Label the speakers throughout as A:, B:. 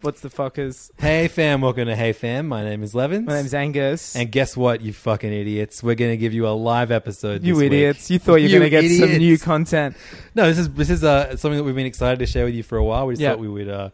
A: What's the fuck is?
B: Hey fam, welcome to Hey Fam. My name is Levins.
A: My name's Angus.
B: and guess what, you fucking idiots? We're gonna give you a live episode.
A: you
B: this week.
A: idiots! You thought you were
B: You
A: going to get some
B: idiots.
A: new content.
B: No, this is this is uh, something that we've been excited to share with you for a while. We just
A: Yeah.
B: thought we would, uh,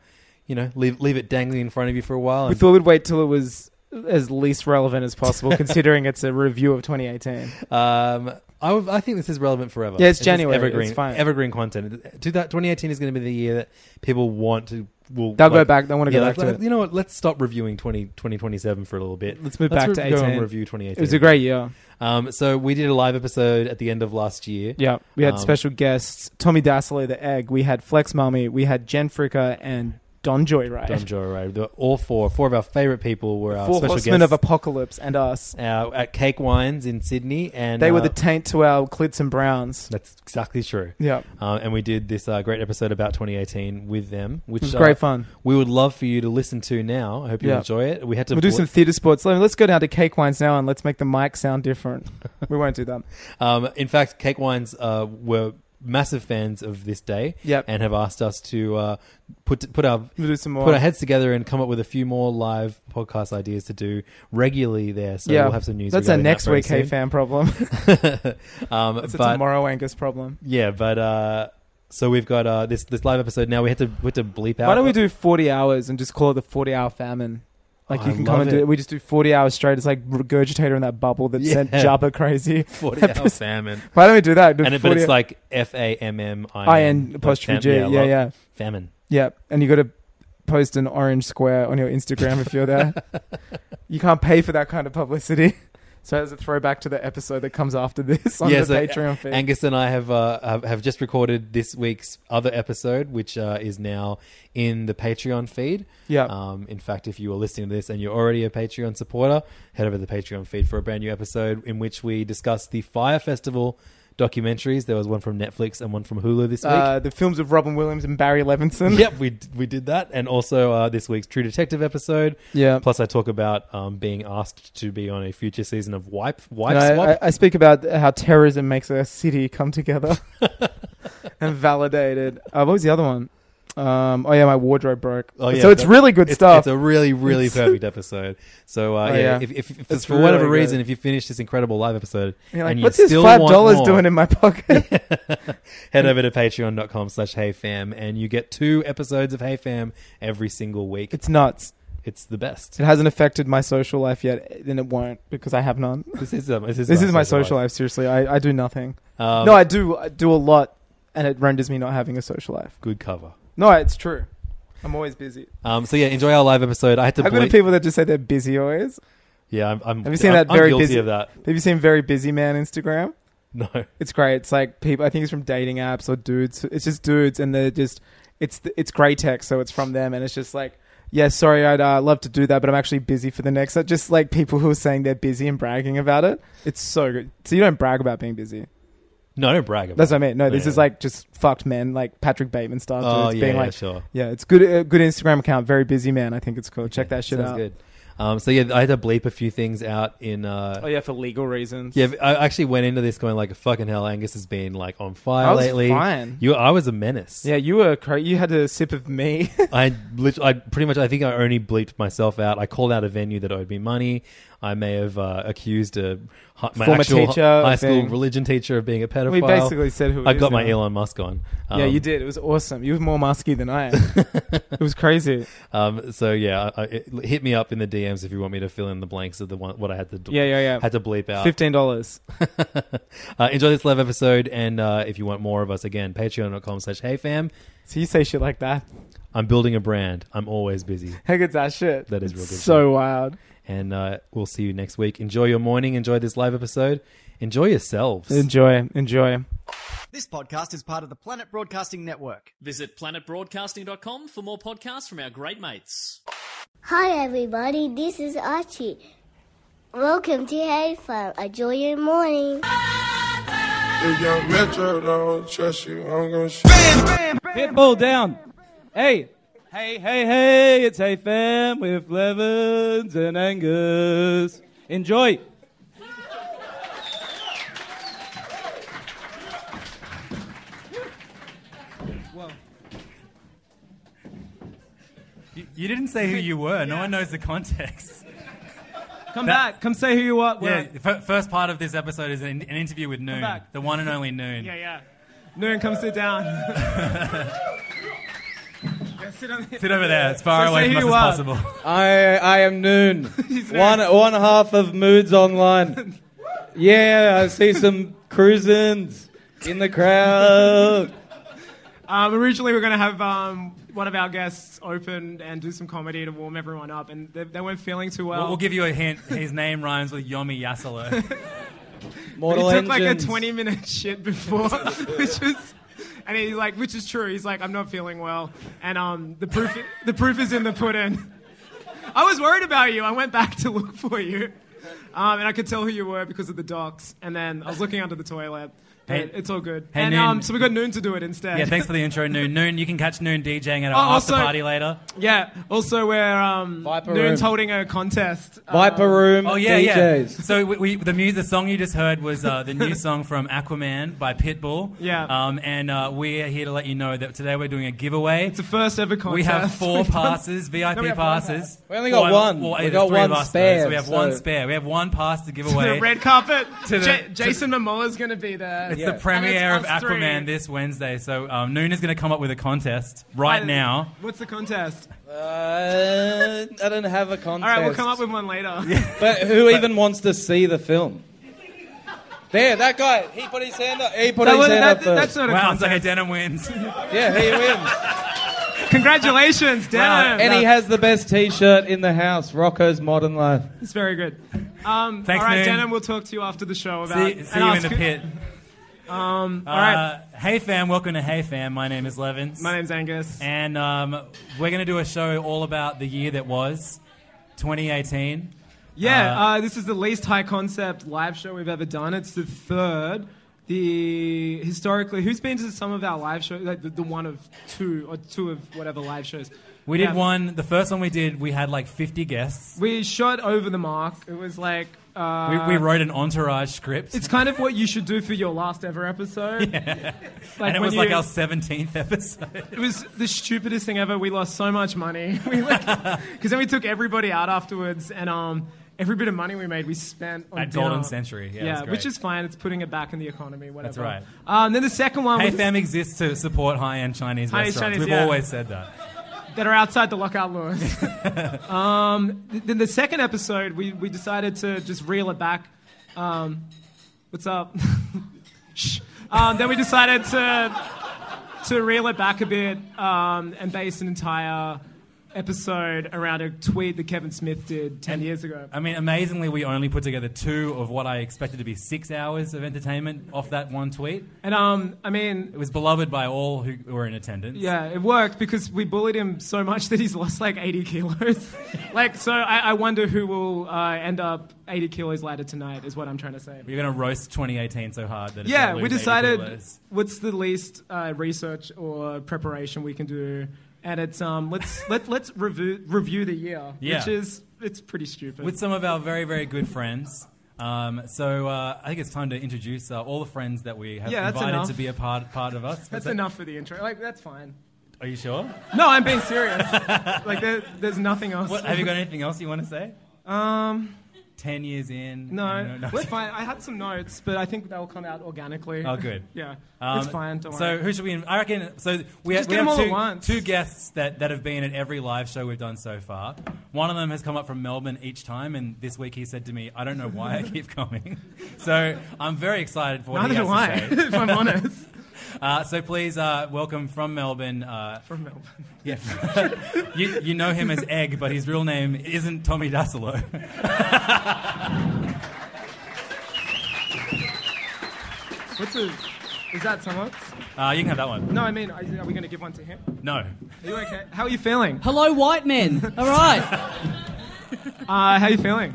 B: you know, leave leave it dangling in front of you for a while.
A: We
B: And
A: thought we'd wait till it was as least relevant as possible, considering it's a review of 2018.
B: um, I, would- I think this is relevant forever.
A: Yeah, it's
B: just
A: January.
B: Evergreen,
A: It's fine.
B: evergreen content. To that, 2018 is going to be the year that people want to. Will,
A: They'll go back. They want to go
B: yeah,
A: back
B: like-
A: to
B: like,
A: it.
B: You know what? Let's stop reviewing 20, 2027 for a little bit.
A: Let's move
B: Let's
A: back to
B: re- go and
A: 18.
B: review 2018.
A: It was a great year.
B: Um, so we did a live episode at the end of last year.
A: Yeah, we had
B: Um,
A: special guests: Tommy Dassler, the Egg. We had Flex Mummy. We had Jen Fricker and Don Joyride.
B: Don Joyride. The- All four, four of our favorite people were our
A: Four
B: special
A: Horsemen
B: guests
A: of Apocalypse and us.
B: uh, at Cake Wines in Sydney, and
A: They were
B: uh,
A: the taint to our Clits and Browns.
B: that's exactly true.
A: Yeah,
B: Uh, and we did this uh, great episode about 2018 with them, which
A: it was
B: uh,
A: great fun.
B: We would love for you to listen to now. I hope you
A: Yeah.
B: enjoy it. We had to
A: We'll do
B: bl-
A: some theatre sports. Let- Let's go down to Cake Wines now and let's make the mic sound different. we won't do that.
B: Um, in fact, Cake Wines uh, were massive fans of this day,
A: Yep.
B: and have asked us to uh, put put our
A: We'll do some more.
B: put our heads together and come up with a few more live podcast ideas to do regularly there. So we'll have some news.
A: That's a
B: regarding that
A: next
B: very
A: week Hey
B: soon.
A: fan problem.
B: um,
A: That's a
B: but
A: tomorrow Angus problem.
B: yeah, but uh, so we've got uh, this this live episode now. We had to we had to bleep out.
A: Why don't we do 40 hours and just call it the 40 hour famine? Like
B: Oh,
A: you
B: I
A: can come
B: love
A: and do
B: it.
A: it. We just do 40 hours straight. It's like regurgitator in that bubble that sent
B: Yeah.
A: Jabba crazy.
B: forty hour famine?
A: Why don't we do that? Do
B: And it, but
A: 40
B: it's like F A M M I
A: I N apostrophe G. Yeah, yeah,
B: like
A: yeah.
B: famine.
A: And you got to post an orange square on your Instagram if you're there. you can't pay for that kind of publicity. So as a throwback to the episode that comes after this on
B: Yeah,
A: the
B: so
A: Patreon feed.
B: Angus and I have, uh, have have just recorded this week's other episode, which uh, is now in the Patreon feed.
A: yeah.
B: Um, in fact, if you are listening to this and you're already a Patreon supporter, head over to the Patreon feed for a brand new episode in which we discuss the Fire Festival documentaries. There was one from Netflix and one from Hulu this week.
A: uh, the films of Robin Williams and Barry Levinson.
B: yep, we we did that, and also uh, this week's True Detective episode.
A: Yeah.
B: Plus, I talk about um, being asked to be on a future season of Wipe Wipe
A: And
B: Swap.
A: I, I, I speak about how terrorism makes a city come together and validated. Uh, what was the other one? Um, oh yeah, my wardrobe broke.
B: Oh, yeah,
A: so it's
B: that-
A: really good
B: it's,
A: stuff.
B: It's a really, really
A: It's-
B: perfect episode. So uh,
A: Oh,
B: yeah,
A: yeah.
B: if, if, if
A: It's
B: for whatever
A: really
B: reason,
A: good.
B: if you finish this incredible live episode
A: And you're like,
B: and you
A: what's this
B: still
A: five
B: want
A: dollars
B: more?"
A: doing in my pocket?
B: head over to patreon.com slash heyfam and you get two episodes of Hey Fam every single week. It's,
A: it's nuts.
B: the best.
A: It hasn't affected my social life yet, and it won't because I have none.
B: This is, um, this is,
A: This is my social life. Seriously, I, I do nothing.
B: Um,
A: no, I do I do a lot, and it renders me not having a social life.
B: Good cover.
A: No, it's true. I'm always busy.
B: Um, so yeah, enjoy our live episode. I had to
A: I've been to
B: bleep-
A: people that just say they're busy always.
B: Yeah, I'm, I'm,
A: Have you seen
B: I'm-
A: that
B: I'm
A: very
B: guilty
A: busy-
B: of that.
A: Have you seen Very Busy Man Instagram?
B: No.
A: It's great. It's like people. I think it's from dating apps or dudes. It's just dudes, and they're just. It's it's grey text, so it's from them, and it's just like, yeah, sorry, I'd uh, love to do that, but I'm actually busy for the next. So just like people who are saying they're busy and bragging about it. It's so good. So you don't brag about being busy.
B: No, don't brag about
A: That's
B: it.
A: what I mean. No, this
B: Yeah.
A: is like just fucked men, like Patrick Bateman style.
B: Oh,
A: dudes
B: yeah,
A: being
B: yeah,
A: like,
B: sure.
A: yeah, it's good. A good Instagram account. Very busy man. I think it's cool. Check that shit
B: Sounds
A: out.
B: good. Um, so yeah, I had to bleep a few things out in. Uh,
A: Oh yeah, for legal reasons.
B: yeah, I actually went into this going like, "Fucking hell, Angus has been like on fire
A: I was
B: lately."
A: fine.
B: You, I was a menace.
A: yeah. You were cra- you had a sip of me.
B: I, lit- I pretty much, I think I only bleeped myself out. I called out a venue that owed me money.
C: I may have uh, accused a hi- my
D: Former
C: actual hi-
D: teacher of
C: high school
D: being-
C: religion teacher of being a pedophile.
D: basically said who it
C: I
D: is
C: got my
D: now.
C: Elon Musk on.
D: yeah,
C: Um,
D: you did. It was awesome. You were more musky than I am. it was crazy.
C: Um, so yeah, I, I, it- hit me up in the DMs if you want me to fill in the blanks of the one what I had to
D: Yeah, yeah, yeah.
C: had to bleep out.
D: Fifteen dollars.
C: uh, enjoy this live episode, and uh, if you want more of us, again, patreon.com slash heyfam.
D: So you say shit like that.
C: I'm building a brand. I'm always busy,
D: How good's that shit?
C: That is
D: It's
C: real good
D: So wild.
C: and uh, we'll see you next week. Enjoy your morning. Enjoy this live episode. Enjoy yourselves.
D: Enjoy. Enjoy.
E: This podcast is part of the Planet Broadcasting Network.
F: Visit planetbroadcasting.com for more podcasts from our great mates.
G: Hi, everybody. This is Archie. Welcome to Hay Farm. Enjoy your morning.
H: If young Metro don't trust you, I'm gonna shoot.
I: Pitbull down. Hey, hey, hey, hey, it's Hey Fam with Levins and Angus. Enjoy.
B: You, you didn't say who you were. No one knows the context.
I: Come back. Come say who you are.
B: Yeah,
I: We're-
B: the fir- first part of this episode is an, an interview with Noon,
I: back.
B: the one and only Noon.
I: yeah, yeah. Noon, come sit down. Yeah, sit on
B: Sit over there, as far
I: So
B: away
I: say
B: from us
I: who
B: as
I: you are.
B: possible.
I: I, I am Noon. one, one half of Moods Online. Yeah, I see some cruisins in the crowd.
A: Um, originally, we were going to have um, one of our guests open and do some comedy to warm everyone up, and they, they weren't feeling too well.
B: We'll, we'll give you a hint. His name rhymes with Yomi Yasalo.
A: it
I: Mortal
A: took like a
I: Engines.
A: 20 minute shit before, which is. And he's like, which is true. He's like, I'm not feeling well, and um, the proof, the proof is in the pudding. I was worried about you. I went back to look for you, um, and I could tell who you were because of the docs. And then I was looking under the toilet.
B: Hey-
A: But it's all good.
B: Hey,
A: and
B: Noon.
A: um, so we got noon to do it instead.
B: yeah, thanks for the intro, Noon. Noon, you can catch Noon DJing at our
A: Oh, also-
B: after party later.
A: Yeah. Also, we're um,
I: Viper
A: Noon's
I: Room.
A: holding a contest. uh,
I: Viper Room
B: Oh yeah, yeah.
I: DJs.
B: So we, we, the mu- the song you just heard was uh, the new song from Aquaman by Pitbull.
A: Yeah.
B: Um, and uh, we are here to let you know that today we're doing a giveaway.
A: It's the first ever contest.
B: We have four
A: We've done-
B: passes, VIP
A: No, we have one
B: passes.
I: We only got
B: Well,
I: one.
B: well,
I: We
B: there's
I: got
B: three of
I: one
B: us, though,
I: spare,
B: So we have one
I: so-
B: spare. We have one pass to give away.
A: The red carpet.
B: To the-
A: J-
B: to-
A: Jason Momoa's going to be there.
B: it's
I: Yeah.
B: the premiere
A: And
B: of
A: it's us
B: Aquaman
A: three.
B: this Wednesday. So um, Noon is going to come up with a contest right
A: I-
B: now.
A: What's the contest?
I: Uh, I don't have a contest.
A: All right, we'll come up with one later.
I: But who even wants to see the film? There, that guy. He put his hand up. He put
A: That
I: his
A: was-
I: hand
A: that-
I: up
A: that's
I: first.
A: not a
B: Wow, it's
A: contest.
B: like a denim wins.
I: yeah, he wins,
A: Congratulations, Dan.
I: and he has the best T-shirt in the house. Rocco's Modern Life.
A: It's very good. Um,
B: Thanks,
A: all right,
B: Noon.
A: Denim, we'll talk to you after the show about
B: see
A: and
B: see you in
A: ask
B: the
A: who-
B: pit. Uh,
A: Um, all
B: All right.
A: right.
B: hey fam, welcome to Hey Fam. My name is Levins.
A: My name's Angus.
B: and um, we're going to do a show all about the year that was, 2018.
A: Yeah, uh, this is the least high concept live show we've ever done. It's the third. The historically, who's been to some of our live shows? Like the, the one of two or two of whatever live shows.
B: We did
A: Yeah.
B: one. The first one we did, we had like 50 guests.
A: We shot over the mark. It was like. Uh,
B: We, we wrote an entourage script.
A: it's kind of what you should do for your last ever episode.
B: and it
A: when
B: was like
A: you-
B: our 17th episode.
A: It was the stupidest thing ever. We lost so much money. Because then we took everybody out afterwards, and um, every bit of money we made, we spent on
B: At
A: dinner.
B: Golden Century. Yeah, it was great.
A: which is fine. It's putting it back in the economy, whatever.
B: That's right.
A: Um, then the second one
B: Hey
A: was-
B: Fam exists to support high end Chinese
A: High-end
B: restaurants.
A: Chinese,
B: We've
A: yeah.
B: always said that.
A: that are outside the lockout laws. um, th- then the second episode, we, we decided to just reel it back. Um, what's up? Shh. Um, then we decided to to reel it back a bit um, and base an entire episode around a tweet that Kevin Smith did ten years ago.
B: I mean, amazingly, we only put together two of what I expected to be six hours of entertainment off that one tweet.
A: And um, I mean,
B: It was beloved by all who were in attendance.
A: Yeah, it worked because we bullied him so much that he's lost like 80 kilos. like, so I, I wonder who will uh, end up 80 kilos lighter tonight, is what I'm trying to say.
B: We're going to roast 2018 so hard that it's
A: Yeah,
B: gonna
A: we
B: lose 80
A: decided
B: kilos.
A: what's the least uh, research or preparation we can do. And it's, um, let's, let, let's review, review the year,
B: Yeah.
A: which is, it's pretty stupid.
B: with some of our very, very good friends. Um, so uh, I think it's time to introduce uh, all the friends that we have
A: Yeah, that's
B: invited
A: enough.
B: to be a part part of us.
A: that's enough for the intro. Like, that's fine.
B: Are you sure?
A: No, I'm being serious. like, there, there's nothing else.
B: What, have you got anything else you want to say?
A: Um,
B: ten years in.
A: No,
B: No, no, no.
A: we're fine. I had some notes, but I think they'll come out organically.
B: Oh, good.
A: Yeah,
B: Um,
A: it's fine. Don't
B: so
A: worry.
B: who should we? In- I reckon. So we,
A: Just
B: we
A: get 'em
B: have
A: all at
B: two,
A: once.
B: two guests that, that have been at every live show we've done so far. One of them has come up from Melbourne each time, and this week he said to me, "I don't know why I keep coming." so I'm very excited for what
A: Neither
B: he has
A: do
B: to
A: I,
B: say.
A: if I'm honest.
B: Uh, so please uh, welcome from Melbourne. Uh,
A: from Melbourne.
B: Yeah. you, you know him as Egg, but his real name isn't Tommy Dasilo.
A: What's the? Is that someone?
B: Uh, you can have that one.
A: No, I mean, are are we going to give one to him?
B: No.
A: Are you okay? How are you feeling?
J: Hello, white men. All right.
A: Uh, how you feeling?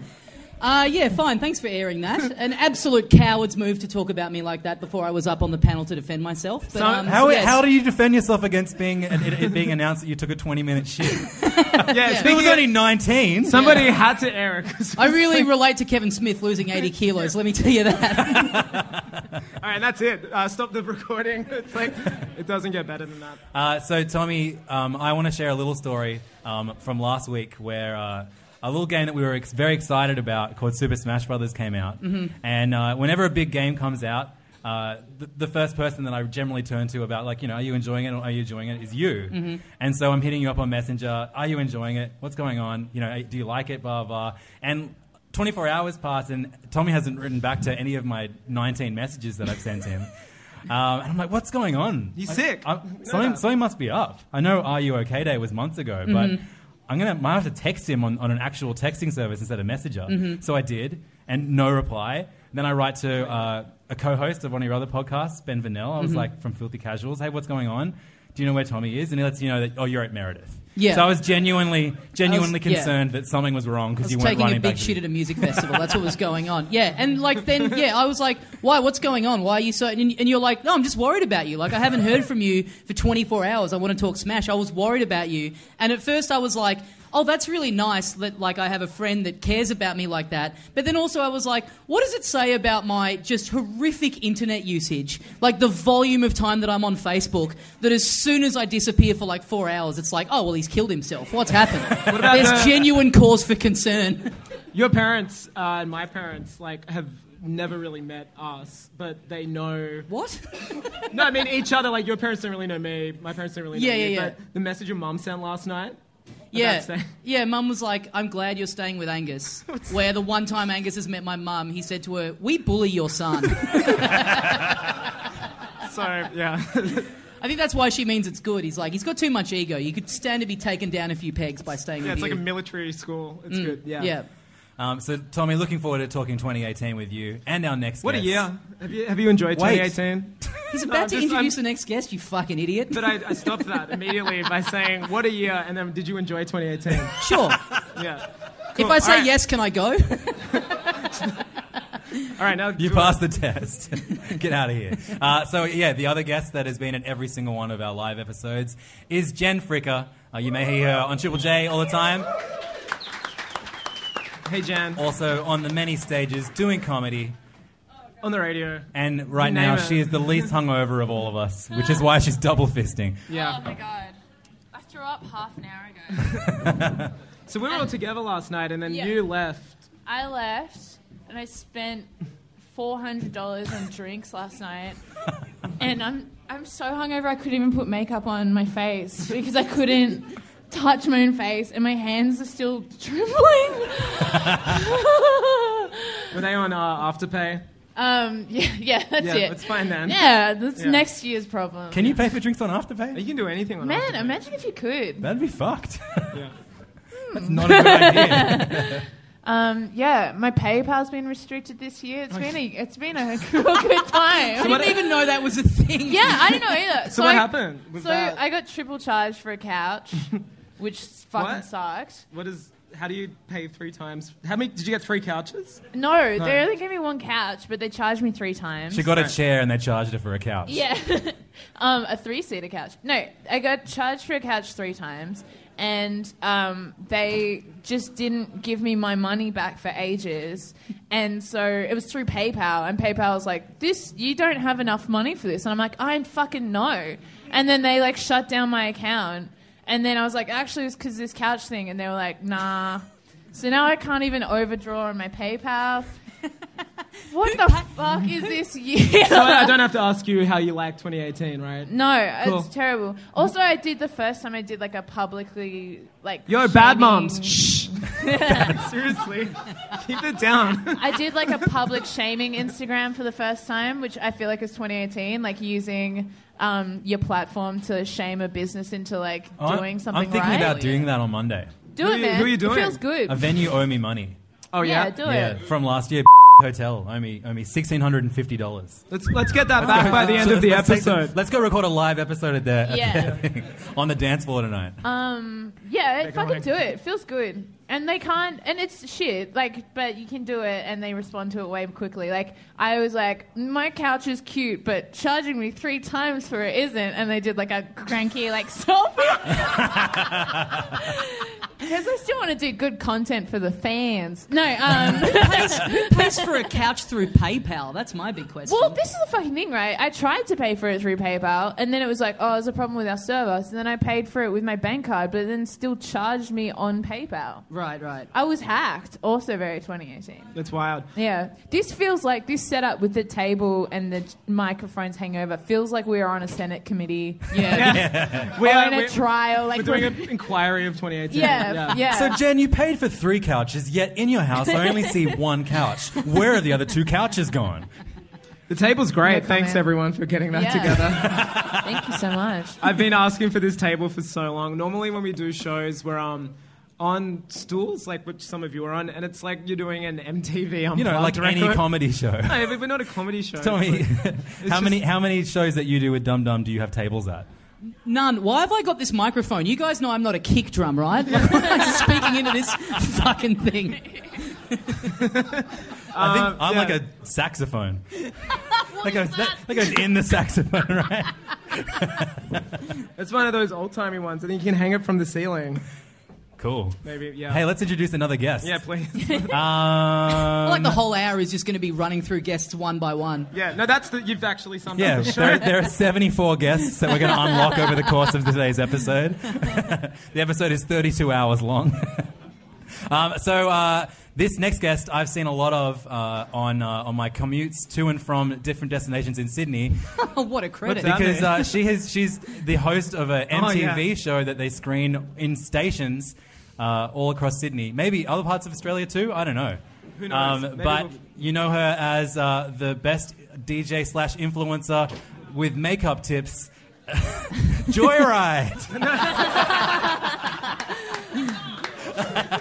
J: Uh, yeah, fine. Thanks for airing that. An absolute coward's move to talk about me like that before I was up on the panel to defend myself. But, um,
B: how,
J: yes.
B: how do you defend yourself against being it, it being announced that you took a 20 minute shift?
A: yeah,
B: It was only 19.
A: Somebody had to air it. 'cause-
J: I really relate to Kevin Smith losing 80 kilos, let me tell you that.
A: All right, that's it. Uh, stop the recording. It's like it doesn't get better than that.
B: Uh, so, Tommy, um, I want to share a little story um, from last week where uh, a little game that we were ex- very excited about called Super Smash Brothers came out.
K: Mhm.
B: And uh, whenever a big game comes out, uh, the, the first person that I generally turn to about, like, you know, are you enjoying it or are you enjoying it is you.
K: Mhm.
B: And so I'm hitting you up on Messenger. Are you enjoying it? What's going on? You know, do you like it? Blah, blah. And 24 hours pass, and Tommy hasn't written back to any of my 19 messages that I've sent him. Um, and I'm like, what's going on?
A: He's
B: Like,
A: sick.
B: I'm- something, something must be up. I know Are You OK Day was months
J: Mm-hmm.
B: ago,
A: Mhm.
B: but I'm going to might have to text him on, on an actual texting service instead of Messenger.
J: Mm-hmm.
A: Mhm.
B: So I did, and no reply. And then I write to uh, a co host of one of your other podcasts, Ben Vanell. I was
J: Mm-hmm.
K: Mhm.
B: like, from Filthy Casuals, hey, what's going on? Do you know where Tommy is? And he lets you know that, oh, you're at Meredith.
J: Yeah.
B: So I was genuinely, genuinely
J: yeah.
B: concerned that something was wrong
J: I
B: because
J: was
B: you weren't
J: taking
B: running
J: a
B: back.
J: big
B: to
J: shit
B: the-
J: at a music festival. That's what was going on. Yeah, and like then, yeah, I was like, "Why? What's going on? Why are you so?" And, and you're like, "No, I'm just worried about you. Like, I haven't heard from you for 24 hours. I want to talk Smash. I was worried about you." And at first, I was like, "Oh, that's really nice that like I have a friend that cares about me like that." But then also, I was like, "What does it say about my just horrific internet usage? Like the volume of time that I'm on Facebook. That as soon as I disappear for like four hours, it's like, oh well, he's killed himself. What's happened?
A: about
J: There's
A: the-
J: genuine cause for concern."
A: Your parents uh, and my parents like have never really met us, but they know
J: what?
A: no, I mean each other. Like your parents don't really know me. My parents don't really know
J: Yeah, yeah,
A: you.
J: yeah.
A: But the message your mum sent last night. about
J: Yeah,
A: saying-
J: yeah. Mum was like, "I'm glad you're staying with Angus." Where the one time Angus has met my mum, he said to her, "We bully your son."
A: so yeah,
J: I think that's why she means it's good. He's like, he's got too much ego. You could stand to be taken down a few pegs by staying
A: yeah.
J: with
A: It's like a
J: you.
A: military school. It's
J: Mm,
A: good. Yeah.
J: yeah.
B: Um, so, Tommy, looking forward to talking 2018 with you and our next
A: What a
B: guest.
A: year. Have you have you enjoyed
B: Wait.
A: 2018?
J: He's
A: No,
J: about
A: I'm
J: to
A: just-
J: introduce
A: I'm-
J: the next guest. You fucking idiot.
A: But I, I stopped that immediately by saying, "What a year!" And then, did you enjoy 2018?
J: Sure.
A: yeah.
J: if I say
A: All right.
J: yes, can I go?
A: All right, now
B: you passed the test. Get out of here. Uh, so yeah, the other guest that has been at every single one of our live episodes is Jen Fricker. Uh, you may hear her on Triple J all the time.
A: Hey Jen.
B: Also on the many stages doing comedy.
A: on the radio.
B: And right
A: Name
B: now,
A: her.
B: she is the least hungover of all of us, which is why she's double fisting.
A: Yeah.
L: Oh my god. I threw up half an hour ago.
A: So we were all together last night, and then
L: Yeah.
A: you left.
L: I left and I spent four hundred dollars on drinks last night. And I'm I'm so hungover I couldn't even put makeup on my face because I couldn't touch my own face and my hands are still trembling.
A: Were they on uh, afterpay?
L: Um yeah, yeah, that's
A: yeah,
L: it.
A: It's fine then.
L: Yeah, that's
A: Yeah.
L: next year's problem.
B: Can you pay for drinks on Afterpay?
A: You can do anything on
L: Man, imagine if you could.
B: That'd be fucked.
L: That's
B: not a good idea.
L: um, yeah, my PayPal's been restricted this year. It's been a it's been a real good time.
J: I didn't even know that was a thing.
L: Yeah, I didn't know either.
J: So what
L: I-
J: happened with
L: so
J: that?
L: I got triple charged for a couch, which fucking
A: What?
L: sucked.
A: What is? How do you pay three times? How many? Did you get three couches?
L: No,
A: No.
L: they only gave me one couch, but they charged me three times.
B: She got a chair and they charged her for a couch.
L: Yeah, um, a three-seater couch. No, I got charged for a couch three times, and um, they just didn't give me my money back for ages. And so it was through PayPal, and PayPal was like, "This, you don't have enough money for this." And I'm like, "I fucking know." And then they like shut down my account, and then I was like, "Actually, it's because this couch thing," and they were like, "Nah." So now I can't even overdraw on my PayPal. What the fuck is this year?
A: so I I don't have to ask you how you like 2018, right?
L: No,
A: Cool.
L: it's terrible. Also, I did the first time I did like a publicly like.
A: Yo, bad
L: shitty-
A: moms. Shh. Seriously, keep it down.
L: I did like a public shaming Instagram for the first time, which I feel like is 2018, like using um, your platform to shame a business into like
B: Oh, I'm-
L: doing
B: I'm,
L: something
B: thinking
L: right.
B: about doing that on Monday.
L: Do it, man. It feels good.
B: A venue owe me money.
A: Oh,
L: yeah? Yeah, do it.
B: From last year, hotel owe me owe me sixteen hundred and fifty dollars.
A: Let's let's get that back by the end of the episode.
B: let's go record a live episode at their,
L: Yeah.
B: at their thing, on the dance floor tonight.
L: Um, yeah,
B: can
L: fucking
B: like-
L: do it. Feels good. And they can't, and it's shit. Like, but you can do it, and they respond to it way quickly. Like, I was like, my couch is cute, but charging me three times for it isn't. And they did like a cranky like selfie. Because I still want to do good content for the fans. No, um,
J: Who pays for a couch through PayPal? That's my big question.
L: Well, this is the fucking thing, right? I tried to pay for it through PayPal, and then it was like, oh, there's a problem with our server. So then I paid for it with my bank card, but then still charged me on PayPal.
J: Right, right.
L: I was hacked. Also, very 2018.
A: That's wild.
L: Yeah, this feels like this setup with the table and the microphones hangover feels like we are on a Senate committee.
A: Yeah. we
L: Or
A: are
L: in a
A: we're-
L: trial, like
A: we're doing
L: we're-
A: an inquiry of 2018.
L: Yeah, yeah.
B: So Jen, you paid for three couches, yet in your house I only see one couch. Where are the other two couches gone?
A: The table's great.
L: No
A: Thanks
L: comment.
A: everyone for getting that
L: Yeah.
A: together.
L: Thank you so much.
A: I've been asking for this table for so long. Normally, when we do shows, we're um on stools, like which some of you are on, and it's like you're doing an MTV. Unplugged
B: You know, like any
A: record.
B: comedy show.
A: No, but we're not a comedy show.
B: Tell me,
A: It's
B: how
A: just-
B: many how many shows that you do with Dum Dum do you have tables at?
J: None. Why have I got this microphone? You guys know I'm not a kick drum, right? Like, why am I speaking into this fucking thing.
B: I think
A: Uh,
J: Um,
B: I'm
J: yeah.
B: like a saxophone. that, goes, that? that goes in the saxophone, right?
A: It's one of those old timey ones. I think you can hang it from the ceiling.
B: Cool.
A: Maybe, yeah.
B: Hey, let's introduce another guest.
A: Yeah, please.
B: Um,
J: I like the whole hour is just going to be running through guests one by one.
A: Um, Yeah, no, that's the you've actually summed
B: Yeah,
A: up the show.
B: there, there are 74 guests that we're going to unlock over the course of today's episode. the episode is 32 hours long. um, so uh, this next guest I've seen a lot of uh, on uh, on my commutes to and from different destinations in Sydney
J: what a credit!
B: because uh, she has she's the host of a
J: Oh,
B: MTV
J: yeah.
B: show that they screen in stations uh, all across Sydney, maybe other parts of Australia too. I don't know. Um,
A: Who knows? Maybe
B: but
A: we'll-
B: you know her as uh, the best DJ slash influencer with makeup tips. Joyride.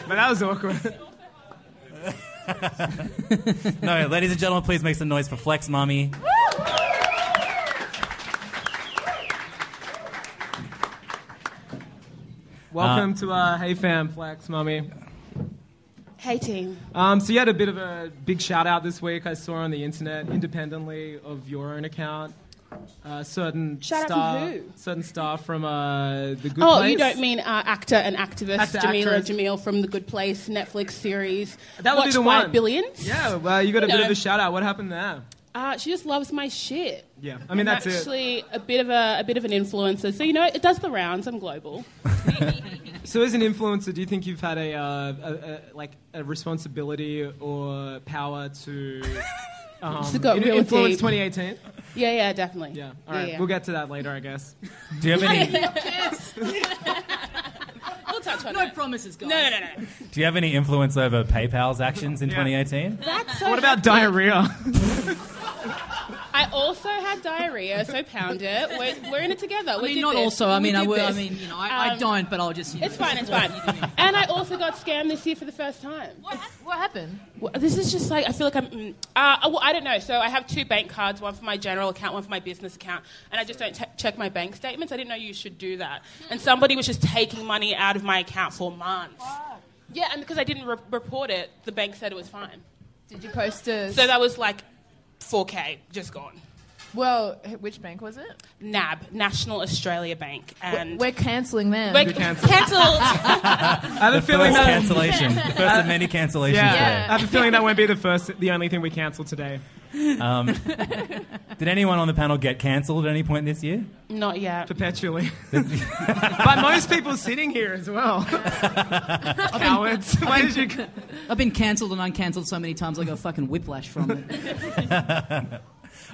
A: but that was awkward.
B: no, ladies and gentlemen, please make some noise for Flex Mommy.
A: Welcome to uh, Hey Fam Flex, mummy.
K: Hey team.
A: Um, so you had a bit of a big shout out this week. I saw on the internet, independently of your own account, uh, certain
K: Shout out from
A: star,
K: who?
A: certain star from uh, the Good
K: oh,
A: Place.
K: you don't mean uh, actor and activist
A: Actor,
K: Jamila
A: actress.
K: Jamil from the Good Place Netflix series.
A: that would be
K: watched
A: the
K: by
A: one.
K: Billions.
A: Yeah, well, you got a
K: No.
A: bit of a shout out. What happened there?
K: Uh, she just loves my shit.
A: Yeah, I mean
K: I'm
A: that's it.
K: actually a bit of a, a bit of an influencer. So you know, it does the rounds. I'm global.
A: So, as an influencer, do you think you've had a, uh, a, a like a responsibility or power to um,
K: This got
A: in-
K: real
A: influence
K: deep.
A: 2018?
K: Yeah, yeah, definitely. Yeah.
A: All right,
K: yeah.
A: we'll get to that later, I guess.
B: Do you have any?
K: We'll touch on
J: no promises, guys.
K: No, no, no, no.
B: Do you have any influence over PayPal's actions in 2018?
K: That's so
A: What about diarrhea?
K: I also had diarrhea, so pound it. We're, we're in it together.
J: I
K: we
J: mean,
K: did
J: not
K: this.
J: also. I
K: We
J: mean, I
K: did
J: will. I
K: this.
J: mean, you know, I, I
K: Um,
J: don't, but I'll just. You know,
K: It's fine, it's fine. and I also got scammed this year for the first time. What,
L: what happened?
K: Well, this is just like, I feel like I'm, mm, uh, well, I don't know. So I have two bank cards, one for my general account, one for my business account, and I just don't t- check my bank statements. I didn't know you should do that.
L: Hmm.
K: And somebody was just taking money out of my account for months. Yeah, and because I didn't re- report it, the bank said it was fine.
L: Did you post a?
K: So that was like 4K, just gone.
L: Well, h- which bank was it?
K: NAB, National Australia Bank. And
L: We're cancelling them.
K: We're cancelled. cancelled.
A: I have a
B: the
A: feeling
B: first
A: that- Uh,
B: cancellation, the first of many cancellations
A: Yeah.
B: today.
A: I have a feeling that won't be the first, the only thing we cancel today.
B: Um, did anyone on the panel get cancelled at any point this year?
K: Not yet.
A: Perpetually. By most people sitting here as well. Cowards. Why did you?
J: I've been cancelled and uncancelled so many times I got fucking whiplash from it.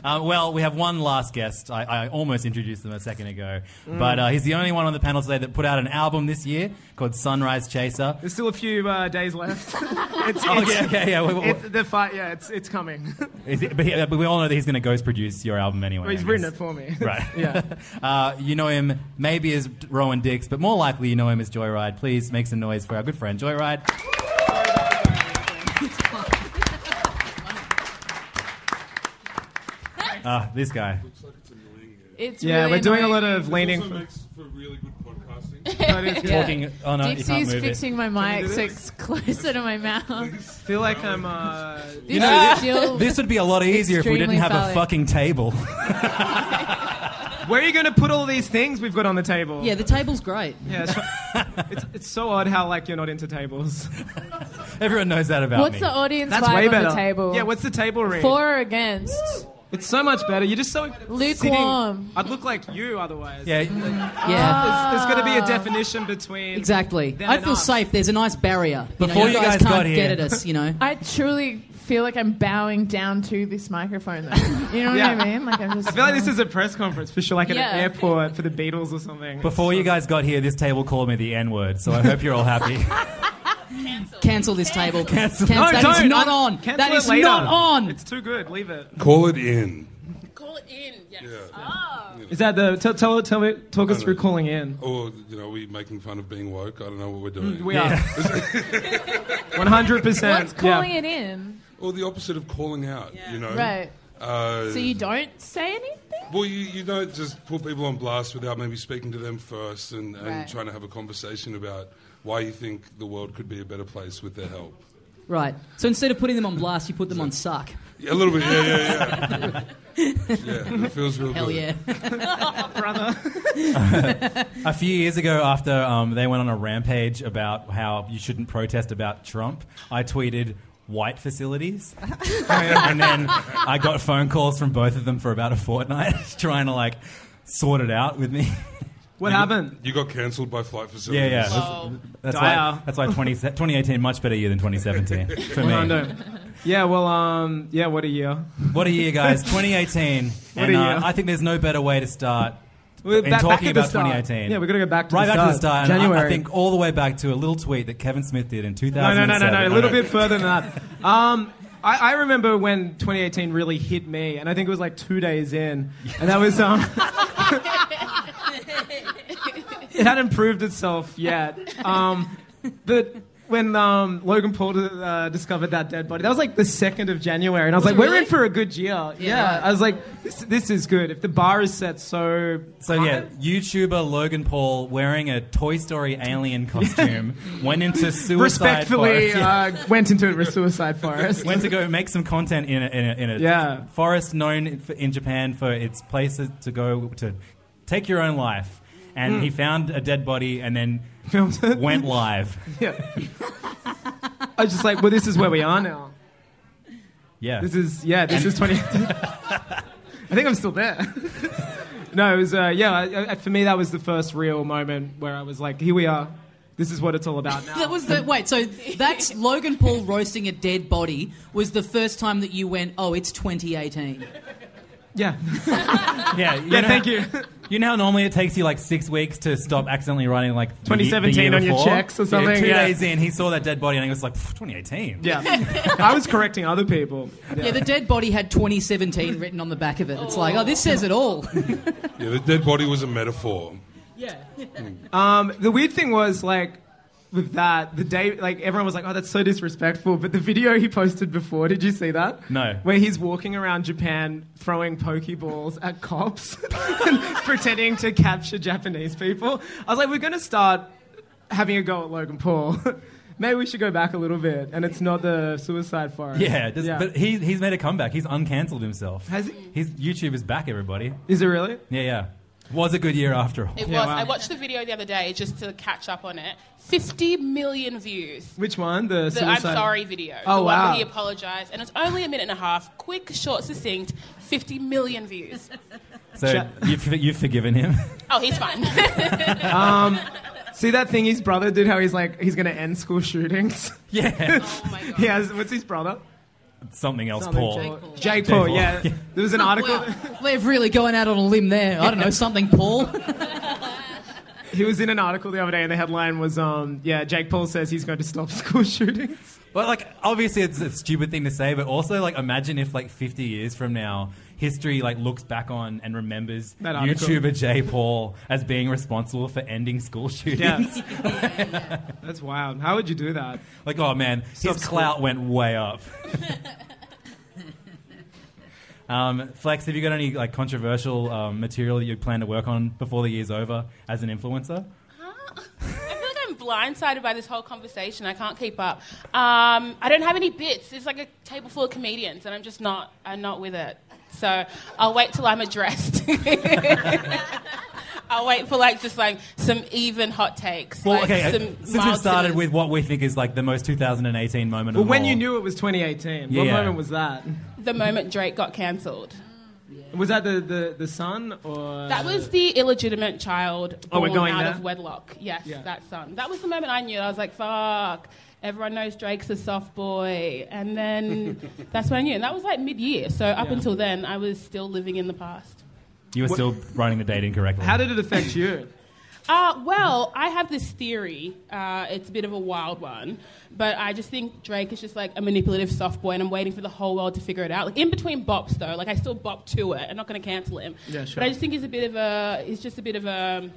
B: Uh, well, we have one last guest. I, I almost introduced them a second ago,
A: Mm.
B: but uh, he's the only one on the panel today that put out an album this year called Sunrise Chaser.
A: There's still a few uh, days left. It's,
B: Oh,
A: it's-
B: yeah, okay, yeah, we- we-
A: it's the fight. Yeah, it's it's coming.
B: Is it, but, he, but we all know that he's going to ghost produce your album anyway.
A: Well, he's
B: I
A: written
B: guess.
A: it for me.
B: Right.
A: Yeah.
B: uh, you know him maybe as Rowan Dix, but more likely you know him as Joyride. Please make some noise for our good friend Joyride. Uh, this guy.
L: It's
A: Yeah,
L: really
A: we're doing a
L: annoying.
A: lot of leaning.
H: Also makes for really good podcasting.
L: Yeah.
B: Talking- oh, no, you
L: Dixie's
B: can't move it.
L: fixing my mic so it's closer to my mouth.
A: feel like I'm. Uh,
L: You know, still
B: This would be a lot easier if we didn't
A: extremely
B: have a
A: valid.
B: fucking table.
A: Where are you going to put all these things we've got on the table?
J: Yeah, the table's great.
A: Yeah, it's, it's, it's so odd how like you're not into tables.
B: Everyone knows that about
L: What's me. the audience
A: That's
L: vibe
A: way
L: on the
A: better.
L: table?
A: Yeah, what's the table read?
L: for or against?
A: It's so much better. You're just so
L: Lukewarm.
A: sitting- I'd look like you otherwise.
B: Yeah.
J: Yeah.
A: There's, there's got to be a definition between.
J: Exactly.
A: Them
J: I
A: and
J: feel
A: us.
J: safe. There's a nice barrier. You know,
A: Before you guys
J: can't
A: got here-
J: get at us, you know.
L: I truly feel like I'm bowing down to this microphone. Though. You know what
A: Yeah.
L: I mean? Like I'm just.
A: I feel like this is a press conference for sure, like at
L: Yeah.
A: an airport for the Beatles or something.
B: Before you guys got here, this table called me the N word, so I hope you're all happy.
J: Cancel this table. Cancel.
A: No,
J: that
A: don't.
J: is not
A: I'm-
J: on.
A: cancel
J: That
A: it
J: is
A: later.
J: not on.
A: It's too good. Leave it.
H: Call it in.
K: Call it in. Yes.
A: Is that the tell tell, tell me talk us through calling in?
H: Or, you know, we making fun of being woke. I don't know what we're doing.
A: Mm, we are. One hundred
L: What's
A: percent.
L: calling it in?
H: Or the opposite of calling out, you know.
L: Right.
H: Uh,
A: Oh.
L: So you don't say anything.
H: Well, you, you don't just put people on blast without maybe speaking to them first and, and
L: Right.
H: trying to have a conversation about why you think the world could be a better place with their help.
J: Right. So instead of putting them on blast, you put them on suck.
H: Yeah, a little bit, yeah, yeah, yeah. yeah, it feels real
J: Hell
H: good.
J: yeah.
A: Brother.
B: a few years ago, after um, they went on a rampage about how you shouldn't protest about Trump, I tweeted white facilities, and then I got phone calls from both of them for about a fortnight, trying to like sort it out with me.
A: What
H: You-
A: happened?
H: You got cancelled by flight facilities.
B: Yeah, yeah. That's, that's why,
A: Dire.
B: that's why 20, 2018 much better year than 2017 for
A: Well,
B: me.
A: no. Yeah, well, um, yeah, what a year.
B: What a year, guys! 2018,
A: What
B: and
A: a
B: uh,
A: year.
B: I think there's no better way to start
A: We're
B: in
A: ba- back
B: talking
A: at the
B: about
A: start.
B: 2018.
A: Yeah, we're gonna go back to
B: right
A: the
B: back to the
A: start.
B: start. and I- I,
A: January.
B: think all the way back to a little tweet that Kevin Smith did in
A: No,
B: 2007.
A: no, no, no, no. A little bit further than that. Um, I, I remember when 2018 really hit me, and I think it was like two days in, and that was um, it hadn't proved itself yet. Um, but when um, Logan Paul uh, discovered that dead body, that was like the second of January, and I was,
J: Was
A: like,
J: it
A: "We're
J: really?
A: in for a good year." Yeah,
J: Yeah.
A: I was like, this, "This is good." If the bar is set so
B: So yeah, YouTuber Logan Paul wearing a Toy Story alien costume went into suicide.
A: respectfully
B: forest. Yeah.
A: uh, went into a suicide forest.
B: Went to go make some content in a, in a, in a
A: Yeah.
B: forest known in- for- in Japan for its places to go to take your own life. And
A: Mm.
B: he found a dead body and then went live.
A: Yeah. I was just like, well, this is where we are now.
B: Yeah.
A: This is, yeah, this is 20. I think I'm still there. no, it was, uh, yeah, I, I, for me, that was the first real moment where I was like, here we are. This is what it's all about now.
J: That was the wait. So that's Logan Paul roasting a dead body was the first time that you went, oh, it's 2018.
A: Yeah.
B: Yeah, you
A: Yeah, thank you.
B: You know how normally it takes you like six weeks to stop accidentally writing like the ye- the
A: 2017
B: year
A: on your
B: before?
A: checks or
B: Yeah,
A: something,
B: two
A: yeah.
B: days in, he saw that dead body and he was like, "Pff, 2018.
A: Yeah. I was correcting other people.
J: Yeah. the dead body had 2017 written on the back of it. It's like, oh, this says it all.
H: Yeah, the dead body was a metaphor.
J: yeah.
A: Um, the weird thing was like with that the day like everyone was like oh that's so disrespectful but the video he posted before did you see that
B: No.
A: where he's walking around japan throwing pokeballs at cops and pretending to capture japanese people i was like we're going to start having a go at logan paul maybe we should go back a little bit and it's not the suicide forest
B: Yeah, just, but he, he's made a comeback. He's uncancelled himself.
A: Has he?
B: His YouTube is back, everybody.
A: is it really
B: Yeah, yeah. was a good year after all.
K: It was. I watched the video the other day just to catch up on it. 50 million views.
A: Which one? The,
K: The I'm
A: suicide-
K: sorry video.
A: Oh
K: the One
A: wow!
K: where he apologised, and it's only a minute and a half. Quick, short, succinct. 50 million views.
B: So you've, you've forgiven him.
K: Oh, he's fine.
A: um, see that thing his brother did? How he's like he's gonna end school shootings.
B: Yeah.
A: oh my god. He has, what's his brother?
B: Something else,
A: Something
B: Paul.
A: Jake Paul. Jake Paul, yeah. There was an article.
J: We're really going out on a limb there. I don't know something, Paul.
A: He was in an article the other day, and the headline was, um, "Yeah, Jake Paul says he's going to stop school shootings."
B: But like, obviously, it's a stupid thing to say. But also, like, imagine if like 50 years from now, history like looks back on and remembers
A: That article.
B: YouTuber Jay Paul as being responsible for ending school shootings.
A: That's wild. How would you do that?
B: Like, oh man,
A: Stop
B: his
A: school.
B: clout went way up. um, Flex, have you got any like controversial um, material that you plan to work on before the year's over as an influencer?
K: I feel like I'm blindsided by this whole conversation. I can't keep up. Um, I don't have any bits. It's like a table full of comedians, and I'm just not. I'm not with it. So I'll wait till I'm addressed. I'll wait for like just like some even hot takes.
B: Well,
K: like
B: okay. uh,
K: some
B: since we've
K: mild
B: started
K: sinners.
B: with what we think is like the most 2018 moment.
A: Well,
B: of
A: when
B: all.
A: you knew it was 2018, what
B: Yeah.
A: moment was that?
K: the moment Drake got cancelled.
A: Was that the the, the son or
K: That was the illegitimate child
A: Oh, we're
K: born
A: going
K: out
A: there?
K: of wedlock. Yes,
A: Yeah.
K: that son. That was the moment I knew. I was like, fuck. Everyone knows Drake's a soft boy. And then that's when I knew. And that was like mid year. So up
B: Yeah.
K: until then, I was still living in the past.
B: You were still running the date incorrectly. How
A: did it affect you?
K: Uh, well, I have this theory. Uh, it's a bit of a wild one, but I just think Drake is just like a manipulative soft boy, and I'm waiting for the whole world to figure it out. Like in between bops, though, like I still bop to it. I'm not going to cancel him.
A: Yeah, sure.
K: But I just think he's a bit of a. He's just a bit of a. um,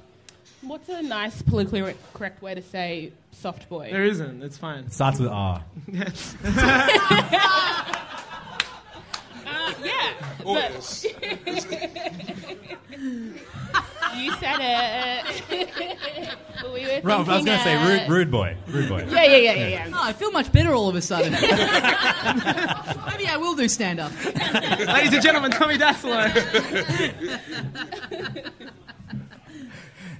K: What's a nice politically re- correct way to say soft boy?
A: There isn't. It's fine.
B: It starts with R.
K: Uh, yeah.
A: Oh,
K: but-
A: yes.
K: you said it. we were
B: Ralph, I was going to say
K: thinking
B: rude,
K: it.
B: rude boy. Rude boy.
K: Yeah, yeah, yeah, yeah, yeah.
J: Oh, I feel much better all of a sudden. Maybe I will do stand up.
A: Ladies and gentlemen, Tommy Dassler.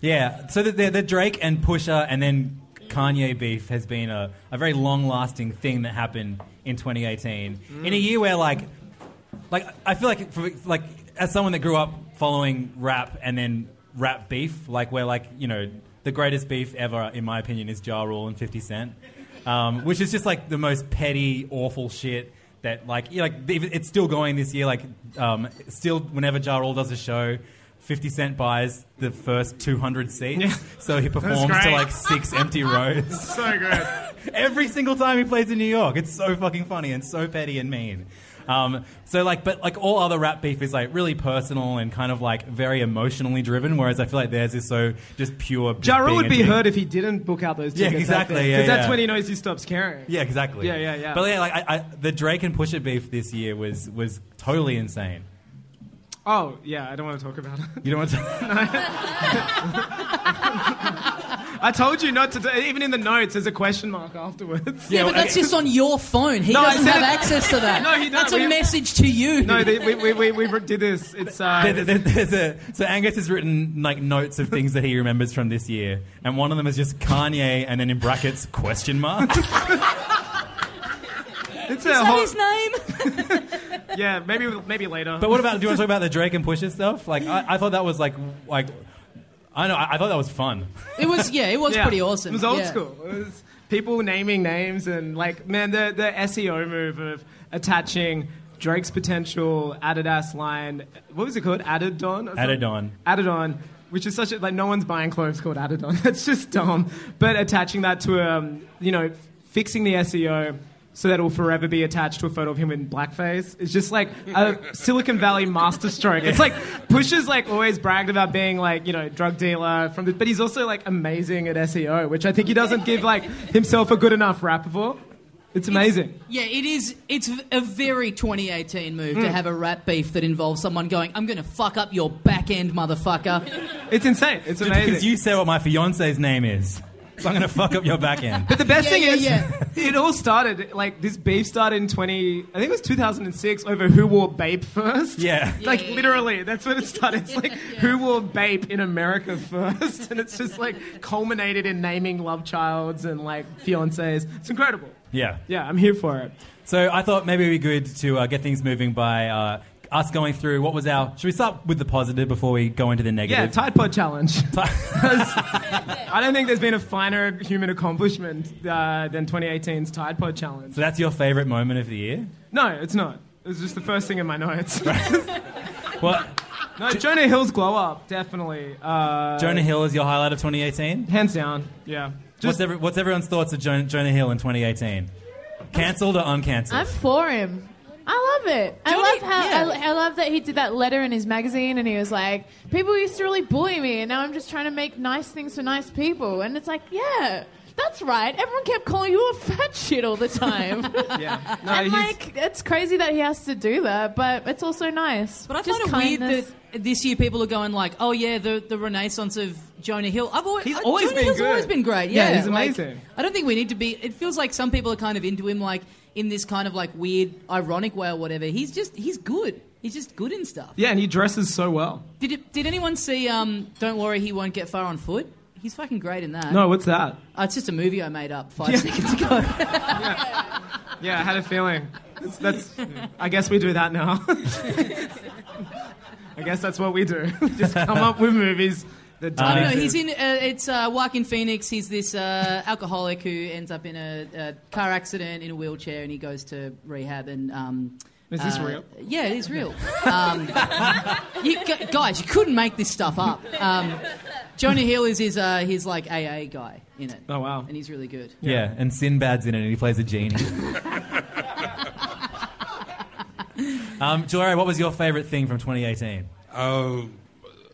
B: Yeah, so the, the, the Drake and Pusha and then Kanye beef has been a, a very long lasting thing that happened in 2018. In
A: Mm.
B: a year where, like, like I feel like, for, like, as someone that grew up following rap and then rap beef, like, where, like, you know, the greatest beef ever, in my opinion, is Ja Rule and 50 Cent, um, which is just like the most petty, awful shit. That like you know, like even- it's still going this year. Like um, still, whenever Ja Rule does a show, 50 Cent buys the first 200 seats. So he performs to
A: great.
B: like six empty rows.
A: so good.
B: Every single time he plays in New York, it's so fucking funny and so petty and mean. Um, so like, but like all other rap beef is like really personal and kind of like very emotionally driven. Whereas I feel like theirs is so just pure. just
A: Ja Rule
B: being
A: would
B: a
A: be
B: dick.
A: hurt if he didn't book out those
B: Yeah,
A: tickets.
B: exactly, yeah,
A: Because that's
B: yeah.
A: when he knows he stops caring.
B: Yeah, exactly.
A: Yeah, yeah, yeah.
B: But yeah, like I, I, the Drake and Pusha beef this year was was totally insane.
A: Oh, yeah, I don't want to talk about it.
B: You don't want to.
A: I told you not to. Do, even in the notes, there's a question mark afterwards.
J: Yeah, but that's just on your phone. He doesn't have access to that.
A: No, he doesn't.
J: That's a
A: We-
J: message to you.
A: No, they, we, we, we, we did this. It's uh,
B: There- there- there's a- so Angus has written like notes of things that he remembers from this year, and one of them is just Kanye, and then in brackets question mark.
A: it's
J: Is
A: a
J: that
A: whole,
J: his name?
A: yeah. Maybe maybe later.
B: But what about? Do you want to talk about the Drake and Pusha stuff? Like, I, I thought that was like, like, I don't know. I, I thought that was fun.
J: It was yeah, it was
A: Yeah.
J: pretty awesome.
A: It was old
J: yeah.
A: school. It was people naming names and like man, the the SEO move of attaching Drake's potential Adidas line. What was it called? Adidon. or something?
B: Adidon.
A: Adidon. Which is such a like no one's buying clothes called Adidon. That's just dumb. But attaching that to um, you know, fixing the SEO so that it will forever be attached to a photo of him in blackface. It's just like a Silicon Valley masterstroke. It's like Pusher's like always bragged about being like you know drug dealer from the, but he's also like amazing at SEO, which I think he doesn't give like himself a good enough rap for. It's amazing.
J: Yeah, it is. It's a very 2018 move to
A: Mm.
J: have a rap beef that involves someone going, "I'm going to fuck up your back end, motherfucker."
A: It's insane. It's
B: Just because
A: amazing.
B: you say what my fiance's name is. So I'm going to fuck up your back end.
A: But the best
B: Yeah,
A: thing
B: yeah,
A: is,
B: yeah.
A: it all started like this beef started in 20, I think it was 2006 over who wore Bape first.
B: Yeah.
A: Like literally, that's when it started. It's like who wore Bape in America first, and it's just like culminated in naming love childs and like fiancés. It's incredible.
B: Yeah.
A: Yeah, I'm here for it.
B: So I thought maybe it'd be good to uh, get things moving by uh, us going through what was our. Should we start with the positive before we go into the
A: Yeah,
B: negative?
A: Tide Pod Challenge. I don't think there's been a finer human accomplishment uh, than 2018's Tide Pod Challenge.
B: so that's your favorite moment of the year.
A: No, it's not. It was just the first thing in my notes.
B: Well,
A: no, Jonah Hill's glow up, definitely. Uh,
B: Jonah Hill is your highlight of 2018.
A: Hands down. Yeah.
B: what's, every, what's everyone's thoughts of Jonah, Jonah Hill in 2018? Cancelled or uncancelled?
L: I'm for him. I love it. I love how
J: yeah.
L: I, I love that he did that letter in his magazine, and he was like, "People used to really bully me, and now I'm just trying to make nice things for nice people." And it's like, yeah, that's right. Everyone kept calling you a fat shit all the time.
A: yeah.
L: No, and like, it's crazy that he has to do that, but it's also nice. But I
J: Just weird that this year people are going like, oh yeah, the, the renaissance of Jonah Hill. I've always
A: He's
J: uh,
A: always
J: Jonah
A: been
J: Hill's
A: good.
J: always been great.
A: Yeah,
J: Yeah,
A: he's
J: Like,
A: amazing.
J: I don't think we need to be. It feels like some people are kind of into him, like in this kind of like weird, ironic way or whatever. He's just he's good. He's just good in stuff.
A: Yeah, and he dresses so well.
J: Did it, did anyone see? Um, don't worry, he won't get far on foot. He's fucking great in that.
A: No, what's that?
J: Uh, it's just a movie I made up five seconds ago.
A: Yeah, I had a feeling. That's, that's I guess we do that now. I guess that's what we do. Just come up with movies that don't
J: I don't know.
A: exist.
J: He's in. Uh, it's uh, Joaquin Phoenix. He's this uh, alcoholic who ends up in a, a car accident in a wheelchair, and he goes to rehab. And um,
A: Is this
J: uh,
A: real?
J: Yeah, it is real. Um, you, gu- guys, you couldn't make this stuff up. Um, Jonah Hill is his, uh, his like AA guy in it.
A: Oh wow!
J: And he's really good.
B: yeah. and Sinbad's in it and he plays a genie. um, Jory, what was your favorite thing from 2018?
H: Um,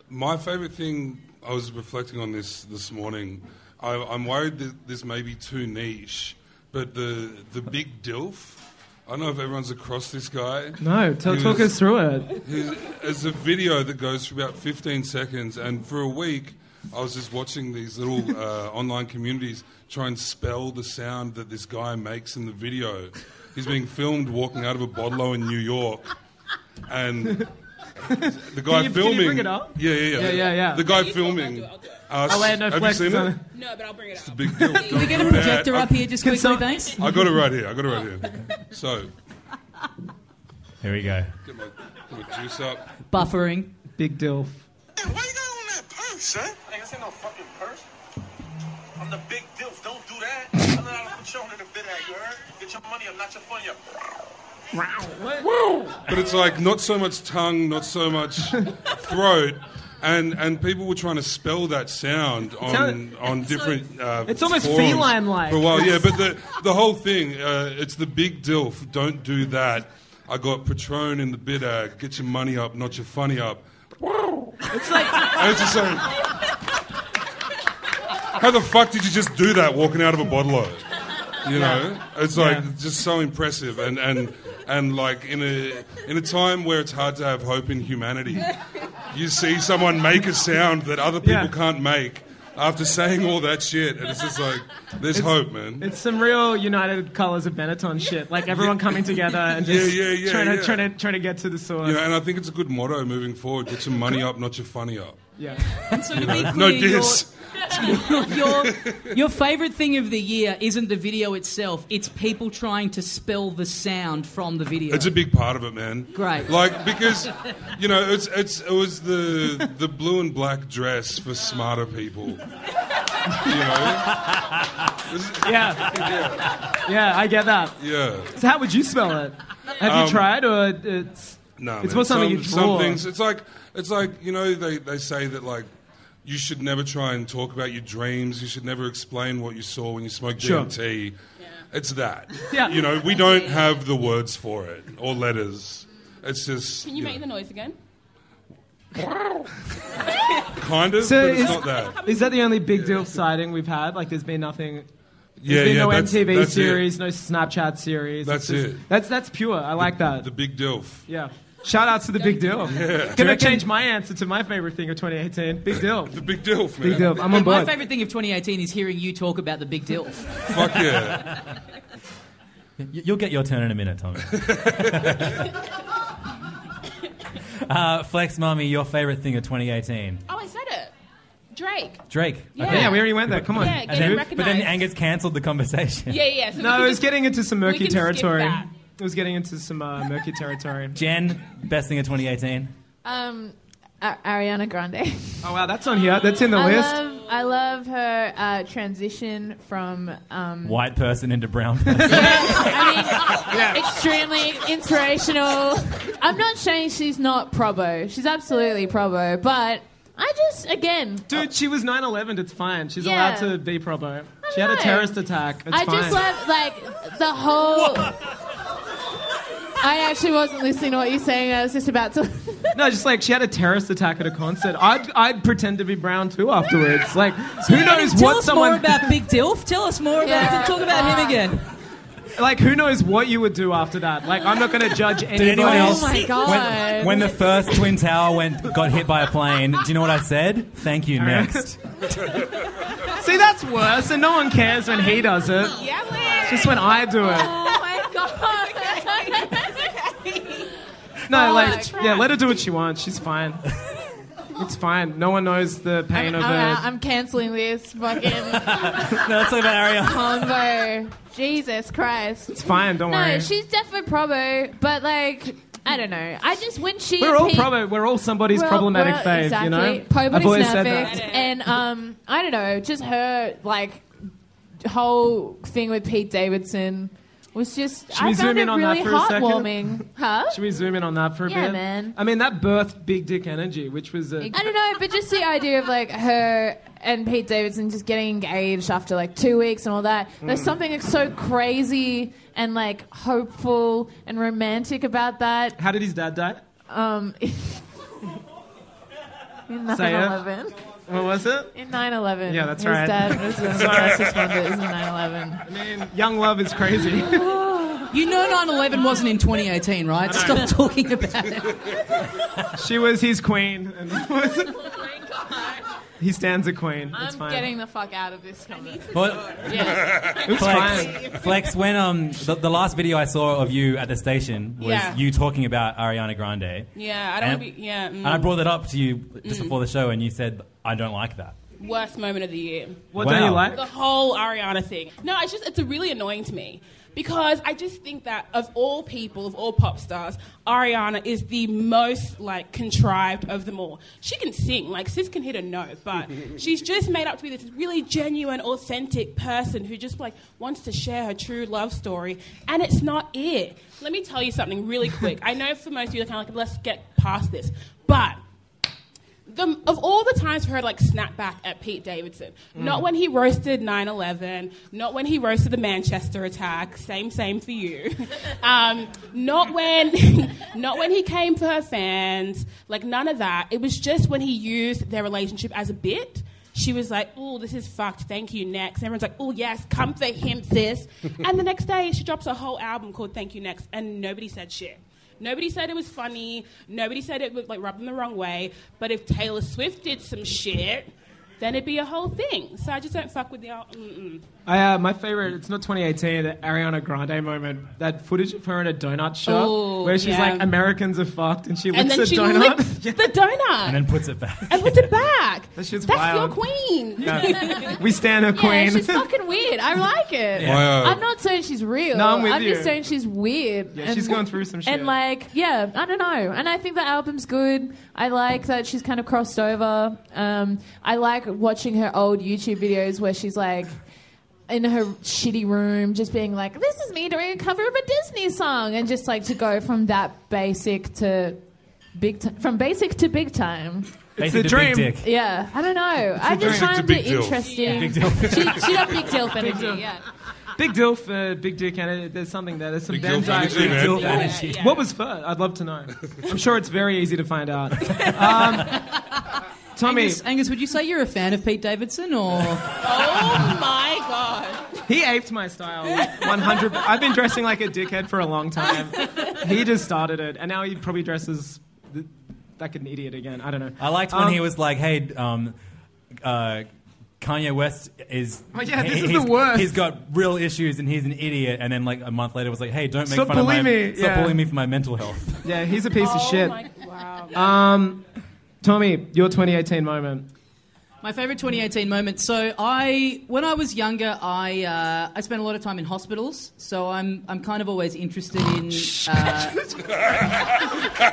H: my favorite thing, I was reflecting on this this morning. I, I'm worried that this may be too niche, but the the big DILF. I don't know if everyone's across this guy.
A: No, tell-
H: He
A: talk us through it.
H: he- It's a video that goes for about 15 seconds, and for a week, I was just watching these little uh, online communities try and spell the sound that this guy makes in the video. He's being filmed walking out of a bottle in New York, and the guy
A: Can you- can you
H: filming.
A: bring it up?
H: Yeah, yeah, yeah.
A: Yeah, yeah, yeah.
H: The guy filming. uh,
A: Oh, wait, no
H: have you
A: flex
H: seen
A: is on
H: it?
A: it.
H: No, but I'll bring it up. It's a big deal.
J: Can we get a projector up here just quickly, thanks?
H: I got it right here. I got it right here. So,
B: Here we go.
H: get my, get my juice up.
J: Buffering.
A: Big Dilf.
M: purse, huh? I ain't got no fucking purse. I'm the big dilf. Don't do that. I learned how to put your hand in a bit at, you heard? Get your money up, not your funny up.
H: But it's like not so much tongue, not so much throat. And, and people were trying to spell that sound on,
A: sound-
H: on different. uh,
A: it's almost
H: forums
A: feline-like.
H: For a while, yeah, but the, the whole thing, uh, it's the big DILF, don't do that. I got Patron in the bid ad, get your money up, not your funny up.
A: It's like
H: And it's just like. How the fuck did you just do that walking out of a bottle? of it? You know, it's like just so impressive, and, and and like in a in a time where it's hard to have hope in humanity, you see someone make a sound that other people can't make after saying all that shit, and it's just like there's
A: It's-
H: hope, man.
A: It's some real United Colors of Benetton shit. Like everyone coming together and
H: Yeah,
A: just
H: yeah, yeah,
A: trying,
H: yeah.
A: To, trying, to, trying to get to the source.
H: You know, and I think it's a good motto moving forward: get your money up, not your funny up.
A: yeah.
J: So
H: You
J: to
H: know,
J: be
H: no
J: clear, your-
H: diss.
J: your your favorite thing of the year isn't the video itself; it's people trying to spell the sound from the video.
H: It's a big part of it, man.
J: Great.
H: Like because, you know, it's it's it was the the blue and black dress for smarter people. You know.
A: yeah. Yeah, I get that.
H: Yeah.
A: So how would you spell it? Have
H: Um,
A: you tried or it's
H: No,
A: it's
H: man.
A: more something
H: Some-
A: you
H: some
A: draw.
H: things. It's like it's like you know they, they say that like you should never try and talk about your dreams. You should never explain what you saw when you smoked
A: Sure.
H: DMT. It's that.
K: Yeah.
H: You know we don't have the words for it or letters. It's just
K: Can you
H: know,
K: make the noise again? Oh,
H: kind of,
A: So
H: but it's
A: is-
H: not that.
A: Is that the only big deal sighting we've had? Like there's been nothing
H: Yeah,
A: there's been
H: yeah,
A: no
H: that's-
A: MTV
H: that's it.
A: series, no Snapchat series.
H: That's
A: It's just-
H: it.
A: That's that's pure. I like that.
H: The big dilf.
A: Yeah. Shout outs to the big deal.
B: Yeah.
A: Gonna change my answer to my favorite thing of 2018. Big deal. The
H: big deal.
A: Big deal. I'm on
J: My
A: board.
J: favourite thing of 2018 is hearing you talk about the big deal.
H: Fuck yeah.
B: Y- You'll get your turn in a minute, Tommy. uh, Flex Mommy, your favorite thing of 2018?
K: Oh, I said it. Drake.
B: Drake.
K: Yeah. Yeah, we already
A: went there. Come on.
K: Yeah,
B: And
K: getting
B: then- but
K: recognised.
B: then Angus cancelled the conversation.
K: Yeah, yeah. So we
A: no,
K: can
A: it was
K: just-
A: getting into some
K: we
A: murky
K: can skip
A: territory.
K: that.
A: It was getting into some uh, murky territory.
B: Jen, best thing of 2018.
L: Um, A- Ariana Grande.
A: Oh wow, that's on here. That's in the
L: I
A: list.
L: Love, I love her uh, transition from um,
B: White person into brown person.
L: extremely inspirational. I'm not saying she's not probo. She's absolutely probo, but I just again
A: Dude, she was 9/11. It's fine. She's
L: Yeah.
A: allowed to be probo. She had a
L: know.
A: terrorist attack. It's
L: I
A: fine.
L: just love like the whole. I actually wasn't listening to what you're saying. I was just about to.
A: no, just like she had a terrorist attack at a concert. I'd, I'd pretend to be brown too afterwards. Like, who knows
J: Tell
A: what
J: us
A: someone
J: more about Big Dilf. Tell us more
A: Yeah.
J: about. Talk about him again.
A: like who knows what you would do after that? Like, I'm not going to judge anybody.
B: Did anyone else?
A: When-
L: Oh
B: When, when the first twin tower went got hit by a plane, do you know what I said? Thank you. Next.
A: See, that's worse, and no one cares when he does it. It's just when I
K: Oh,
A: do it.
L: Oh, my
M: god.
A: No, like, yeah, let her do what she wants. She's fine. It's fine. No one knows the pain
L: I'm,
A: of
L: out.
A: it.
L: I'm canceling this fucking
A: no, let's leave
L: combo. Jesus Christ. It's
A: fine, don't
L: no,
A: worry.
L: she's definitely probo, but like, I don't know. I just, when she.
A: We're all
L: peaked-
A: prob- we're all somebody's
L: Well,
A: problematic
L: well,
A: phase,
L: exactly.
A: you know?
L: Poverty's
A: I've always said
L: perfect,
A: that.
L: and um, I don't know, just her like whole thing with Pete Davidson was just
A: Should
L: I
A: we
L: found
A: zoom in
L: it
A: on that
L: really
A: for a second?
L: heartwarming, huh?
A: Should we zoom in on that for a
L: Oh. Yeah,
A: bit?
L: man.
A: I mean, that birthed big dick energy, which was a.
L: I don't know, but just the idea of like her and Pete Davidson just getting engaged after like two weeks and all that. There's
A: Mm.
L: something that's so crazy and like hopeful and romantic about that.
A: How did his dad die?
L: Um, in
A: Say it.
L: 9/11.
A: What was it?
L: In 9/11.
A: Yeah, that's
L: his
A: right.
L: Dad was one of the
A: Sorry.
L: first responders in 9/11.
A: I mean, young love is crazy.
J: You know 9/11 wasn't in 2018, right? Stop talking about it.
A: she was his queen. And he stands a queen.
L: I'm
A: it's fine.
L: getting the fuck out of this. Comment.
B: What?
L: Yeah.
A: It's
B: Flex,
A: fine.
B: Flex, when um the, the last video I saw of you at the station was
K: Yeah.
B: you talking about Ariana Grande.
K: Yeah, I don't
B: And-
K: wanna be- yeah, mm.
B: And I brought that up to you just
K: Mm.
B: before the show, and you said I don't like that.
K: Worst moment of the year.
B: What don't you Wow. like?
K: The whole Ariana thing. No, it's just, it's really annoying to me because I just think that of all people, of all pop stars, Ariana is the most like contrived of them all. She can sing, like sis can hit a note, but she's just made up to be this really genuine, authentic person who just like wants to share her true love story, and it's not it. Let me tell you something really quick. I know for most of you, are kind of like, let's get past this, but the, of all the times for her to like snap back at Pete Davidson,
N: Mm.
K: not when he roasted 9 11, not when he roasted the Manchester attack, same, same for you, um, not, when, not when he came for her fans, like none of that. It was just when he used their relationship as a bit. She was like, oh, this is fucked, thank you, next. Everyone's like, oh, yes, come for him, sis. and the next day, she drops a whole album called Thank You Next, and nobody said shit. Nobody said it was funny. Nobody said it was like rubbing the wrong way. But if Taylor Swift did some shit, then it'd be a whole thing. So I just don't fuck with the. oh, Mm-mm.
A: I, uh, my favorite, it's not 2018, the Ariana Grande moment. That footage of her in a donut shop
K: Oh,
A: where she's
K: yeah.
A: like, Americans are fucked, and she
K: And
A: licks
K: then
A: a
K: she
A: donut.
K: licks the donut
B: And then puts it back.
K: and puts it back.
A: That shit's
K: That's
A: wild.
K: your queen.
A: Yeah. We stand her
L: Yeah,
A: queen.
L: she's fucking weird. I like it.
A: Yeah. Wow.
L: I'm not saying she's real.
A: No, I'm with you.
L: just saying she's weird.
A: Yeah, she's gone through some shit.
L: And like, yeah, I don't know. And I think the album's good. I like that she's kind of crossed over. Um, I like watching her old YouTube videos where she's like. In her shitty room, just being like, "This is me doing a cover of a Disney song," and just like to go from that basic to big, t- from basic to big time.
A: It's the dream.
L: Yeah, I don't know.
A: It's
L: I
A: a
L: just
A: dream.
L: find
A: Big
L: it
A: deal.
L: interesting.
A: Big deal.
L: She, she got big deal
A: Big
L: energy.
A: deal.
L: Yeah.
A: Big deal for big dick, and it- there's something there. There's some
H: Big
A: Venn
H: dilf energy, Big man.
A: diagram.
H: dilf energy.
A: What was first? I'd love to know. I'm sure it's very easy to find out. Um, Tommy,
J: Angus, Angus, would you say you're a fan of Pete Davidson or?
K: Oh my god.
A: he aped my style. 100. I've been dressing like a dickhead for a long time. he just started it, and now he probably dresses th- like an idiot again. I don't know.
B: I liked when
A: Um,
B: he was like, "Hey, um, uh, Kanye West is
A: Oh, yeah, this
B: he-
A: is the
B: he's-
A: worst.
B: He's got real issues and he's an idiot." And then like a month later, was like, "Hey, don't make
A: Stop
B: fun of my
A: bullying me,
B: stop
A: yeah.
B: bullying me for my mental health."
A: Yeah, he's a piece of
J: Oh
A: shit.
J: my-
A: Um, Tommy, your 2018 moment.
J: My favorite 2018 moment. So I, when I was younger, I uh, I spent a lot of time in hospitals. So I'm I'm kind of always interested in. Uh,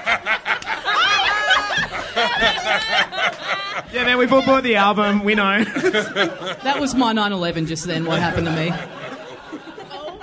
A: Yeah, man, we've all bought the album. We know.
J: that was my 9/11 just then. What happened to me? Oh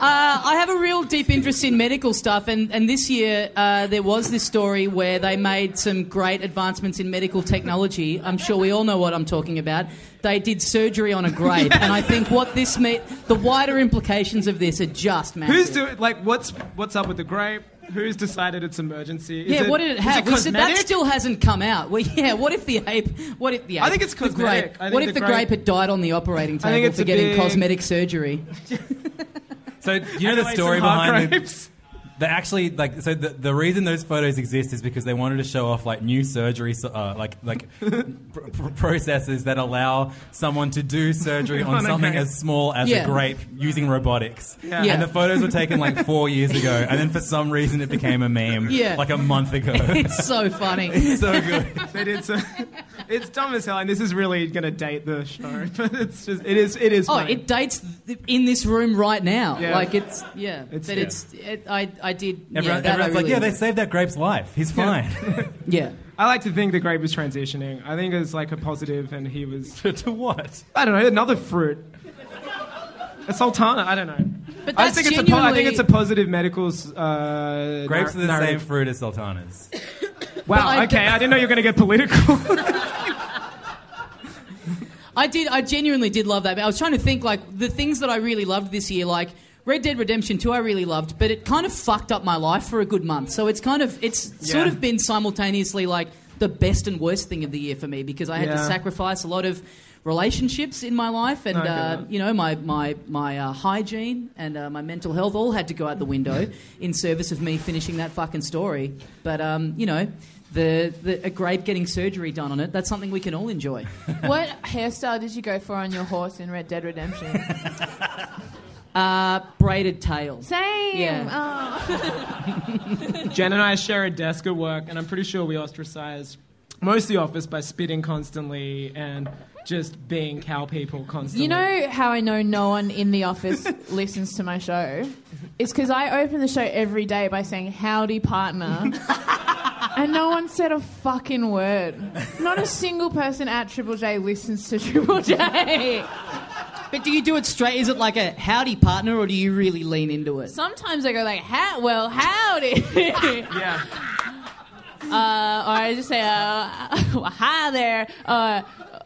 J: Uh, I have a real deep interest in medical stuff, and, and this year uh, there was this story where they made some great advancements in medical technology. I'm sure we all know what I'm talking about. They did surgery on a grape, and I think what this meant, the wider implications of this are just massive.
A: Who's doing like what's what's up with the grape? Who's decided it's emergency? Is
J: yeah, what did it
A: is
J: have? We said that
A: cosmetic?
J: still hasn't come out. Well, yeah, what if the ape? What if the ape?
A: I think it's
J: the
A: cosmetic.
J: grape-
A: I think
J: what if
A: the
J: the grape,
A: grape-
J: had died on the operating
A: I think
J: table
A: it's
J: for
A: a
J: getting
A: big-
J: cosmetic surgery?
B: So you know the
J: Anyway,
B: story
J: some hard
B: behind it. They actually like so the, the reason those photos exist is because they wanted to show off like new surgery so- uh, like like pr- pr- processes that allow someone to do surgery on,
C: On a
B: something
C: grape.
B: as small as
C: Yeah.
B: a grape using robotics.
C: Yeah. Yeah.
B: And the photos were taken like four years ago, and then for some reason it became a meme.
J: Yeah.
B: like a month ago.
J: it's so funny.
B: It's so good.
A: They did so. It's dumb as hell, and this is really gonna date the show. But it's just it is it is.
J: Oh,
A: funny.
J: it dates th- in this room right now.
A: Yeah.
J: Like it's yeah,
A: It's-
J: but
A: yeah.
J: it's it, I I did.
B: Everyone-
J: yeah, that I
B: everyone's like,
J: really
B: yeah, they
J: enjoyed.
B: saved that grape's life. He's fine.
J: Yeah.
A: I like to think the grape was transitioning. I think it's like a positive, and he was
B: to what?
A: I don't know another fruit. A sultana, I don't know.
J: But
A: I
J: that's
A: think it's a po- I
J: genuinely-
A: think it's a positive medicals. Uh,
B: Grapes
A: nar-
B: are the same
A: narrative.
B: fruit as sultanas.
A: Wow.
J: I-
A: okay, I didn't know you were going to get political.
J: I did. I genuinely did love that. But I was trying to think like the things that I really loved this year, like Red Dead Redemption Two. I really loved, but it kind of fucked up my life for a good month. So it's kind of it's sort
A: Yeah.
J: of been simultaneously like the best and worst thing of the year for me because I had to
A: Yeah.
J: sacrifice a lot of relationships in my life and
A: No, I get
J: uh,
A: that.
J: you know my my my uh, hygiene and uh, my mental health all had to go out the window in service of me finishing that fucking story. But um, you know. The, the a grape getting surgery done on it that's something we can all enjoy
L: what hairstyle did you go for on your horse in Red Dead Redemption?
J: Uh, braided tail.
L: Same.
J: Yeah.
L: Oh.
A: Jen and I share a desk at work, and I'm pretty sure we ostracize most of the office by spitting constantly and just being cow people constantly.
L: You know how I know no one in the office listens to my show? It's because I open the show every day by saying, Howdy, partner. and no one said a fucking word. Not a single person at Triple J listens to Triple J.
J: But do you do it straight? Is it like a howdy partner, or do you really lean into it?
L: Sometimes I go like, how, well, howdy.
A: yeah.
L: Uh, or I just say, uh, well, hi there. Uh,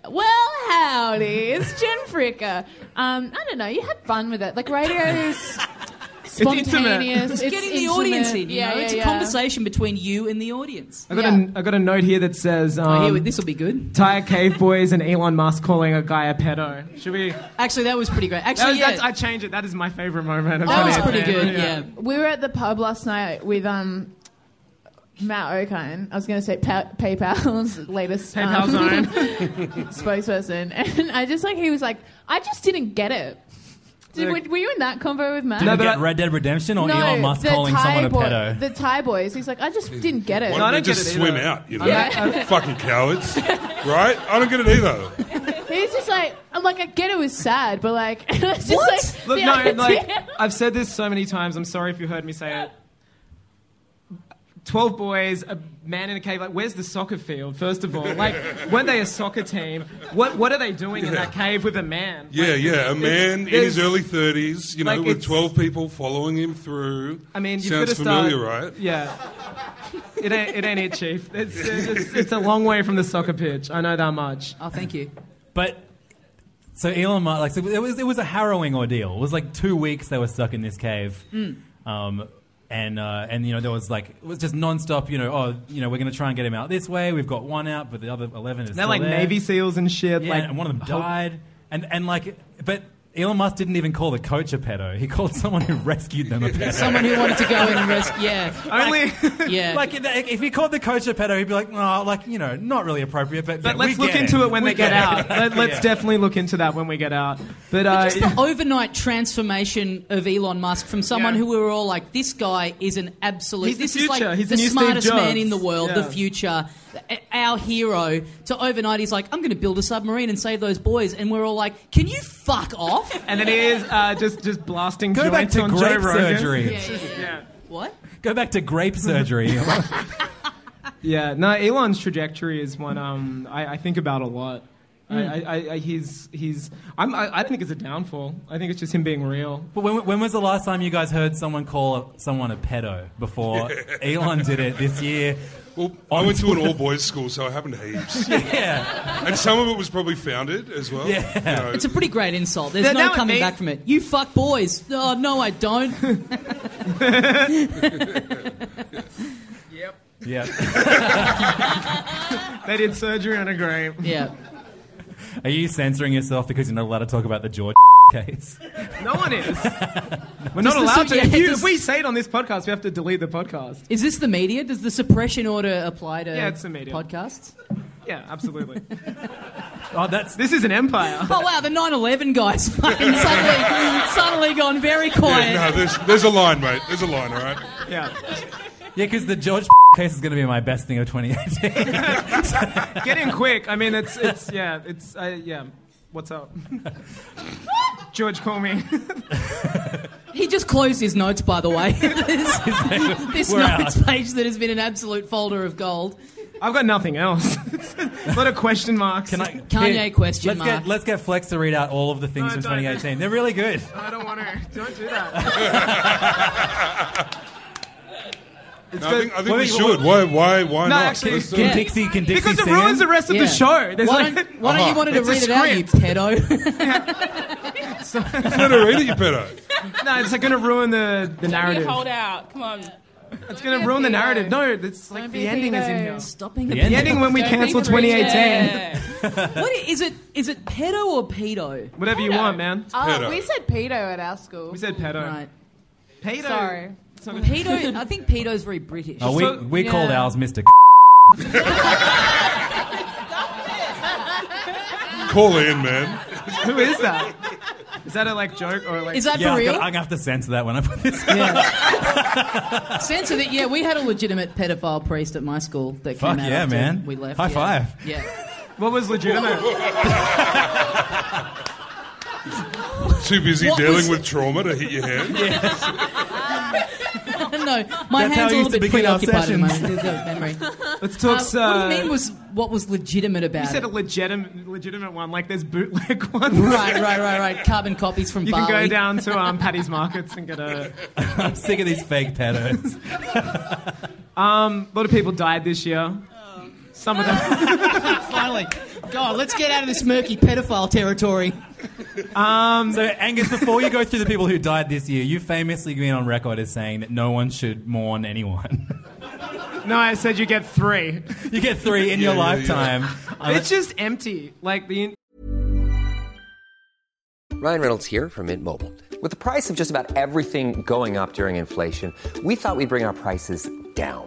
L: well, howdy. It's Jen Fricker. Um, I don't know. You had fun with it. Like, radio is
A: intimate.
L: spontaneous.
J: It's, getting the
L: intimate.
J: audience in. You
L: yeah,
J: know?
L: yeah,
J: it's a
L: yeah.
J: conversation between you and the audience.
A: I got, a, I got a note here that says, um,
J: Oh, here, this will be good.
A: Tire Cave Boys and Elon Musk calling a guy a pedo. Should we?
J: Actually, that was pretty great.
A: That
J: Actually,
A: was- that's-
J: yeah.
A: I change it. That is my favorite moment. of
J: That was pretty
A: 2018.
J: good, yeah.
L: We were at the pub last night with um, Matt O'Kine. I was going to say pa- PayPal's latest um,
A: PayPal's own.
L: spokesperson, and I just like he was like, I just didn't get it. Did, were, were you in that convo with Matt?
B: Did we get Red Dead Redemption or
L: no,
B: Elon Musk
L: the
B: calling
L: Thai
B: someone a
L: boy-
B: pedo?
L: The Thai boys. He's like, I just didn't get it.
H: Why don't they just swim out, you know?
L: Yeah.
H: Fucking cowards. Right? I don't get it either.
L: He's just like, I'm like, I get it was sad, but like, it's just like,
A: Look,
L: the
A: no,
L: idea-
A: like I've said this so many times. I'm sorry if you heard me say it. Twelve boys, a man in a cave. Like, where's the soccer field? First of all, like, weren't they a soccer team? What What are they doing in that cave with a man?
H: Yeah, yeah.
A: it's-
H: A man in
A: there's-
H: his early 30s, you know,
A: like,
H: with
A: it's-
H: 12 people following him through.
A: I mean, you've
H: Sounds
A: got to start.
H: familiar, right?
A: Yeah. It ain't, it ain't it, Chief. It's, it's, it's a long way from the soccer pitch. I know that much.
J: Oh, thank you.
B: But so Elon Musk, like, so it was it was a harrowing ordeal. It was like two weeks they were stuck in this cave,
J: Mm.
B: um, and uh, and you know there was like it was just nonstop. You know, oh, you know we're going to try and get him out this way. We've got one out, but the other eleven is
A: They're
B: still
A: like
B: there.
A: Navy SEALs and shit.
B: Yeah,
A: like
B: and one of them
A: whole-
B: died, and and like, but Elon Musk didn't even call the coach a pedo. He called someone who rescued them a pedo.
J: Someone who wanted to go in and rescue. Yeah.
B: Only.
J: yeah.
B: Like, if- if he called the coach a pedo, he'd be like, no, like, you know, not really appropriate, but.
A: But
B: yeah,
A: let's
B: we
A: look
B: get
A: into it when
B: We
A: they get, out. Let, let's
B: Yeah.
A: definitely look into that when we get out. But,
J: But
A: uh,
J: just the overnight transformation of Elon Musk from someone
A: Yeah.
J: who we were all like, this guy is an absolute.
A: He's the
J: this is
A: future.
J: like
A: He's
J: the,
A: the new Steve
J: smartest man
A: Jobs."
J: in the world, the
A: Yeah.
J: future, a- our hero. To overnight, he's like, I'm going to build a submarine and save those boys, and we're all like, can you fuck off?
A: and then he is uh, just just blasting
J: Go back
A: joints
J: to
A: on Joe
B: grape
A: Rogan.
B: surgery.
J: Yeah, yeah, yeah. What?
B: Go back to grape surgery.
A: Yeah, no, Elon's trajectory is one um, I, I think about a lot.
J: Hmm.
A: I, I, I, I, he's, he's, I'm, I, I don't think it's a downfall. I think it's just him being real.
B: But when, when was the last time you guys heard someone call someone a pedo before Elon did it this year?
H: Well, I went to an all boys school, so it happened heaps.
B: Yeah.
H: And some of it was probably founded as well.
J: Yeah.
H: You know,
J: It's a pretty great insult. There's
A: That- that
J: no
A: would
J: coming
A: be-
J: back from it. You fuck boys. Oh, no, I don't.
A: Yep.
B: Yeah.
A: they did surgery on a grape.
J: Yeah.
B: Are you censoring yourself because you're not allowed to talk about the George case?
A: No one is. We're
J: Does
A: not
J: the-
A: allowed to.
J: yeah,
A: If, you,
J: does-
A: if we say it on this podcast, we have to delete the podcast.
J: Is this the media? Does the suppression order apply to
A: Yeah, it's the media.
J: podcasts?
A: Yeah, absolutely.
B: oh, that's
A: this is an empire.
J: Oh wow, the 9/11 guys fucking suddenly suddenly gone very quiet.
H: no, there's, there's a line, mate. There's a line, all right?
A: Yeah.
B: Yeah, because the George case is going to be my best thing of 2018.
A: Get in quick. I mean, it's it's yeah, it's uh, yeah. What's up, George? Call me.
J: He just closed his notes, by the way. this this
A: We're
J: notes
A: out.
J: page that has been an absolute folder of gold.
A: I've got nothing else. a lot of question marks. Can I,
J: Kanye question
B: let's
J: mark.
B: Get, let's get Flex to read out all of the things
A: No,
B: from
A: don't.
B: 2018. They're really good.
A: I don't want to. Don't do that. It's
H: No, I
A: good.
H: think, I think
A: Wait,
H: we
A: wait,
H: should.
A: wait.
H: Why, why, why
A: No,
H: not?
A: actually,
H: Let's do
A: can
H: it.
A: Dixie- can Dixie Because it sing ruins it? the rest of the show. There's
J: why
A: like-
J: don't, why don't you
H: Uh-huh.
J: want to
H: It's a
J: read it out, you pedo?
H: You better read it, you better.
A: no, it's like going to ruin the, the
K: You
A: narrative.
K: hold out. Come on.
A: It's going to ruin the narrative. No, it's like
K: be
A: the
K: a
A: ending is in
K: pedo.
A: here.
J: Stopping
A: the ending when we
K: Don't be
A: cancel
K: rude.
A: 2018.
K: Yeah.
J: what i- is it? Is it pedo or pedo?
A: Whatever you want, man.
L: Oh, we said pedo at our school.
A: We said pedo.
J: Right.
A: Pedo.
L: Sorry.
A: It's not-
J: Pedo. I think pedo's very British.
B: Oh, we we called ours Mr.
H: Call in, man.
A: Who is that? Is that a like joke or like?
J: Is that
B: yeah,
J: for
B: I'm
J: real?
B: Gonna, I'm gonna have to censor that when I put this.
J: Sense of it. Yeah, we had a legitimate pedophile priest at my school that
B: Fuck
J: came out.
B: yeah,
J: after
B: man.
J: We left.
B: High
J: yeah.
B: five.
J: Yeah.
A: What was legitimate?
H: Too busy
J: What
H: dealing
J: was-
H: with trauma to hit your hand.
J: no, my
B: That's how
J: hands
B: it
J: are a
B: used
J: little
B: to
J: bit
B: begin our
J: preoccupied at the moment.
B: sessions.
J: with the memory.
A: Let's talk.
J: Uh, what do you mean was what was legitimate about
A: You said
J: it?
A: a legitimate, legitimate one. Like there's bootleg ones.
J: right, right, right, right. Carbon copies from
A: You
J: Bali.
A: can go down to um, Paddy's Markets and get a.
B: I'm sick of these fake pedos.
A: Um, a lot of people died this year.
J: Oh.
A: Some of them.
J: Finally, God, let's get out of this murky pedophile territory.
A: Um,
B: so Angus, before you go through the people who died this year, you famously been on record as saying that no one should mourn anyone.
A: no, I said you get three.
B: You get three in your
A: Yeah, yeah, yeah.
B: lifetime. I'm
A: It's just empty. Like the.
O: Ryan Reynolds here from Mint Mobile. With the price of just about everything going up during inflation, we thought we'd bring our prices down.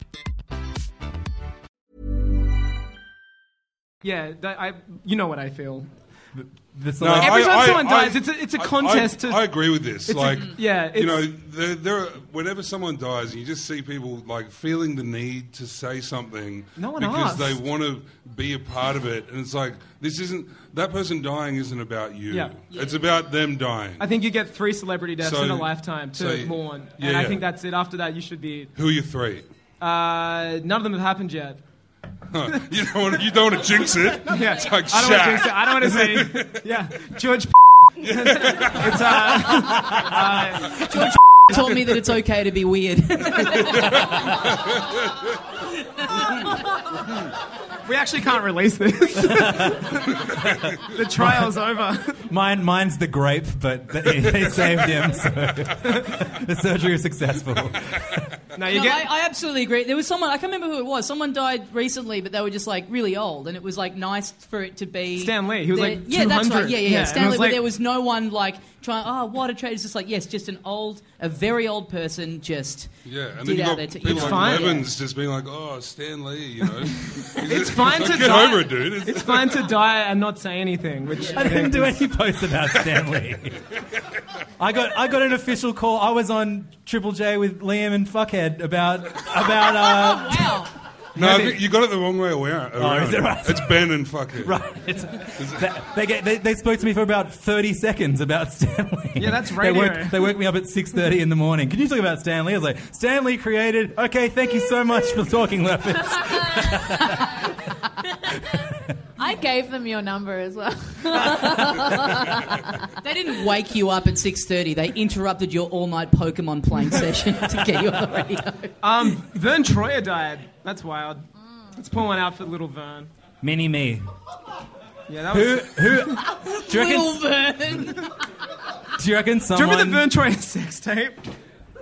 A: Yeah, that, I, you know what I feel.
B: The,
H: No,
A: Every
H: I-
A: time
H: I-
A: someone dies,
H: I-
A: it's a, it's a
H: I- I-
A: contest to.
H: I agree with this.
A: it's a-
H: Like,
A: yeah,
H: you
A: it's-
H: know, there, there are, whenever someone dies, you just see people like feeling the need to say something
A: No one
H: because they
A: asked.
H: want to be a part of it, and it's like this isn't that person dying isn't about you.
A: Yeah.
H: It's about them dying.
A: I think you get three celebrity deaths
H: So-
A: in a lifetime to
H: so-
A: mourn,
H: yeah,
A: and I
H: yeah.
A: think that's it. After that, you should be.
H: Who are your three?
A: Uh, none of them have happened yet.
H: Huh. you don't want to, you don't want to jinx it.
A: Yeah.
H: It's like
A: I don't wanna
H: Shaq.
A: jinx it. I don't want to say. Yeah, George. it's uh, uh,
J: George taught me that it's okay to be weird.
A: uh, we actually can't release this. the trial's over.
B: Mine, mine's the grape, but they, they saved him. So the surgery was successful.
A: No,
B: you get-
J: I, I absolutely agree. There was someone I can't remember who it was. Someone died recently, but they were just like really old, and it was like nice for it to be
A: Stan Lee, he was,
J: the-
A: like,
J: yeah, that's right,
A: 200.
J: yeah,
A: Yeah,
J: yeah, yeah.
A: and it
J: Stan
A: was
J: Lee,
A: like-
J: but there was no one like trying. Oh, what a trade! It's just like yes, just an old, a very old person, just
H: Yeah, and then
J: did
H: you
J: out
H: got
J: there. To,
H: people
J: it's
H: like
J: fine.
H: Levins just being like, "Oh, Stan Lee," you know.
A: It's fine to
H: get
A: die.
H: over it, dude. It's,
A: It's fine to die and not say anything. Which
B: I didn't
A: think
B: do
A: is-
B: any posts about Stanley. I got I got an official call. I was on Triple J with Liam and Fuckhead about about
A: Oh,
B: uh,
H: no, I
B: Maybe-
H: think you got it the wrong way around. around.
B: Oh, is it right?
H: It's Ben and fucking
B: right. They, they, get, they, they spoke to me for about 30 seconds about Stanley.
A: Yeah, that's
B: They
A: radio.
B: woke, they woke me up at 6.30 in the morning. Can you talk about Stanley? I was like, Stanley created... Okay, thank you so much for talking, Lefferts.
L: I gave them your number as well.
J: They didn't wake you up at six thirty. They interrupted your all-night Pokemon playing session to get you on the radio.
A: Um, Vern Troyer died. That's wild. Let's pull one out for little Vern.
B: Mini me.
A: Yeah, that
B: Who-
A: was.
B: who- Do you reckon-
J: Little Vern.
B: Do you reckon
A: Do you
B: someone...
A: remember the Vern Troyer sex tape?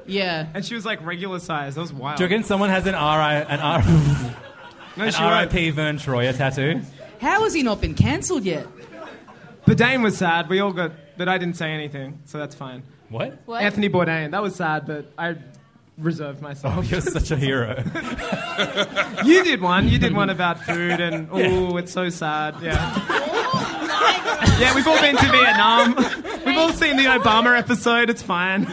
J: Yeah.
A: And she was like regular size. That was wild.
B: Do you reckon someone has an, RI, an, R,
A: No,
B: an
A: she won't.
B: RIP Vern Troyer tattoo?
J: How has he not been cancelled yet?
A: Bourdain was sad. We all got, but I didn't say anything, so that's fine.
B: What?
J: What?
A: Anthony Bourdain. That was sad, but I reserved myself.
B: Oh, you're such a hero.
A: you did one. You did one about food and oh, it's so sad. Yeah. yeah, we've all been to Vietnam. We've all seen the Obama episode. It's fine.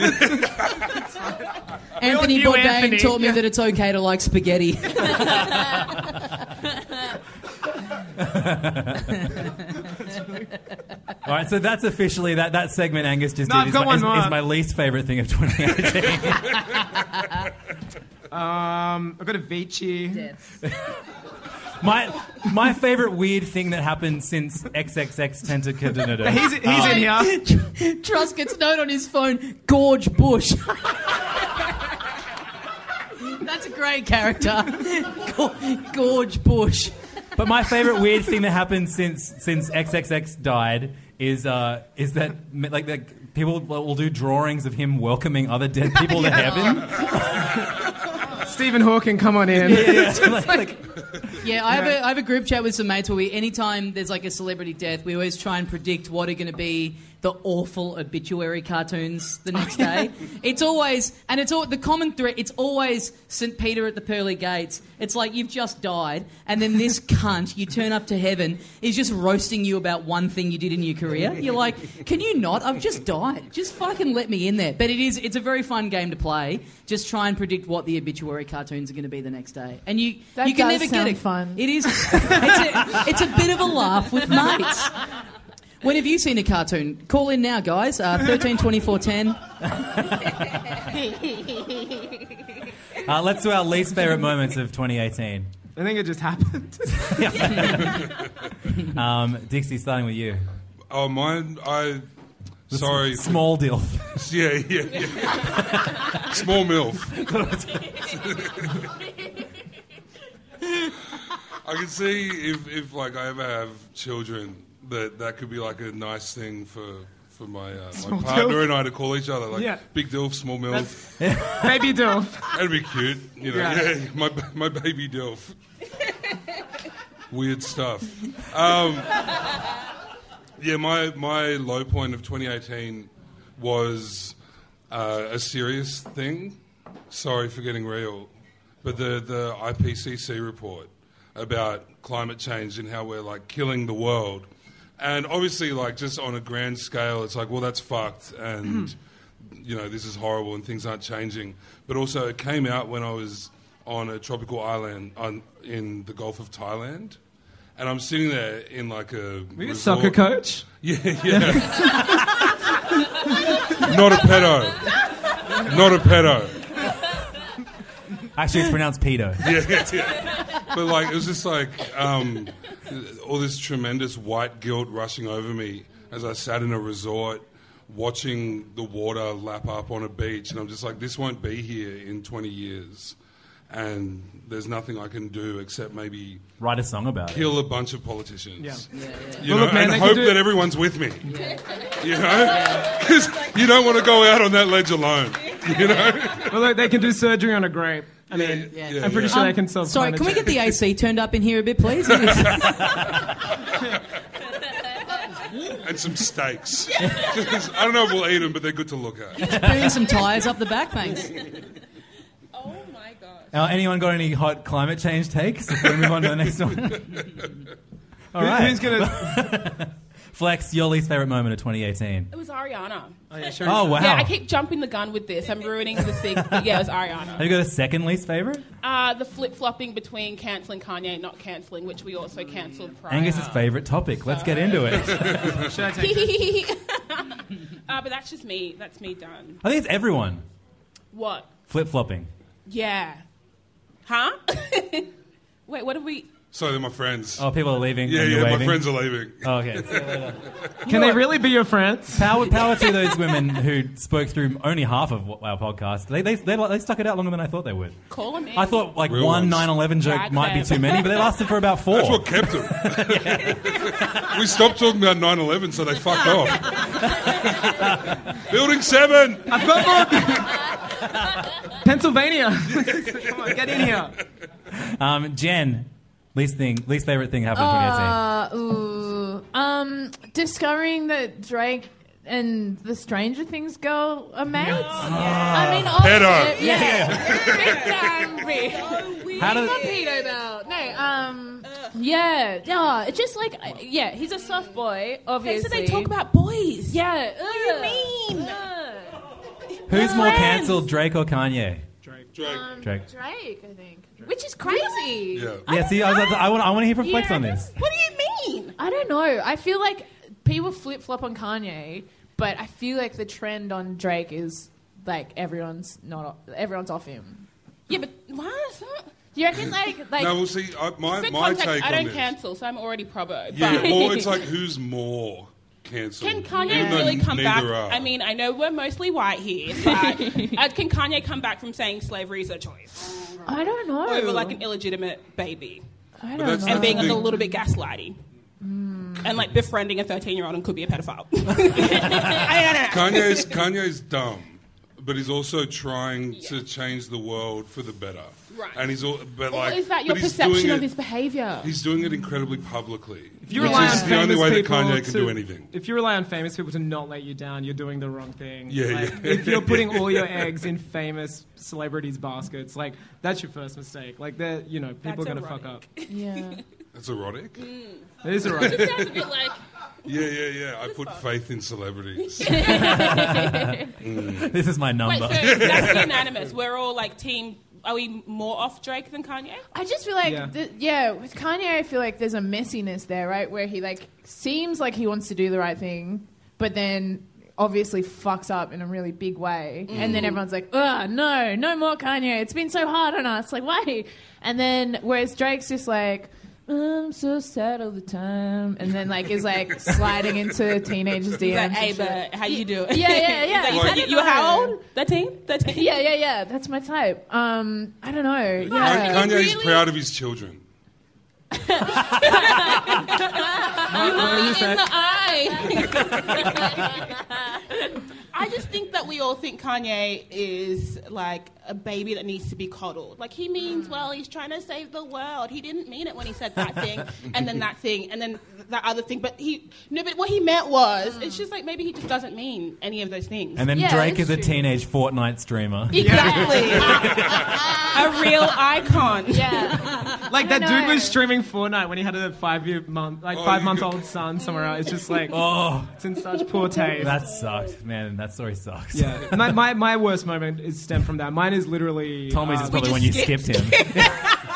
J: Anthony
A: knew
J: Bourdain
A: Anthony.
J: taught me that it's okay to like spaghetti.
B: All right, so that's officially that, that segment Angus just
A: No, I've
B: did is
A: got
B: my,
A: one
B: is,
A: more.
B: is my least favorite thing of 2018.
A: um, I've got Avicii.
B: My my favorite weird thing that happened since XXX Tentacidonator.
A: He's- he's
B: Uh,
A: in here.
J: Trust gets a note on his phone. Gorge Bush. That's a great character. Gor- Gorge Bush.
B: But my favorite weird thing that happened since since XXX died is uh is that like that people will do drawings of him welcoming other dead people to heaven.
A: Stephen Hawking, come on in.
B: Yeah, yeah, yeah. Like-
J: Yeah, I have, a, I have a group chat with some mates where we, anytime there's like a celebrity death, we always try and predict what are going to be the awful obituary cartoons the next day. It's always, and it's all the common thread. It's always St. Peter at the pearly gates. It's like you've just died, and then this cunt you turn up to heaven is just roasting you about one thing you did in your career. You're like, can you not? I've just died. Just fucking let me in there. But it is, it's a very fun game to play. Just try and predict what the obituary cartoons are going to be the next day, and you
L: That
J: you can
L: does
J: never
L: sound
J: get it.
L: fun.
J: It is. It's a, it's a bit of a laugh with mates. When have you seen a cartoon? Call in now, guys. Uh, 13 24 10.
B: Uh, let's do our least favorite moments of 2018.
A: I think it just happened.
B: Um, Dixie, starting with you.
H: Oh, mine. I.
B: The s-
H: Sorry.
B: small deal.
H: Yeah, yeah, yeah. small milf. I can see if, if like I ever have children, that that could be like a nice thing for for my, uh, my
A: Small
H: partner
A: dilf.
H: and I to call each other like
A: Yeah.
H: big dilf, small milf.
A: Baby dilf.
H: That'd be cute, you know.
A: Yeah.
H: Yeah, my my baby dilf. Weird stuff. Um, yeah, my my low point of 2018 was uh, a serious thing. Sorry for getting real, but the the IPCC report about climate change and how we're like killing the world, and obviously like just on a grand scale, it's like well that's fucked and you know, this is horrible and things aren't changing. But also, it came out when I was on a tropical island on, in the Gulf of Thailand. And I'm sitting there in like a.
A: Were you a
H: resort-
A: soccer coach?
H: Yeah, yeah. Not a pedo. Not a pedo.
B: Actually, it's pronounced pedo.
H: Yeah, yeah, yeah. But like, it was just like um, all this tremendous white guilt rushing over me as I sat in a resort watching the water lap up on a beach, and I'm just like, this won't be here in 20 years, and there's nothing I can do except maybe
B: Write a song about it.
H: kill a bunch of politicians.
B: Yeah. Yeah, yeah.
H: You
B: Well,
H: know,
B: look, man,
H: and
B: they can
H: hope
B: do-
H: that everyone's with me. You know, because you don't want to go out on that ledge alone. You know.
A: Well, look, they can do surgery on a grape. I mean, I'm pretty sure they can solve.
J: Um, Sorry,
A: climate
J: can we get
A: change.
J: the AC turned up in here a bit, please?
H: and some steaks. I don't know if we'll eat them, but they're good to look at.
J: Bringing some tires up the back, thanks.
B: Now, Uh, anyone got any hot climate change takes? We're gonna move on to the next one. All
A: Who-
B: right.
A: who's
B: gonna flex your least favorite moment of 2018?
K: It was Ariana. Oh, yeah,
B: sure. Oh, wow.
K: Yeah, I keep jumping the gun with this. I'm ruining the sig. but yeah, it was Ariana.
B: Have you got a second least favorite?
K: Uh, the flip flopping between cancelling Kanye and not cancelling, which we also cancelled prior.
B: Angus's favorite topic. Let's get into it.
A: Should I take
K: uh, but that's just me. That's me done.
B: I think it's everyone
K: What?
B: flip flopping.
K: Yeah. Huh? Wait, what have we?
H: So they're my friends.
B: Oh, people are leaving.
H: Yeah,
B: and you're
H: yeah, my
B: waving.
H: friends are leaving.
B: Oh, okay. See you later.
A: Can they really be your friends?
B: Power, power to those women who spoke through only half of wh- our podcast. They, they, they, they stuck it out longer than I thought they would.
K: Call them in.
B: I thought like
H: Real
B: one
H: ones.
B: 9/11 joke
K: Drag
B: might be
K: them.
B: too many, but they lasted for about four.
H: That's what kept them. we stopped talking about 9 11, so they fucked off. Building 7!
A: I've got more. Pennsylvania. Come on, get in here.
B: Um, Jen, least thing, least favorite thing happened in
A: Oh,
B: 2018.
L: Uh, ooh. Um, discovering that Drake and the Stranger Things girl are mates. I mean,
H: Ah.
L: oh,
B: Pedo.
L: Yeah.
B: How do-
L: Not pedo bell. No. Um. Yeah. Yeah. It's just like uh, yeah. He's a soft boy. Obviously.
K: they talk about
L: boys. Yeah. What do you
K: mean?
B: Who's more cancelled, Drake or Kanye?
H: Drake.
B: Drake.
L: Drake. I think. Which is crazy.
B: Yeah. See, I, was, I want, I want to hear from Flex
L: Yeah.
B: on this.
L: What do you mean? I don't know. I feel like people flip flop on Kanye, but I feel like the trend on Drake is like everyone's not everyone's off him.
K: Yeah, but what?
L: Do you reckon like like
H: no, we'll see. I, my
K: For
H: my
K: context,
H: take
K: I
H: on
K: don't
H: this.
K: cancel, so I'm already probo.
H: Yeah,
K: but-
H: or it's like who's more cancelled?
K: Can Kanye
H: Even though
K: really come
H: neither
K: back?
H: Are.
K: I mean, I know we're mostly white here, but uh, can Kanye come back from saying slavery is a choice?
L: I don't know.
K: Over like an illegitimate baby.
L: I Hmm.
H: But don't that's- know.
K: And being
H: that's the
K: a
H: thing.
K: little bit gaslighty. And like befriending a 13 year old and could be a pedophile.
H: Kanye's Kanye's dumb, but he's also trying to change the world for the better.
L: Right.
H: And he's all, but
L: Or
H: like,
L: is that
H: but
L: your
H: he's
L: perception
H: doing
L: of
H: it-
L: his behavior?
H: He's doing it incredibly publicly.
A: If you
H: which
A: rely
H: is
A: on
H: the
A: famous
H: only way that
A: people
H: Kanye can
A: to-
H: do anything.
A: If you rely on famous people to not let you down, you're doing the wrong thing.
H: Yeah,
A: Like,
H: yeah.
A: If you're putting all your eggs in famous celebrities' baskets, like that's your first mistake. Like they're, you know, people
K: That's
A: are gonna fuck up.
L: Yeah.
H: That's erotic.
A: Hmm. It is erotic. It sounds a
K: bit like-
H: Yeah, yeah, yeah. I put faith in celebrities. Mm.
B: This is my
K: Wait,
B: number.
K: so that's unanimous. We're all like team. Are we more off Drake than Kanye?
L: I just feel like,
K: Yeah.
L: yeah. yeah, with Kanye, I feel like there's a messiness there, right? Where he like seems like he wants to do the right thing, but then obviously fucks up in a really big way, and then
J: Mm.
L: everyone's like, "Ugh, no, no more Kanye. It's been so hard on us. Like, why?" And then whereas Drake's just like. I'm so sad all the time, and then like is like sliding into teenagers'
K: He's
L: DMs.
K: like,
L: and
K: "Hey,
L: shit."
K: but how you doing?"
L: Yeah, yeah, yeah.
K: He's like,
L: I don't
K: "You- you how
L: know."
K: old? 13? 13?
L: Yeah, yeah, yeah. That's my type. Um, I don't know.
H: Kan-
L: Yeah.
H: Kanye's proud of his children.
K: You
A: Wait a
K: lied in
A: sec.
K: the eye. I just think that we all think Kanye is like a baby that needs to be coddled. Like he means well. He's trying to save the world. He didn't mean it when he said that thing, and then that thing, and then that other thing. But he no. But what he meant was, it's just like maybe he just doesn't mean any of those things.
B: And then Drake is a teenage Fortnite streamer.
K: Exactly. a real icon.
A: Yeah. Like
K: I
A: that
K: don't
A: dude
K: know.
A: was streaming Fortnite when he had a five year month, like
B: Oh,
A: five
B: you
A: month
B: could-
A: old son somewhere else. It's just like,
B: Oh.
A: it's in such poor taste.
B: That sucks, man. That story sucks.
A: yeah. My, my, my worst moment is stemmed from that. Mine is literally.
B: Tommy's
A: uh,
J: Um,
B: is probably when you skipped him.
A: no,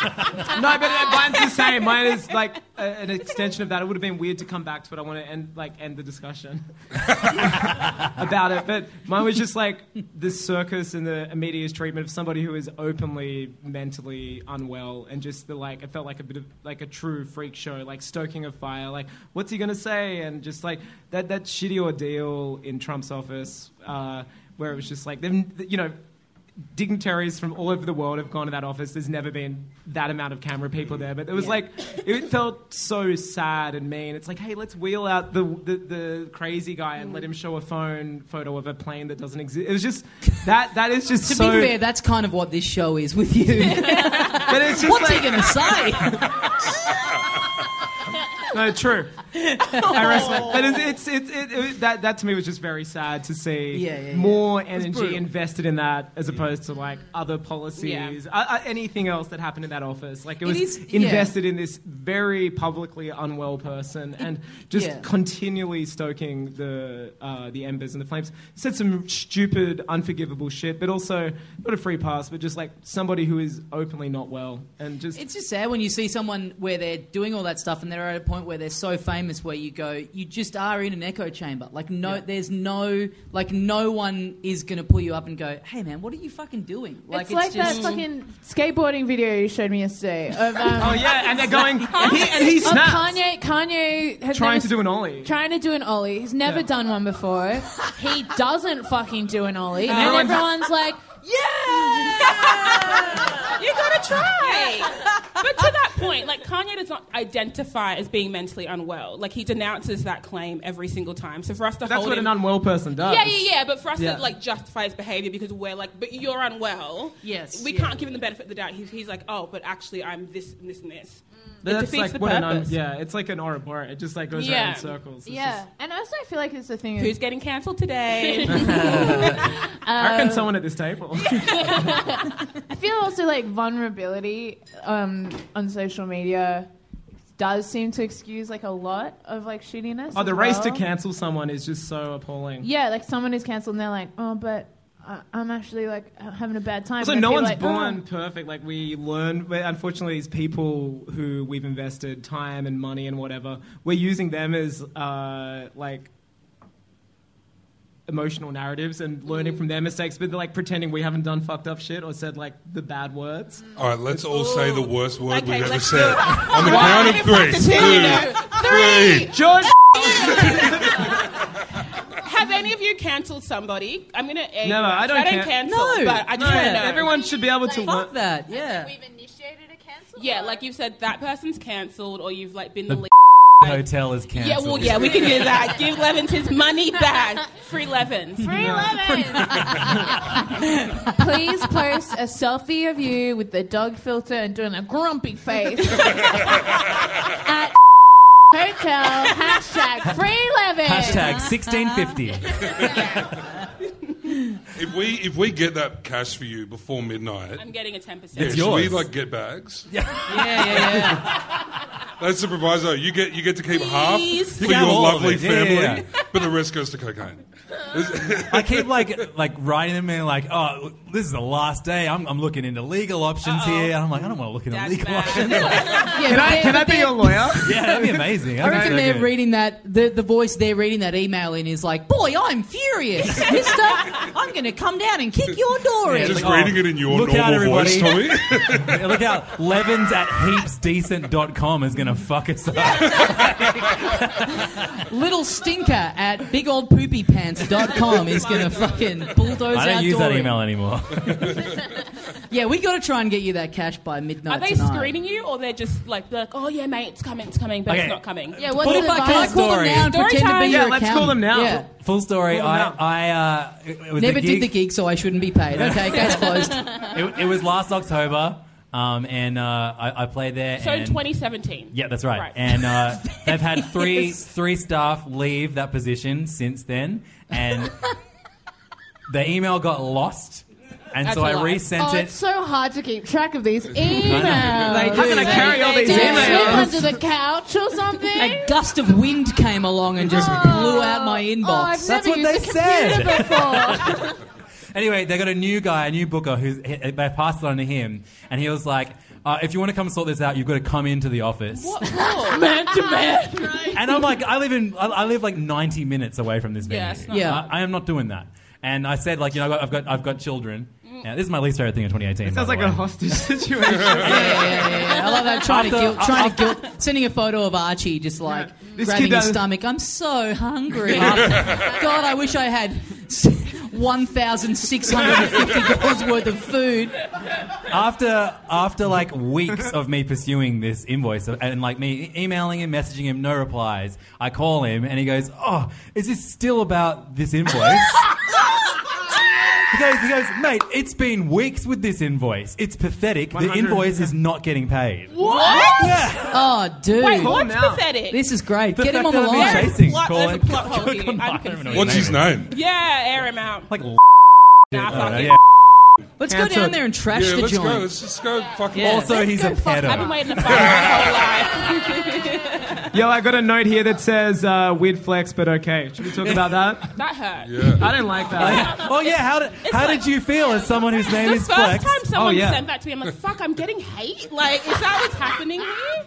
A: but uh, mine's the same. Mine is like a, an extension of that. It would have been weird to come back to it. I want to end like end the discussion about it. But mine was just like the circus and the immediate treatment of somebody who is openly mentally unwell, and just the like. It felt like a bit of like a true freak show, like stoking a fire. Like, what's he gonna say? And just like that that shitty ordeal in Trump's office, uh, where it was just like them, you know dignitaries from all over the world have gone to that office. There's never been that amount of camera people there, but it was like it felt so sad and mean. It's like, hey, let's wheel out the the, the crazy guy and let him show a phone photo of a plane that doesn't exist. It was just that that is just
J: to
A: so.
J: be fair, that's kind of what this show is with you.
A: but it's just
J: What's
A: like,
J: he gonna say?
A: No, true. I rest my- But it's, it's, it's it, it, that, that to me was just very sad to see
J: Yeah, yeah, yeah.
A: more
J: It was
A: energy
J: brutal.
A: invested in that as opposed to like other policies, uh, uh, anything else that happened in that office. Like it
J: It
A: was
J: is- yeah.
A: invested in this very publicly unwell person and just
J: yeah.
A: continually stoking the, uh, the embers and the flames. Said some stupid, unforgivable shit, but also not a free pass, but just like somebody who is openly not well and just.
J: It's just sad when you see someone where they're doing all that stuff and they're at a point where they're so famous where you go, you just are in an echo chamber. Like no, there's no, like no one is gonna pull you up and go, hey man, what are you fucking doing?
L: it's like that fucking skateboarding video you showed me yesterday. Of, um,
A: Oh yeah, and they're going, and he, and he
L: of
A: snaps.
L: Kanye, Kanye has
A: Trying
L: never-
A: to do an ollie.
L: Trying to do an ollie. He's never
A: Yeah.
L: done one before. he doesn't fucking do an ollie, and
A: No
L: then
A: one-
L: everyone's like,
K: You gotta try. but to that point, like Kanye does not identify as being mentally unwell. Like he denounces that claim every single time. So for us to
A: That's
K: hold
A: what
K: him,
A: an unwell person does.
K: Yeah, yeah, yeah. But for us
A: Yeah.
K: to like justify his behavior because we're like, but you're unwell.
J: Yes,
K: We
J: yeah.
K: can't give him the benefit of the doubt. He's, he's like, oh, but actually I'm this and this and this.
A: But
K: It
A: that's
K: defeats
A: like
K: the
A: what an un-
K: purpose.
A: yeah, it's like an Ouroboros. It just like goes around in circles. It's
L: yeah.
A: just-
L: And I also feel like it's a thing.
K: Who's getting cancelled today?
A: I
K: Uh,
A: reckon
L: Um,
A: someone at this table.
L: I feel also like vulnerability um, on social media does seem to excuse like a lot of like shittiness.
A: oh, the
L: as
A: race to
L: well.
A: cancel someone is just so appalling.
L: Yeah, like someone is cancelled and they're like, oh, but I- I'm actually like uh, having a bad time.
A: Also,
L: And
A: no
L: I feel
A: one's
L: like, "Oh,
A: born
K: "Oh."
A: perfect. Like we learn, but unfortunately, these people who we've invested time and money and whatever, we're using them as uh, like emotional narratives and learning from their mistakes. But they're like pretending we haven't done fucked up shit or said like the bad words.
H: All right, let's all say the worst word
A: Okay,
H: we've ever
A: let's
H: said.
A: do it.
H: On the
A: One,
H: count of three.
A: two,
H: Two, three.
A: George.
K: Have any of you cancelled somebody? I'm gonna. egg
A: Never,
K: you.
A: I don't, can-
K: cancel. But I just want to know.
A: Everyone should be able to learn.
J: yeah.
K: We've initiated a cancel. Yeah, like you've said, that person's cancelled, or you've like been the.
B: The hotel is
K: yeah,
B: cancelled.
K: well, yeah, we can do that. Give Levins his money back. Free Levins.
L: Free "Oh, please post a selfie of you with the dog filter and doing a grumpy face at hotel hashtag free living.
K: Uh-huh.
B: Hashtag 1650.
H: If we if we get that cash for you before midnight,
K: I'm getting a 10%.
H: yeah,
K: It's
H: should we
K: yours.
H: like get bags?
K: Yeah, yeah, yeah.
H: That's the proviso. You get you get to keep half
K: Please.
H: for
B: You can
H: your
B: have all of
H: lovely
B: it. Yeah,
H: family,
B: yeah,
H: but the rest goes to cocaine.
B: I keep like like writing them in like, oh, this is the last day. I'm, I'm looking into legal options here. And I'm like, I don't want to look into legal options.
J: Yeah, but they're- but they're-
H: Oh,
B: yeah, that'd be amazing.
J: I reckon
B: Okay.
J: they're reading that. The, the voice they're reading that email in is like, "Boy, I'm furious, Mister. I'm going to come down and kick your door in."
H: Just reading it in your
B: look
H: normal
B: out, everybody.
H: voice, Tommy.
B: Yeah, Look out. Levins at heapsdecent.com is going to fuck us up.
J: Little stinker at bigoldpoopypants.com is going to fucking bulldoze
B: I don't
J: our
B: use that
J: door in.
B: email anymore.
J: Yeah, we got to try and get you that cash by midnight
K: Are they
J: tonight.
K: screening you, or they're just like, they're like, oh yeah, mate, it's coming, it's coming, but
B: Okay.
K: it's not coming?
L: Yeah,
J: what's Full the fucking vibe? Can I call them now and
K: Story
J: pretend to
K: time.
J: be your Yeah, let's call them now. Yeah.
B: Full story.
J: Well,
B: I,
J: no.
B: I uh, it, it was
J: Never
B: the
J: did
B: gig.
J: the gig, so I shouldn't be paid. Okay, case closed.
B: it, it was last October, um, and uh, I, I played there.
K: So
B: and
K: 2017.
B: Yeah, that's right. And uh, they've had three three staff leave that position since then, and the email got lost, and so I resent
L: oh,
B: it.
L: It's so hard to keep track of these
B: know.
L: emails.
B: They How do. can I carry all
L: They
B: these
L: don't
B: emails?
L: Slip under the couch or something.
J: A gust of wind came along and just blew out my inbox.
L: oh, I've That's never what used they a computer
B: Anyway, they got a new guy, a new booker, who's he- they passed it on to him, and he was like, uh, "If you want to come sort this out, you've got to come into the office."
K: man
L: to man.
B: And I'm like, I live in, I, I live like 90 minutes away from this venue.
L: Yeah, it's not- Yeah.
B: I, I am not doing that. And I said, like, you know, I've got, I've got, I've got children.
L: Mm.
B: Yeah, this is my least favorite thing in 2018.
A: It sounds
B: by
A: like
B: the
A: a
B: way.
A: hostage situation.
J: Yeah, I love that trying to
B: After-
J: guilt, trying to guilt, sending a photo of Archie just like
A: This
J: grabbing
A: kid
J: his
A: does-
J: stomach. I'm so hungry. God, I wish I had one thousand six hundred and fifty dollars worth of food.
B: after after like weeks of me pursuing this invoice and like me e, emailing him, messaging him, no replies. I call him and he goes, "Oh, is this still about this invoice?" He goes, he goes, mate, it's been weeks with this invoice. It's pathetic. The
J: 100.
B: invoice is not getting paid.
K: What?
J: Oh, dude.
K: Wait, what's pathetic?
J: This is great.
B: The
J: Get him on
B: fact
J: the
B: that I'm
J: line.
B: being chasing,
K: Plot,
B: call
K: there's a
B: it-
K: plot hole here. I'm confused.
H: What's his name?
K: Yeah, air him out.
B: Like,
K: Nah, fuck it.
J: Let's
K: go down there
J: and trash
H: yeah,
J: the
H: let's Go.
J: joint.
H: Let's just go fucking.
A: Yeah. Also,
K: Let's
A: he's
K: go
A: a
K: fuck-
A: pedo.
K: I've been waiting to fuck my whole life.
A: Yo, I got a note here that says uh, weird flex, but okay. Should we talk about that?
K: That hurt.
A: I don't like that.
B: Oh yeah, how did how did you feel as someone whose name
K: the
B: is
K: first
B: Flex? Oh,
K: time someone sent that to me, I'm like, fuck, I'm getting hate. Like, is that what's happening here?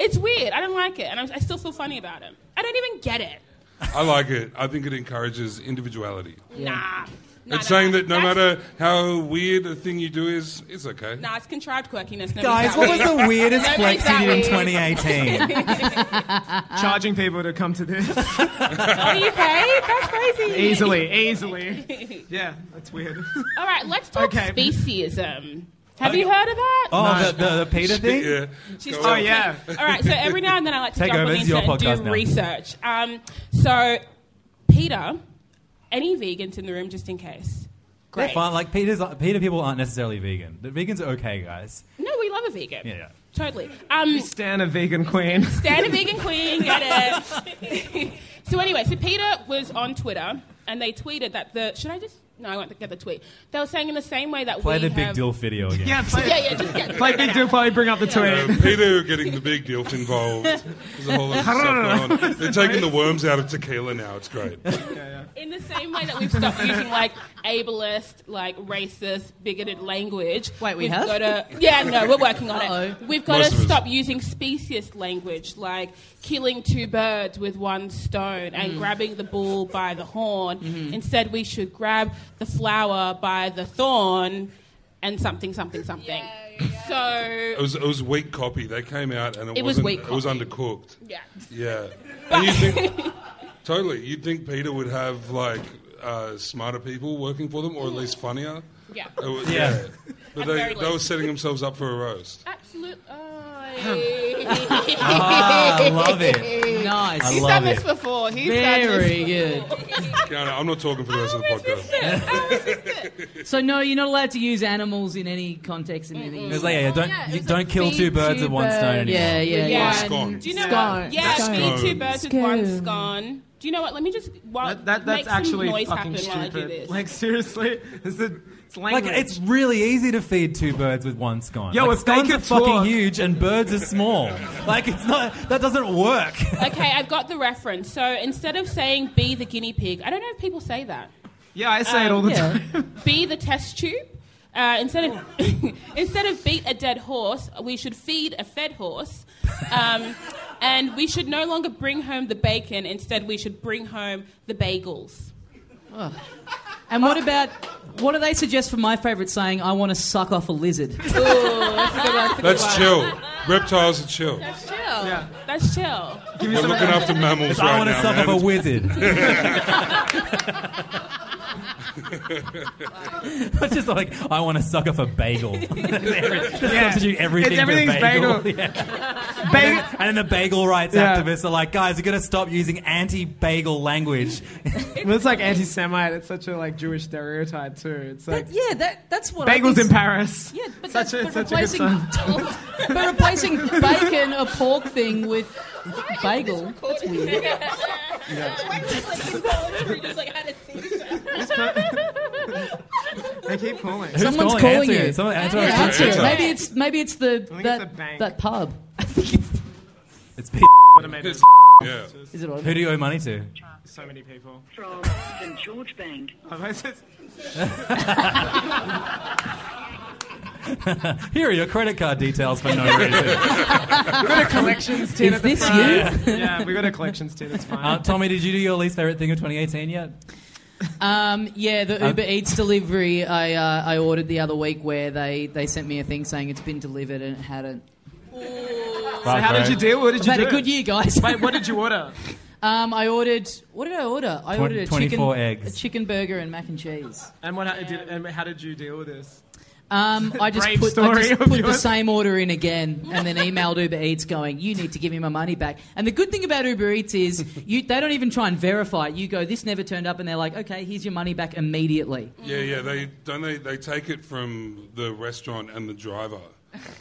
K: It's weird. I don't like it, and I'm, I still feel funny about it. I don't even get it.
H: I like it. I think it encourages individuality.
K: Nah. Nah,
H: it's
K: nah,
H: saying
K: nah.
H: that no matter how weird a thing you do is, it's okay.
K: Nah, it's contrived quirkiness. Nobody's
B: Guys,
K: that
B: what was
K: weird.
B: the weirdest
K: Nobody's
B: flex you did in
K: that weird.
B: 2018?
A: Charging people to come to this.
K: Are you okay? That's crazy.
A: Easily, easily. Yeah, that's weird.
K: All right, let's talk
A: Okay.
K: speciesism. Have you heard of that?
B: Oh, the, the, the Peter thing? Oh, Yeah.
K: She's talking. All right. So every now and then I like to
B: Take
K: jump
B: over,
K: on the
B: this is your
K: internet and
B: podcast
K: do
B: now.
K: research. Um, so Peter, any vegans in the room, just in case.
B: They're
K: Great.
B: fine. Like Peter's, Peter people aren't necessarily vegan. The vegans are okay, guys.
K: No, we love a vegan.
B: Yeah, yeah.
K: Totally. Um,
A: Stan a vegan queen.
K: Stand a vegan queen, get it. so anyway, so Peter was on Twitter and they tweeted that the should I just no, I won't get the tweet. They were saying in the same way that
B: Play
K: we
B: the big
K: have,
B: deal video again.
A: Yeah, play,
K: yeah, yeah, just get
A: play Big Deal, probably bring up the
H: Uh,
A: tweet.
H: Peter getting the big DILF involved. There's a whole lot of stuff going on. They're taking the worms out of tequila now. It's great.
K: in the same way that we've stopped using like ableist, like racist, bigoted language. Wait,
J: we
K: we've
J: have?
K: Gotta, yeah, no, we're working on
J: Uh-oh.
K: it. We've got
J: Most
K: to
J: of us.
K: stop using speciesist language, like killing two birds with one stone and
J: Mm.
K: grabbing the bull by the horn.
J: Mhm.
K: Instead, we should grab the flower by the thorn and something, something, something.
H: It was it was weak copy. They came out and it,
K: It was
H: wasn't,
K: weak
H: It was
K: copy.
H: undercooked.
K: Yeah.
H: Yeah. And you think totally? You'd think Peter would have like uh, smarter people working for them, or at least funnier.
K: Yeah.
H: It was-
B: Yeah.
H: But
K: At
H: they,
K: very
H: they were
K: least.
H: setting themselves up for a roast.
K: Absolute.
H: Ah, I love it.
J: Nice.
H: I
K: He's
H: love
K: done
H: it.
K: this before. He's done this
J: Very good.
H: Kiana, I'm not talking for the rest of the podcast.
J: So no, you're not allowed to use animals in any context in anything.
B: It was like, yeah, yeah, don't, you don't kill two birds with one
J: birds.
B: stone anymore.
J: Yeah, yeah, yeah.
B: Scone.
K: Do you know
J: Scone.
K: what? Yeah,
J: Scone.
K: feed two birds with
J: Scone.
K: one scone. Do you know what? Let me just while,
A: That,
K: make
A: that's actually
K: some noise
A: fucking
K: happen while I
A: stupid.
K: do this.
A: Like, seriously? It's, a, it's
B: Like,
A: language.
B: it's really easy to feed two birds with one scone.
A: Yo,
B: like,
A: if they
B: scones
A: could
B: are fucking
A: talk-
B: huge and birds are small. Like, it's not, that doesn't work.
K: okay, I've got the reference. So instead of saying "be the guinea pig," I don't know if people say that.
A: yeah, I say it all the
K: Um,
A: time.
K: Be the test tube. Uh, instead of instead of beat a dead horse, we should feed a fed horse, um, and we should no longer bring home the bacon. Instead, we should bring home the bagels.
J: And what about what do they suggest for my favourite saying? I want to suck off a lizard.
K: Ooh, Oh, that's a good one.
H: That's chill. Reptiles are chill.
K: That's chill. That's chill.
H: Give me We're some- looking after mammals
C: If I
H: right
C: want to
H: now,
C: suck
H: man.
C: up a wizard. But just like I want to suck up a bagel. Just
A: Yeah.
C: substitute everything
A: It's everything's
C: for bagel.
A: bagel.
C: Yeah. And, then, and then the bagel rights
A: Yeah.
C: activists are like, guys, you're gonna stop using anti-bagel language.
A: Well, it's like anti-Semite. It's such a like Jewish stereotype too. It's like
J: Yeah, that, that's what I
A: bagels
J: think-
A: in Paris.
J: Yeah, but,
A: Such
J: that's,
A: a-
J: but
A: such a good
J: replacing,
A: song.
J: but replacing bacon, a pork thing with bagel. That's weird.
A: They keep calling.
J: Who's Someone's calling? calling Answer you. it.
C: Someone- answer
J: Yeah,
C: it.
J: that's it.
C: Answer it.
J: Maybe it's maybe it's the
A: think
J: that
A: it's a bank.
J: that pub.
C: it's p-
H: Yeah.
J: Is it on?
C: Who do you owe money to?
A: So many people.
P: From St. George Bank.
C: Here are your credit card details for no reason.
A: we got a collections tin at the front. Yeah, we got a collections tin. It's fine.
C: Uh, Tommy, did you do your least favorite thing of 2018 yet?
J: Um, yeah, the
C: Um,
J: Uber Eats delivery I uh, I ordered the other week where they, they sent me a thing saying it's been delivered and it hadn't.
A: so how did you deal? What did
J: I've
A: you
J: had
A: do?
J: a good year, guys.
A: Wait, what did you order?
J: Um, I ordered. What did I order? I
C: Twen-
J: ordered a chicken,
C: 24 eggs.
J: a chicken burger, and mac and cheese.
A: And what? Did, and how did you deal with this?
J: Um, I just
A: Brave
J: put, I
A: story
J: just
A: of
J: put the
A: yours.
J: same order in again, and then emailed Uber Eats going, "You need to give me my money back." And the good thing about Uber Eats is you they don't even try and verify it. You go, "This never turned up," and they're like, "Okay, here's your money back immediately."
H: Yeah, yeah. They don't they they take it from the restaurant and the driver.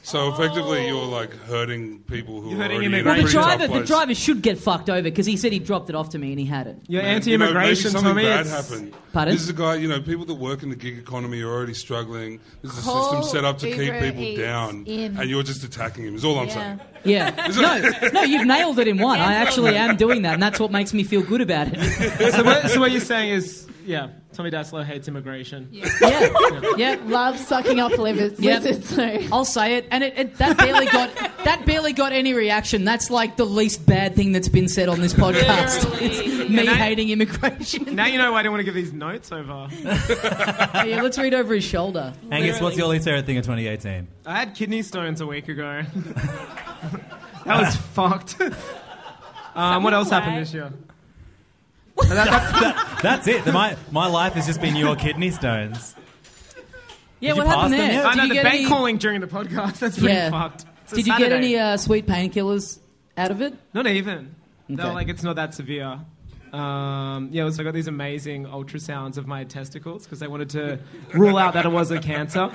H: So effectively, you're like hurting people who
A: You're
H: are
A: hurting
H: already in a
J: Well, the
H: pretty tough
J: driver, the
H: place.
J: driver should get fucked over because he said he dropped it off to me and he had it.
A: You're
H: Man,
A: anti-immigration,
H: you know,
A: Tommy.
H: maybe something bad
A: it's-
H: happened.
J: Pardon?
H: This is a guy. You know, people that work in the gig economy are already struggling. There's a
J: Call
H: system set up to keep
J: Uber
H: people
J: Eats
H: down,
J: in.
H: and you're just attacking him. Is all I'm saying.
J: Yeah. No, no, you've nailed it in one. I actually am doing that, and that's what makes me feel good about it.
A: so, what, so what you're saying is, yeah, Tommy Daslow hates immigration.
J: Yeah,
Q: Love sucking up livers.
J: Yep.
Q: lizards, so-
J: I'll say it, and it, it that barely got that barely got any reaction. That's like the least bad thing that's been said on this podcast. It's me
A: And I-
J: hating immigration.
A: Now you know why I don't want to give these notes over.
J: Oh, yeah, let's read over his shoulder.
C: Angus, what's your least favorite thing of 2018?
A: I had kidney stones a week ago. that was fucked. Um, what else happened this year?
C: That's it. My, my life has just been your kidney stones.
J: Yeah,
C: Did you
J: what happened
C: pass them
J: there?
C: yet?
A: I
J: Did
A: know
J: you
A: the
J: get
A: bank
J: any-
A: calling during the podcast. That's pretty
J: Yeah.
A: fucked. It's a
J: Did you get
A: Saturday.
J: any uh, sweet painkillers out of it?
A: Not even. They were
J: Okay.
A: like, it's not that severe. Um, yeah, so I got these amazing ultrasounds of my testicles because they wanted to rule out that it was a cancer.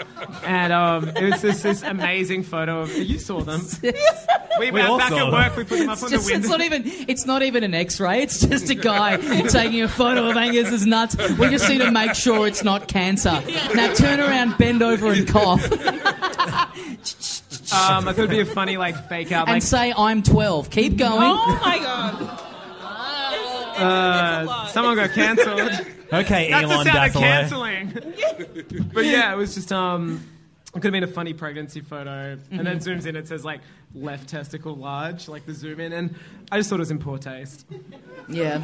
A: And um, it was this, this amazing photo of you saw them. We,
J: We
A: back,
J: all
A: back
J: saw
A: at
J: them.
A: work, we put them up
J: It's,
A: on
J: just,
A: the window.
J: it's not even it's not even an X-ray. It's just a guy taking a photo of Angus's nuts. We just need to make sure it's not cancer. Now turn around, bend over, and cough,
A: um, I thought it'd be a funny like fake out.
J: and
A: Like,
J: say I'm 12. Keep going.
K: Oh my god.
A: uh, someone got cancelled.
C: Okay,
A: That's
C: Elon
A: the sound
C: Dazzler.
A: of cancelling. but yeah, it was just um, it could have been a funny pregnancy photo, and then
J: Mhm.
A: zooms in. It says like left testicle large, like the zoom in, and I just thought it was in poor taste.
J: Yeah.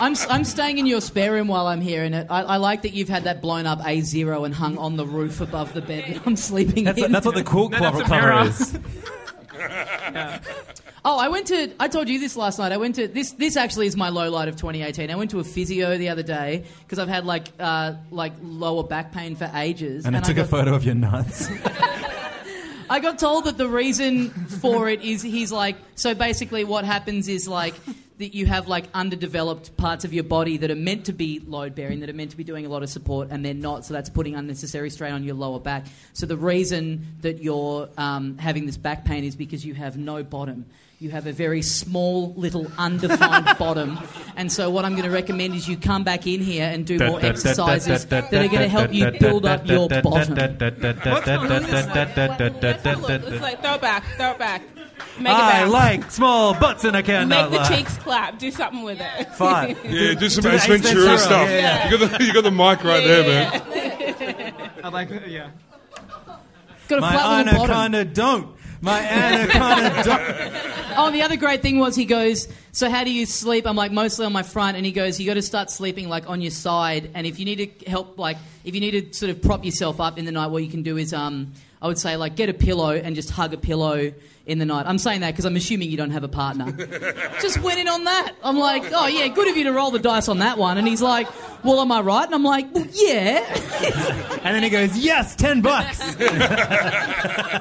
J: I'm, s- I'm staying in your spare room while I'm here, and it, I, I like that you've had that blown up A0 and hung on the roof above the bed that I'm sleeping
C: That's,
J: in.
C: that's what the quilt
J: No,
C: cover
J: that's a
C: cover
J: mirror.
C: is.
J: Oh, I went to. I told you this last night. I went to this. This actually is my low light of 2018. I went to a physio the other day because I've had like uh, like lower back pain for ages,
C: And I took
J: got,
C: a photo of your nuts.
J: I got told that the reason for it is he's like. So basically, what happens is like. That you have like underdeveloped parts of your body that are meant to be load bearing, that are meant to be doing a lot of support, and they're not. So that's putting unnecessary strain on your lower back. So the reason that you're um, having this back pain is because you have no bottom. You have a very small, little, undefined bottom. And so, what I'm going to recommend is you come back in here and do more exercises that are going to help you build up your bottom.
K: It's like throw back, throw back. Make
C: I
K: it back.
C: like small butts and I cannot
K: Make the
C: lie.
K: cheeks clap. Do something with it.
C: Fart.
H: Yeah, do some
C: Do the
H: Ace
C: Ace
H: Ventura,
C: Ventura.
H: stuff.
C: Yeah.
H: You got the you got the mic right there, man.
A: I like it. Yeah.
J: got a
C: My
J: flat little bottom.
C: anaconda don't. My anaconda don't.
J: Oh, and the other great thing was he goes, So, how do you sleep? I'm like, Mostly on my front. And he goes, You got to start sleeping like on your side. And if you need to help, like, if you need to sort of prop yourself up in the night, what you can do is, um, I would say like get a pillow and just hug a pillow in the night. I'm saying that because I'm assuming you don't have a partner. just went in on that. I'm like, oh yeah, good of you to roll the dice on that one. And he's like, well, am I right? And I'm like, well, yeah.
B: And then he goes, yes, 10 bucks.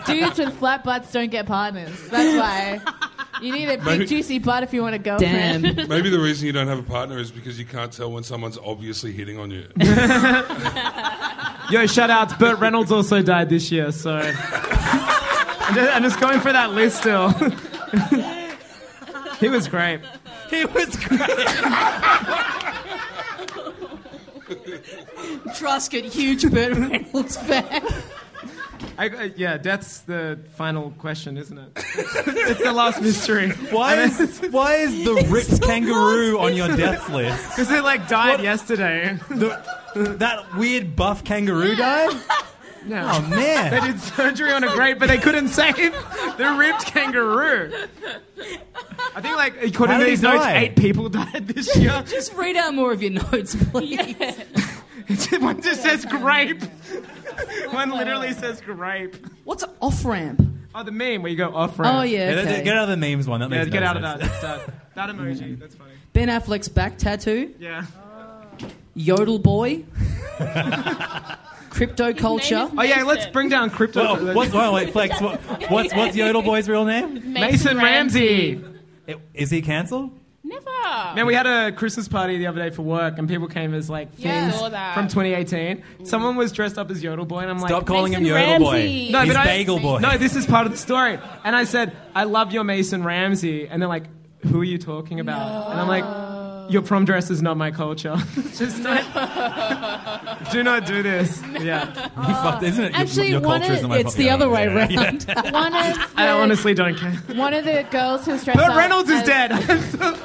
L: Dudes with flat butts don't get partners. That's why. You need a big
H: Maybe-
L: juicy butt if you want a girlfriend.
H: Maybe the reason you don't have a partner is because you can't tell when someone's obviously hitting on you.
A: Yo, shout outs. Burt Reynolds also died this year, so. I'm just, I'm just going for that list still. he was great.
B: He was
J: Truscott, huge Burt Reynolds fan.
A: I, uh, yeah, that's the final question, isn't it? it's the last mystery.
B: Why is, why is the ripped kangaroo on your death list?
A: Because it like died yesterday.
B: that weird buff kangaroo died?
A: No.
B: Oh, man.
A: They did surgery on a grape, but they couldn't save the ripped kangaroo. I think like according
B: How
A: to
B: did he
A: these notes,
B: die?
A: eight people died this year.
J: Just read out more of your notes, please.
A: One just says grape. One literally says grape.
J: What's an off ramp?
A: Oh, the meme where you go off ramp.
B: Get out of the memes one. That
A: Yeah,
B: makes
A: get
B: no
A: out of
B: sense.
A: that. That, that emoji. That's funny.
J: Ben Affleck's back tattoo.
A: Yeah.
J: Yodel boy. Crypto culture.
A: Oh yeah, let's bring down crypto.
B: Well, what's, wait, wait, Flex, what, what's, what's Yodel Boy's real name?
A: Mason Ramsey.
B: It- Is he cancelled?
A: Man, we had a Christmas party the other day for work, and people came as like
B: Yeah,
A: things
B: saw that.
A: from 2018. Someone was dressed up as Yodel Boy, and I'm like,
B: Stop calling him Mason Yodel Boy. Ramsey. He's Bagel Boy.
A: No, this is part of the story. And I said, I love your Mason Ramsey, and they're like, Who are you talking about? And I'm like, Your prom dress is not my culture. Just don't, do not do this. Yeah,
B: You fucked- isn't it? Your-
L: Actually,
B: your
L: one
B: culture
L: of-
B: is not my
L: it's
B: fault.
L: the other way
B: Yeah, yeah.
L: round. One of
A: I
L: the-
A: honestly don't care.
L: One of the girls who's dressed
A: Burt
L: up
A: Reynolds is
L: as-
A: dead.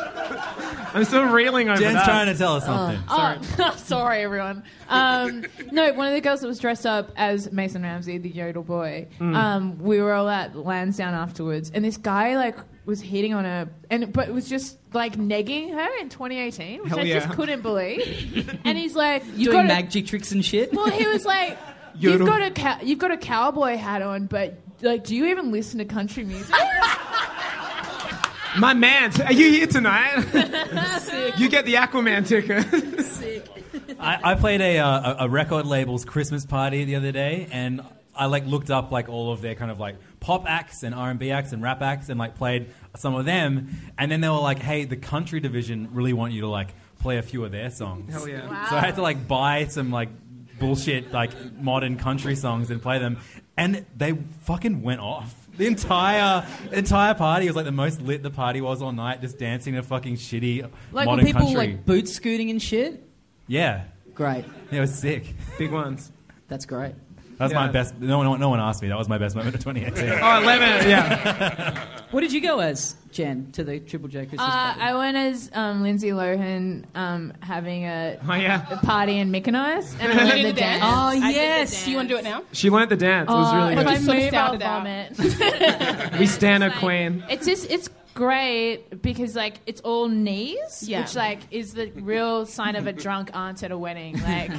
A: I'm still reeling over
B: Jen's
A: that.
B: trying to tell us something.
L: Oh, sorry, everyone. Um, no, one of the girls that was dressed up as Mason Ramsey, the Yodel boy.
Q: Mm.
L: Um, we were all at Lansdowne afterwards, and this guy like was hitting on her, and but was just like negging her in 2018, which
J: Hell
L: I
J: yeah.
L: just couldn't believe. and he's like,
J: You
L: "You
J: doing
L: got
J: magic tricks and shit?
L: Well, he was like, "You've
J: Yodel.
L: got a cow- you've got a cowboy hat on, but like, do you even listen to country music?"
A: My man, are you here tonight?
L: Uh,
A: you get the Aquaman ticket.
B: I, I played a, uh, a a record label's Christmas party the other day, and I like looked up like all of their kind of like pop acts and R and B acts and rap acts, and like played some of them. And then they were like, "Hey, the country division really want you to like play a few of their songs."
A: Hell yeah. Wow.
B: So I had to like buy some like bullshit like modern country songs and play them, and they fucking went off. The entire entire party was like the most lit the party was all night, just dancing to fucking shitty
J: Like
B: modern
J: when people
B: country.
J: like boot scooting and shit.
B: Yeah.
J: Great.
B: It was sick.
A: Big ones.
J: That's great.
B: That's my
J: Yeah.
B: best. No one, no one asked me. That was my best moment of 2018.
A: Oh, 11,
J: What did you go as, Jen, to the Triple J Christmas
L: Uh,
J: party?
L: I went as um, Lindsay Lohan um, having a,
A: Oh, yeah.
L: a party in Mykonos, and
K: You
L: I learned
K: did
L: the
K: the dance?
L: dance.
K: I did the dance. Do you want to do it now?
A: She learnt the dance. It was
L: Oh,
A: really
L: if I
A: good.
K: sort of
L: move, I'll
K: sounded out.
L: vomit.
A: We stand a queen.
L: it's just it's great because like it's all knees,
K: Yeah.
L: which like is the real sign of a drunk aunt at a wedding. Like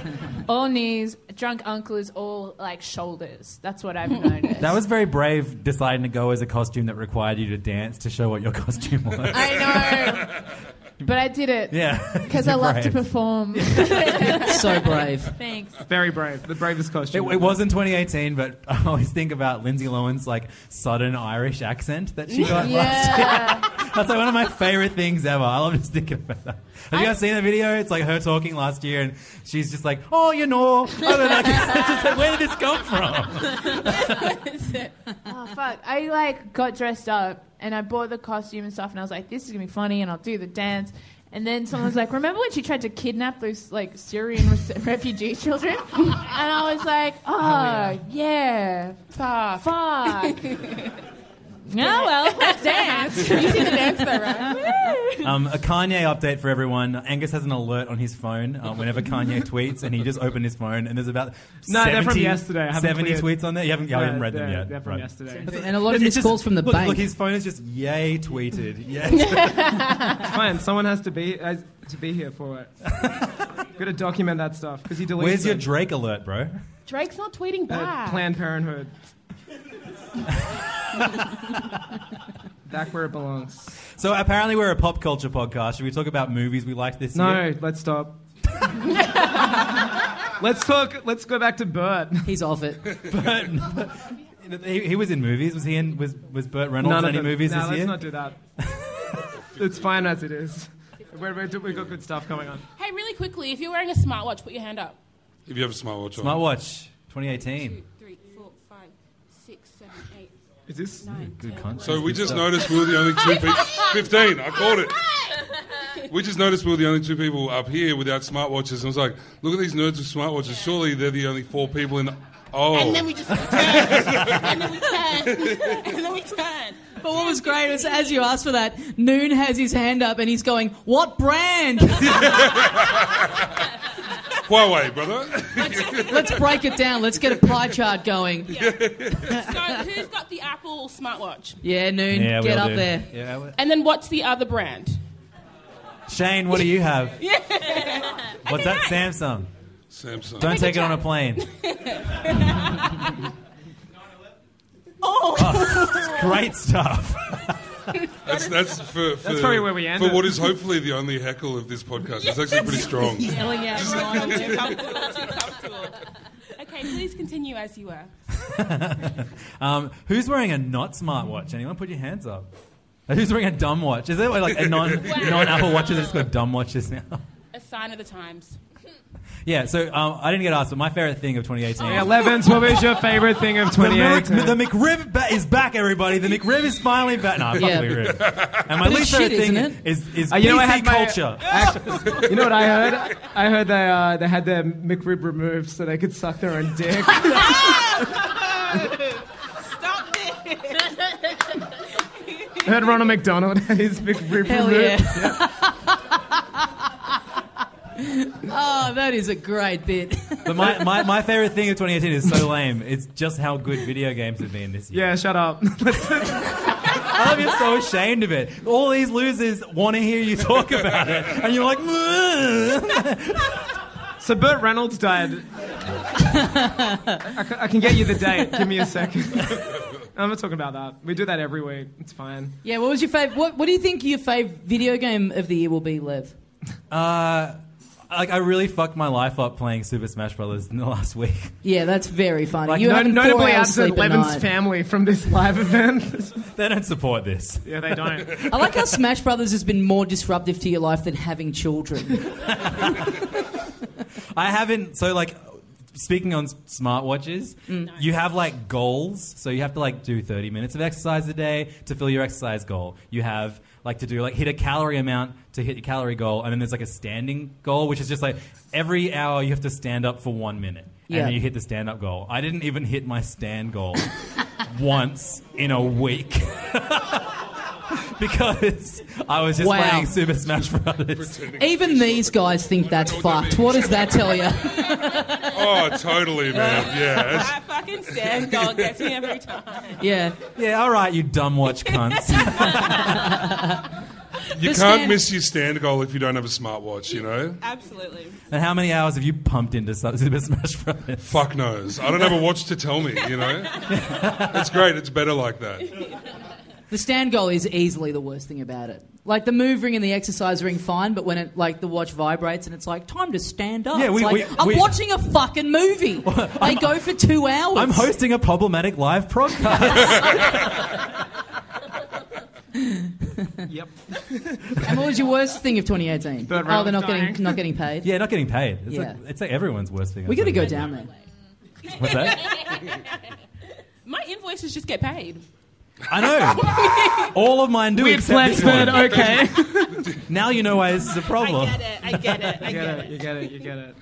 L: all knees, drunk uncle is all like shoulders. That's what I've noticed.
B: That was very brave deciding to go as a costume that required you to dance to show what your costume was.
L: I know, but I did it.
B: Yeah.
L: because I love to perform.
B: So brave.
L: Thanks.
A: Very brave. The bravest
B: It,
A: costume.
B: it was in 2018, but I always think about Lindsay Lohan's like sudden Irish accent that she got last year. That's like one of my favorite things ever. I love just thinking about that. Have you guys seen the video? It's like her talking last year, and she's just like, "Oh, you know," I was like, it's just like, "Where did this come from?"
L: oh fuck! I like got dressed up and I bought the costume and stuff, and I was like, "This is gonna be funny," and I'll do the dance. And then someone was like, "Remember when she tried to kidnap those like Syrian re- refugee children?" And I was like, "Oh, yeah. fuck, fuck." Oh well, let's dance. You see the dance though, right?
B: Um, a Kanye update for everyone. Angus has an alert on his phone uh, whenever Kanye tweets, and he just opened his phone, and there's about
A: No,
B: 70,
A: they're from yesterday. I haven't
B: 70
A: cleared-
B: tweets on there. You haven't, yeah, I
A: No,
B: haven't read them
A: they're-
B: yet.
A: they're from
B: Right.
A: yesterday.
J: And a lot of
B: It's
J: missed
B: just-
J: calls from the
B: look,
J: bank.
B: Look, his phone is just yay tweeted. Yay.
A: Fine. Someone has to be uh, to be here for it. Got to document that stuff because he deletes.
B: Where's your
A: them.
B: Drake alert, bro?
K: Drake's not tweeting
A: Uh,
K: back.
A: Planned Parenthood. Back where it belongs.
B: So apparently we're a pop culture podcast. Should we talk about movies we liked this
A: No,
B: year?
A: let's stop. let's talk. Let's go back to Bert.
J: He's off it.
B: Bert, he, he was in movies. Was he in? Was was Burt Reynolds
A: None
B: in
A: of
B: any
A: them.
B: movies
A: no,
B: this
A: let's
B: year?
A: not do that. it's fine as it is. We're, we're, we've got good stuff coming on.
K: Hey, really quickly, if you're wearing a smartwatch, put your hand up.
H: If you have a smartwatch on.
B: Smartwatch, 2018.
K: Three, four, five, six, seven, eight.
A: Is this
B: good content?
H: So we
B: Good
H: just
B: stuff.
H: noticed we were the only two people. 15, I called it. We just noticed we were the only two people up here without smartwatches. And I was like, look at these nerds with smartwatches. Surely they're the only four people in the. Oh.
K: And then we just and then we turn, and then we turn.
J: But what was great is as you asked for that, Noon has his hand up and he's going, "What brand?"
H: Huawei, brother.
J: Let's break it down. Let's get a pie chart going. Yeah,
K: So who's got the Apple smartwatch?
J: Noon,
B: Yeah,
J: get
B: will
J: up
B: do.
J: there.
B: Yeah, well-
K: And then what's the other brand?
B: Shane, what do you have?
K: Yeah.
B: What's that? Samsung.
H: Samsung.
B: Don't take it on a plane.
K: oh.
B: Great stuff.
H: That's, that's, for, for,
A: That's probably where we end
H: for
A: it.
H: what is hopefully the only heckle of this podcast. It's actually pretty strong.
K: Yelling at everyone, I'm too comfortable, too comfortable. Okay, please continue as you were.
B: um, who's wearing a not smartwatch? Anyone put your hands up. Uh, Who's wearing a dumb watch? Is there like a non non Apple watches? It's called dumb watches now.
K: A sign of the times.
B: Yeah. So um, I didn't get asked, but my favorite thing of 2018.
A: Hey, Levens, Oh, what was your favorite thing of
B: The, Mc,
A: 2018?
B: the McRib ba- is back, everybody. The McRib is finally back. No, I fuck
A: Yeah.
B: McRib. And
A: But
B: my
A: it's
B: least
A: shit,
B: favorite thing
A: isn't it?
B: is is
A: Uh, you know, I
B: PC
A: had my-
B: culture.
A: Actually, you know what I heard? I heard they uh, they had their McRib removed so they could suck their own dick.
K: Stop this.
A: I heard Ronald McDonald had his McRib
J: Hell
A: removed.
J: yeah. oh, that is a great bit.
B: But my, my, my favorite thing of 2018 is so lame. It's just how good video games have been this year.
A: Yeah, shut up.
B: I love you're so ashamed of it. All these losers want to hear you talk about it, and you're like,
A: so Burt Reynolds died. I, ca- I can get you the date. Give me a second. I'm not talking about that. We do that every week. It's fine.
J: Yeah, what was your favorite? What, what do you think your favorite video game of the year will be, Lev?
B: uh, like I really fucked my life up playing Super Smash Brothers in the last week.
J: Yeah, that's very funny.
B: Like,
J: you
B: no-
J: having four
A: Notably E
J: hours
A: absent
J: sleep a
A: Levin's
J: night.
A: family from this live event.
B: They don't support this.
A: yeah, they don't.
J: I like how Smash Brothers has been more disruptive to your life than having children.
B: I haven't. So like, speaking on s- smartwatches,
J: Mm.
B: you have like goals. So you have to like do 30 minutes of exercise a day to fill your exercise goal. You have like to do like hit a calorie amount to hit your calorie goal, and then there's like a standing goal, which is just like every hour you have to stand up for one minute,
J: Yeah.
B: and then you hit the stand up goal. I didn't even hit my stand goal once in a week. Because I was just
J: Wow.
B: playing Super Smash Brothers.
J: Even these guys think that's fucked. What does that tell you?
H: Oh, totally, man. Yeah. it's-
K: That fucking stand goal gets me every time.
J: Yeah.
B: Yeah, all right, you dumb watch cunts.
H: You
B: The
H: can't
B: stand-
H: miss your stand goal if you don't have a smartwatch, you know?
B: Uh,
K: Absolutely.
B: and how many hours have you pumped into Su- Super Smash Brothers?
H: Fuck knows. I don't have a watch to tell me, you know? It's great. It's better like that.
J: The stand goal is easily the worst thing about it. Like the move ring and the exercise ring, fine, but when it like the watch vibrates and it's like time to stand up.
B: Yeah, we-
J: it's like,
B: we-
J: I'm
B: we-
J: watching a fucking movie. they go for two hours.
B: I'm hosting a problematic live podcast.
A: yep.
J: And what was your worst thing of 2018?
B: Burt
J: oh,
B: Reynolds
J: they're not
B: dying.
J: getting not getting paid.
B: yeah, not getting paid. It's,
J: Yeah.
B: like, it's like everyone's worst thing.
J: We got to go
B: I've
J: down there.
B: done. What's that?
K: My invoices just get paid.
B: I know. All of mine do.
K: Weird
B: except
A: flex,
B: this one.
A: but okay.
B: now you know why this is a problem.
K: I get it. I get it.
A: You get it. You get it.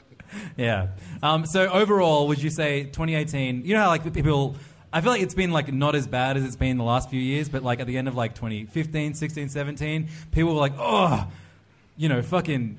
B: Yeah. Um, so overall, would you say 2018? You know, how, like people. I feel like it's been like not as bad as it's been the last few years, but like at the end of like 2015, 16, 17, people were like, oh, you know, fucking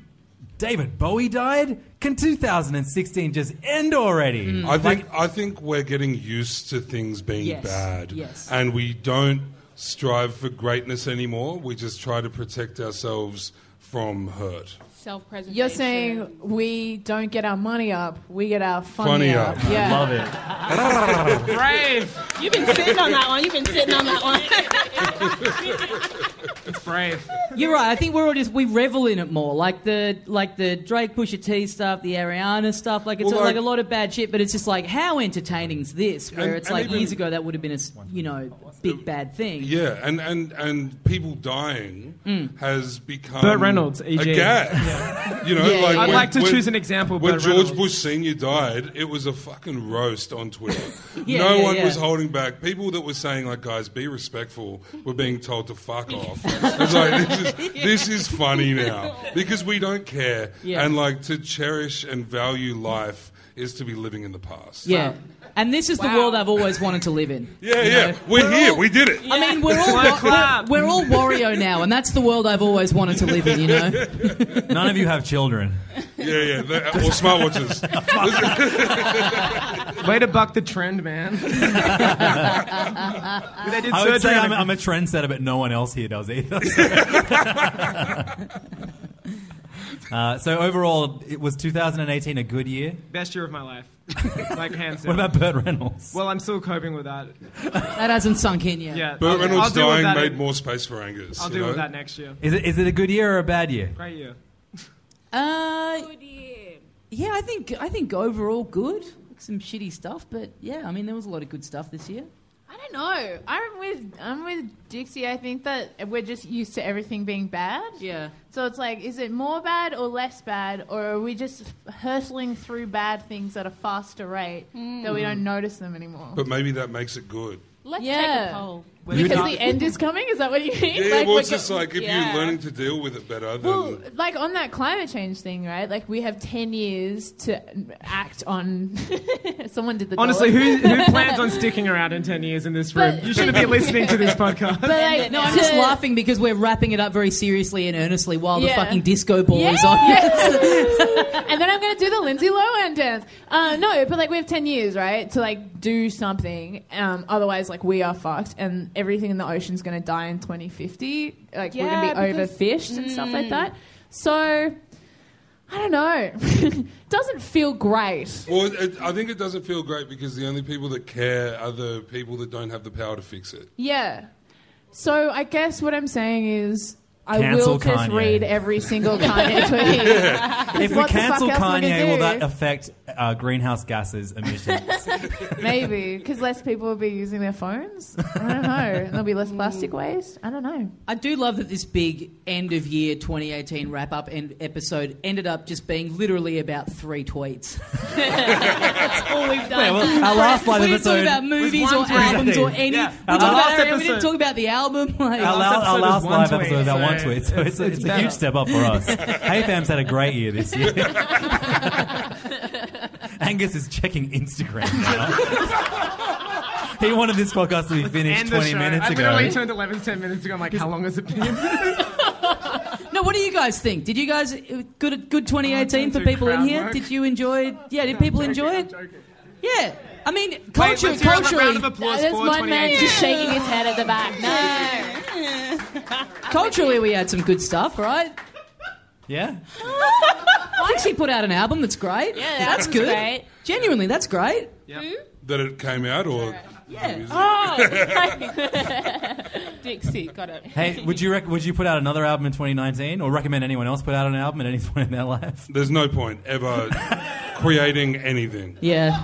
B: David Bowie died. Can 2016 just end already?
H: I think I think we're getting used to things being
B: Hmm. Yes,
H: bad,
B: yes.
H: and we don't strive for greatness anymore. We just try to protect ourselves from hurt.
K: self-preservation.
L: You're saying we don't get our money up, we get our funny,
H: Funny
L: up.
H: up.
L: Yeah.
H: Love it.
K: brave. You've been sitting on that one. You've been sitting on that one.
A: It's brave.
J: You're right. I think we're all just we revel in it more, like the like the Drake Pusha T stuff, the Ariana stuff. Like it's
B: Well,
J: all, like,
B: like-
J: a lot of bad shit, but it's just like how entertaining's this? Where
H: And-
J: it's
H: and
J: like
H: even-
J: years ago that would have been a s- you know big bad thing.
H: Yeah, and and and people dying
J: Mm.
H: has become
A: Burt Reynolds,
H: a
A: EG.
H: gag.
A: Yeah.
H: You know,
A: Yeah,
H: like
A: yeah. I'd
H: when-
A: like to
H: when-
A: choose an example of
H: When
A: Burt
H: George
A: Reynolds.
H: Bush Senior died, it was a fucking roast on Twitter.
A: Yeah,
H: no
A: yeah,
H: one
A: yeah.
H: was holding back. People that were saying like, "Guys, be respectful," were being told to fuck off. it's like this is this is funny now because we don't care,
J: Yeah.
H: and like to cherish and value life is to be living in the past.
J: Yeah. And this is the world I've always wanted to live in.
H: Yeah,
J: you
H: yeah.
J: know?
H: We're, here. we did it.
J: I mean, we're all we're, we're all Wario now, and that's the world I've always wanted to live in. You know.
C: None of you have children.
H: Yeah, yeah. They- Or smartwatches.
A: Way to buck the trend, man. they did
C: I would say
A: surgery on
C: I'm,
A: a-
C: I'm a trendsetter, but no one else here does either. uh, so overall, it was 2018 a good year.
A: Best year of my life. like, hands
C: What
A: down.
C: about Burt Reynolds?
A: Well, I'm still coping with that.
J: That hasn't sunk in yet.
A: Yeah.
H: Burt
A: I'll-
H: Reynolds
A: I'll deal with
H: dying
A: that
H: made
A: in-
H: more space for Angus.
A: I'll
H: you
A: deal with
H: know?
A: that next year.
C: Is it is it a good year or a bad year?
A: Great year.
J: Uh, yeah, I think I think overall good. Some shitty stuff, but yeah, I mean there was a lot of good stuff this year.
L: I don't know. I'm with I'm with Dixie. I think that we're just used to everything being bad.
J: Yeah.
L: So it's like, is it more bad or less bad, or are we just hurtling through bad things at a faster rate
K: Hmm.
L: that we don't notice them anymore?
H: But maybe that makes it good.
L: Let's
K: take a poll.
L: Because the end is coming. Is that what you mean?
H: Yeah, well,
L: we're
H: it's just
L: get-
H: like if
L: Yeah.
H: you're learning to deal with it better, then
L: Well,
A: Um,
L: like on that climate change thing, right? Like we have ten years to act on. Someone did the
A: Honestly,
L: dollar.
A: who, who plans on sticking around in 10 years in this room? you shouldn't be listening to this podcast.
J: no, I'm just laughing because we're wrapping it up very seriously and earnestly while the
L: Yeah.
J: fucking disco ball is on.
L: Yes. and then I'm gonna do the Lindsay Lohan dance. Uh, no, but like we have ten years, right, to like do something. Um, otherwise, like we are fucked, and everything in the ocean's gonna die in 2050. Like we're
K: Yeah,
L: gonna be
K: because-
L: overfished and stuff like
K: Mm.
L: that. So I don't know. Doesn't feel great.
H: well, it, I think it doesn't feel great because the only people that care are the people that don't have the power to fix it.
L: Yeah. So I guess what I'm saying is. I
C: Cancel
L: will just
C: Kanye.
L: read every single Kanye tweet.
C: If we
L: What the fuck
C: cancel
L: else am I gonna
C: Kanye, will
L: do?
C: that affect uh, greenhouse gases emissions?
L: Maybe because less people will be using their phones. I don't know. And there'll be less
K: Mm.
L: plastic waste. I don't know.
J: I do love that this big end of year 2018 wrap up end episode ended up just being literally about three tweets. That's all we've done.
C: Yeah, well, our last live
J: we didn't
C: episode
J: talk about
C: was
J: movies
C: one
J: or
C: tweet.
J: albums or any.
C: Yeah.
J: We,
C: Our
J: talked about
C: last
J: Ariana, we didn't
C: episode-
J: talk about the album. Like,
C: our last, our last live episode was
J: that
C: that one tweet, so it's, it's, a huge step up for us. hey fam's had a great year this year. Angus is checking Instagram now. he wanted this podcast to be finished
A: End the
C: 20
A: show.
C: minutes
A: I
C: ago.
A: literally turned 11 10 minutes ago. I'm like, how long has it been?
J: No, what do you guys think? Did you guys good good 2018 for
A: do
J: people in
A: crowd
J: here?
A: work.
J: Did you enjoy? Yeah, did people enjoy it? Yeah, I mean
A: let's
J: culture,
A: hear another
J: culturally,
A: round of applause
L: There's one man just shaking his head at the back. No.
J: culturally we had some good stuff, right?
C: Yeah.
J: Dixie put out an album that's
L: Yeah,
J: great.
L: the
J: that's
L: album's
J: good.
L: great.
J: Genuinely, that's great.
H: That it came out, or
J: Yeah.
K: Oh, Dixie, got it.
C: Hey, would you rec- would you put out another album in 2019, or recommend anyone else put out an album at any point in their life?
H: there's no point ever creating anything.
J: Yeah.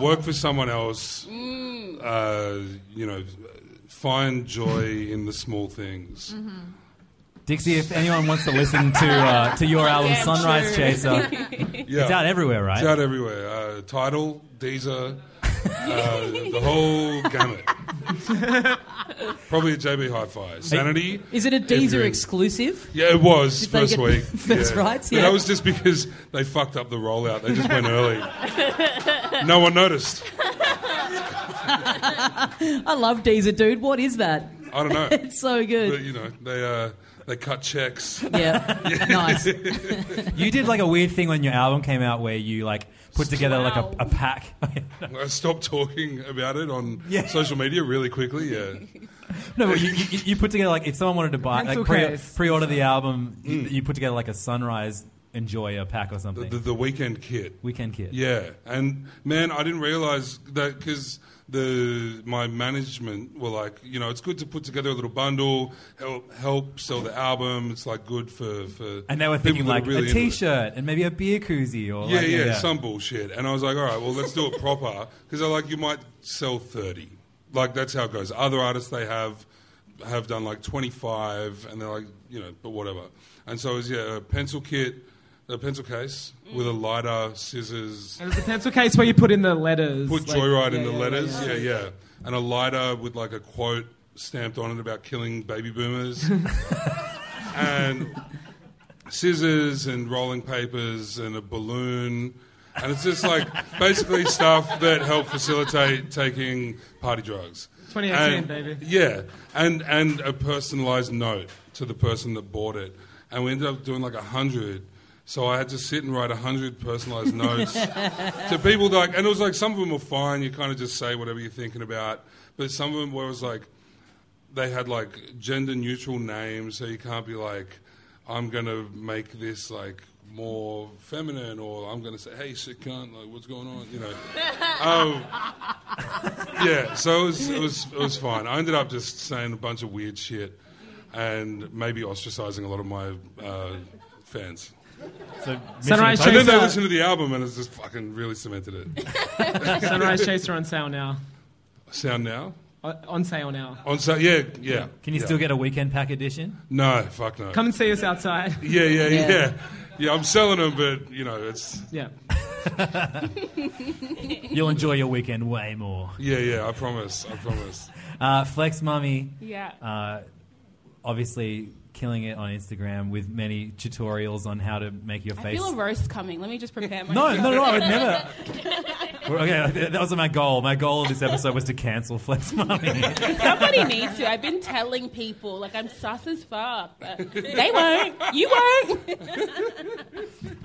H: Work for someone else.
J: Mm.
H: Uh, you know, find joy in the small things.
C: Mm-hmm. Dixie, if anyone wants to listen to uh, to your album
H: Yeah,
C: Sunrise
H: true.
C: Chaser,
H: Yeah.
C: it's out everywhere, right?
H: It's out everywhere. Uh, Tidal, Deezer, uh, the whole gamut. Probably a JB Hi-Fi. Sanity.
J: Is it a
H: if you're
J: Deezer
H: in-
J: exclusive?
H: Yeah, it was
J: Did they
H: first
J: get
H: week.
J: first rights,
H: But
J: yeah.
H: that was just because they fucked up the rollout. They just went early. No one noticed.
J: I love Deezer, dude. What is that?
H: I don't know.
J: it's so good.
H: But, you know, they uh, they cut checks.
J: Yeah. Nice.
C: You did like a weird thing when your album came out where you like put together like a, a pack.
H: I stopped talking about it on social media really quickly. Yeah.
B: No, but you, you, you put together like if someone wanted to buy
H: Pencil
B: like pre,
H: case.
B: pre-order the album, you, you put together like a Sunrise Enjoyer pack or something.
H: Mm. The, the, the weekend kit.
B: Weekend kit.
H: Yeah, and man, I didn't realize that because the my management were like, you know, it's good to put together a little bundle, help help sell the album. It's like good for for
B: And they were
H: people
B: thinking
H: that are
B: like
H: really
B: a
H: into it.
B: T-shirt and maybe a beer koozie or
H: Yeah,
B: like,
H: yeah, some bullshit. And I was like, all right, well, let's do it proper because I like you might sell thirty. Like that's how it goes. Other artists they have have done like twenty five, and they're like, you know, but whatever. And so it was yeah, a pencil kit, a pencil case with a lighter, scissors.
A: And there's a pencil case where you put in the letters.
H: Put
A: like-
H: Joyride
A: yeah,
H: in the
A: yeah,
H: letters, yeah, yeah, and a lighter with like a quote stamped on it about killing baby boomers, and scissors and rolling papers and a balloon, and it's just like basically stuff that help facilitate taking party drugs.
A: 2018,
H: And-
A: baby.
H: Yeah, and and a personalized note to the person that bought it, and we ended up doing like a hundred. So I had to sit and write a hundred personalized notes to people like, and it was like some of them were fine. You kind of just say whatever you're thinking about, but some of them were was like, they had like gender neutral names, so you can't be like, I'm gonna make this like more feminine, or I'm gonna say, hey, sick cunt, like what's going on, you know? um, yeah, so it was, it was it was fine. I ended up just saying a bunch of weird shit, and maybe ostracizing a lot of my uh, fans.
B: So
A: Sunrise
H: and then they
A: Chaser-
H: listened to the album, and it's just fucking really cemented it.
A: Sunrise Chaser on sale now.
H: Sound now.
A: O- On sale now.
H: On so yeah, yeah.
B: Can you
H: yeah.
B: still get a weekend pack edition?
H: No, fuck no.
A: Come and see us outside.
H: yeah, yeah, yeah, yeah. I'm selling them, but you know, it's
A: Yeah.
B: You'll enjoy your weekend way more.
H: yeah, yeah. I promise, I promise.
B: Uh, Flex Mummy.
K: Yeah.
B: Uh, obviously killing it on Instagram with many tutorials on how to make your
K: I
B: face.
K: feel a roast coming. Let me just prepare
B: No,
K: myself.
B: no, no, I would never. Well, okay, th- that was my goal. My goal of this episode was to cancel Flex Mummy.
K: Somebody needs to. I've been telling people, like, I'm sus as fuck. But they won't. You won't.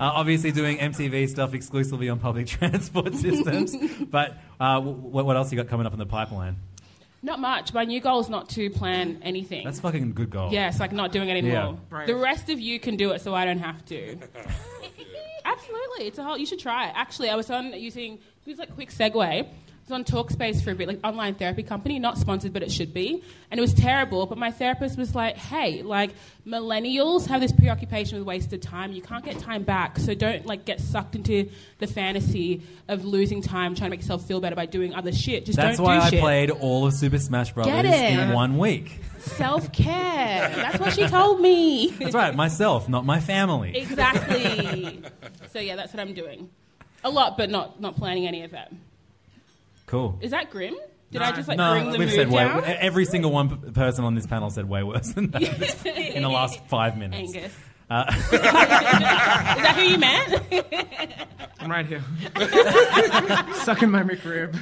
B: Uh, obviously, doing MTV stuff exclusively on public transport systems. But uh, w- what else you got coming up in the pipeline?
K: Not much. My new goal is not to plan anything.
B: That's fucking a good goal.
K: Yeah, it's like not doing it anymore.
B: Yeah. Brave.
K: The rest of you can do it, so I don't have to. Absolutely, it's a whole. You should try it. Actually, I was on using. This is like quick segue. I was on Talkspace for a bit, like online therapy company, not sponsored, but it should be. And it was terrible. But my therapist was like, "Hey, like millennials have this preoccupation with wasted time. You can't get time back, so don't like get sucked into the fantasy of losing time, trying to make yourself feel better by doing other shit. Just
B: That's
K: don't
B: why
K: do
B: I
K: shit.
B: played all of Super Smash Brothers
K: it.
B: in one week.
K: Self care. That's what she told me.
B: That's right, myself, not my family.
K: Exactly. so yeah, that's what I'm doing. A lot, but not not planning any of that.
B: Cool.
K: Is that grim? Did I just like
B: no,
K: bring the
B: we've
K: mood
B: said way,
K: down?
B: every single one p- person on this panel said way worse than that in the last five minutes.
K: Angus.
B: Uh,
K: Is that who you meant?
A: I'm right here. Sucking my McRib.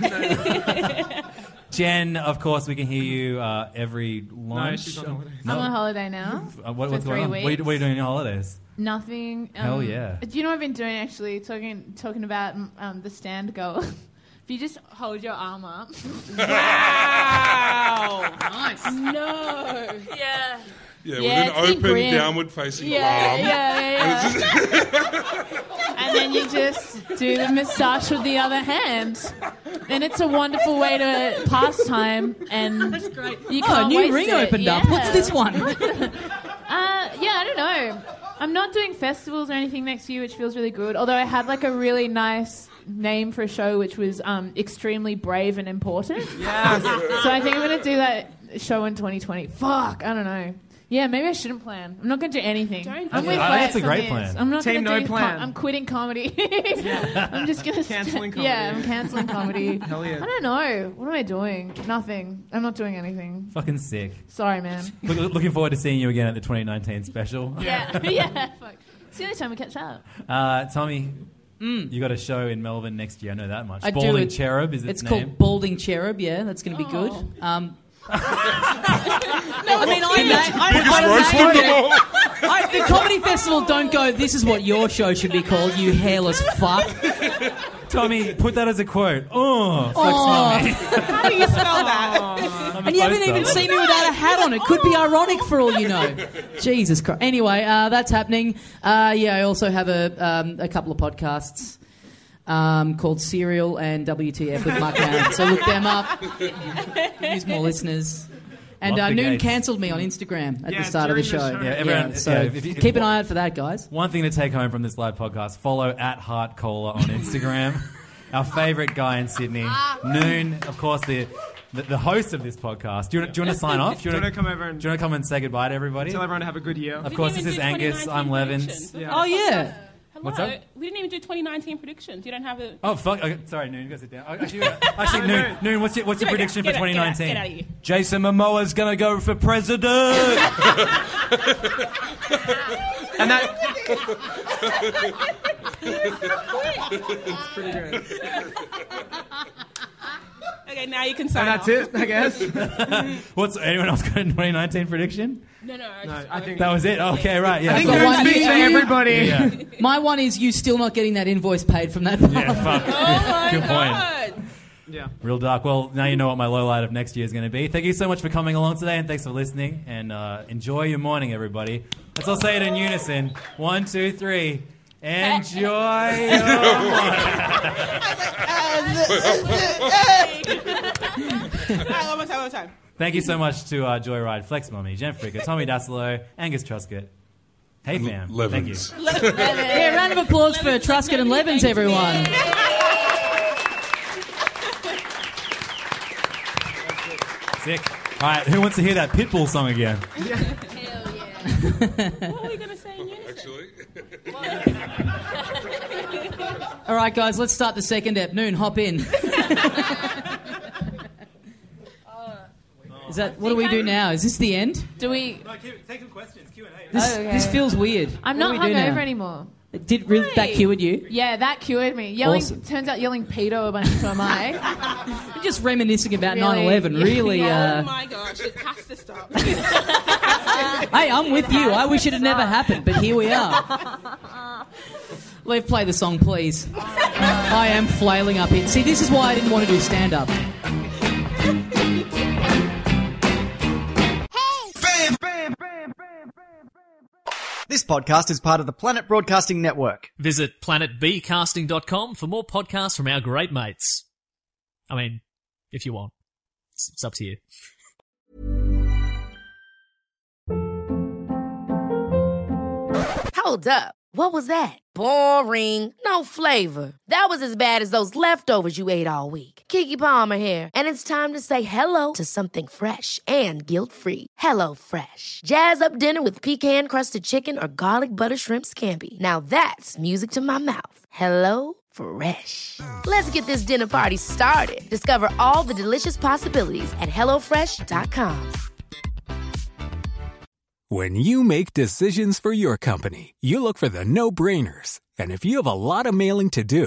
B: Jen, of course, we can hear you uh, every lunch.
A: she's on holidays.
B: No.
L: I'm on holiday now.
B: Uh, what,
L: for
B: what's
L: three
B: going on? What are, you,
L: weeks.
B: what are you doing on your holidays?
L: Nothing. Um,
B: Hell yeah.
L: Do you know what I've been doing actually? Talking talking about mm, um, the stand goal. if you just hold your arm up.
K: wow.
L: Nice.
K: No.
L: Yeah.
H: Yeah,
L: Yeah,
H: with
L: it's
H: an
L: been
H: open
L: grim.
H: downward facing
L: Yeah,
H: palm.
L: yeah,
H: And it's
L: yeah. and then you just do the massage with the other hand. And it's a wonderful way to pass time. And That's great. you
J: Oh,
L: can't
J: a new
L: waste
J: ring
L: it.
J: opened up.
L: Yeah.
J: What's this one?
L: uh, yeah, I don't know. I'm not doing festivals or anything next year, which feels really good. Although I had like a really nice name for a show, which was um, extremely brave and important.
A: Yes.
L: so I think I'm gonna do that show in 2020. Fuck, I don't know. Yeah, maybe I shouldn't plan. I'm not gonna do anything.
B: do
L: I'm
B: it.
L: with
B: I
L: Lex
B: think it's a
L: on
B: great
L: this.
B: plan.
L: I'm not
A: Team
L: gonna
A: no
L: do
A: plan.
L: I'm quitting comedy. I'm just gonna
A: Canceling
L: st- Yeah,
A: comedy.
L: I'm canceling comedy.
A: Hell yeah.
L: I don't know. What am I doing? Nothing. I'm not doing anything.
B: Fucking sick.
L: Sorry, man.
B: Look, look- looking forward to seeing you again at the 2019 special.
L: Yeah, yeah. Fuck. It's the only time we catch up.
B: Uh, Tommy, you got a show in Melbourne next year. I know that much.
J: I do.
B: Balding
J: It-
B: Cherub is
J: It's
B: its, name.
J: called Balding Cherub. Yeah, that's going to be good. Um,
K: Oh. I
J: mean, I I, the comedy festival don't go. This is what your show should be called. You hairless fuck.
B: Tommy, put that as a quote. Oh,
J: Oh.
B: Flex Mummy.
K: How do you spell that?
B: I'm a
J: and you haven't
B: poster.
J: even seen me without a hat on. It could be ironic for all you know. Jesus Christ. Anyway, uh, that's happening. Uh, yeah, I also have a, um, a couple of podcasts um, called Serial and WTF with Mark Maron. So look them up. Use more listeners. And
B: Lock
J: uh,
B: the
J: Noon
B: gates.
J: cancelled me on Instagram at
B: Yeah,
J: the start of the
B: during
J: show.
B: the show. Yeah, everyone-
J: so
B: yeah, if you-
J: keep an eye out for that, guys.
B: One thing to take home from this live podcast: follow at Heart Cola on Instagram. Our favourite guy in Sydney, Noon, of course, the, the the host of this podcast. Do you, do you want to sign off?
H: Do you
B: wanna-
H: want to come over and
B: do you want to come and say goodbye to everybody?
H: tell everyone to have a good year?
B: Of course, this is Angus. I'm Levins.
K: Oh, yeah. Hello.
B: What's up?
K: We didn't even do 2019 predictions. You don't have a.
B: Oh fuck! Okay, sorry, Noon, you gotta sit down. Oh, Actually, actually Noon, Noon, what's your, what's your
K: Get out,
B: prediction
K: get
B: for
K: out, get out,
B: 2019?
K: get out of here.
R: Jason Momoa's gonna go for president.
H: and that
K: it's
H: pretty good.
K: Okay, now you can sign
H: that's
K: off. Oh
H: it, I guess.
B: What's anyone else got a 2019 prediction?
K: No, no. I
H: no,
K: just-
H: I think
B: That was it. Okay, right. Yeah.
H: I think Noon speaks for everybody.
B: Yeah.
J: My one is you still not getting that invoice paid from that. Yeah,
B: fuck.
H: Oh
B: Good point.
H: Yeah.
B: Real dark. Well, now you know what my low light of next year is going to be. Thank you so much for coming along today, and thanks for listening. And uh, enjoy your morning, everybody. Let's all say it in unison. One, two, three. Enjoy your
K: Alright, one more time, one more time.
B: Thank you so much to uh, Joyride, Flex Mummy, Jen Fricker, Tommy Dasilo, Angus Truscott. Hey, fam. Thank you.
J: yeah, round of applause for Truscott and Levins, everyone.
B: Sick. All right, who wants to hear that Pitbull song again?
K: What were you going to say in unison?
J: All right, guys, let's start the second ep. Noon, hop in. Is that what do we do now? Is this the end?
L: Do we? Oh,
B: take some questions. Q and A.
J: This,
L: Okay.
J: this feels weird.
L: I'm
J: What
L: not
J: do we do
L: hungover
J: now?
L: anymore.
J: It Did really, that
L: Why?
J: cured you?
L: Yeah, that cured me. Yelling
J: Awesome.
L: turns out yelling pedo a bunch to a mic.
J: You're just reminiscing about
L: Really?
J: 9/11. Really?
K: Yeah.
J: Uh,
K: Oh my gosh, it has to stop.
J: hey, I'm with you. I wish it had never happened, but here we are. Lev, play the song, please. I am flailing up here. See, this is why I didn't want to do stand up.
A: This podcast is part of the Planet Broadcasting Network.
F: Visit planetbcasting.com for more podcasts from our great mates. I mean, if you want, it's, it's up to you.
S: Hold up. What was that? Boring. No flavor. That was as bad as those leftovers you ate all week. Kiki Palmer here, and it's time to say hello to something fresh and guilt-free. Hello Fresh. Jazz up dinner with pecan-crusted chicken or garlic butter shrimp scampi. Now that's music to my mouth. Hello Fresh. Let's get this dinner party started. Discover all the delicious possibilities at hellofresh.com.
Q: When you make decisions for your company, you look for the no brainers. And if you have a lot of mailing to do,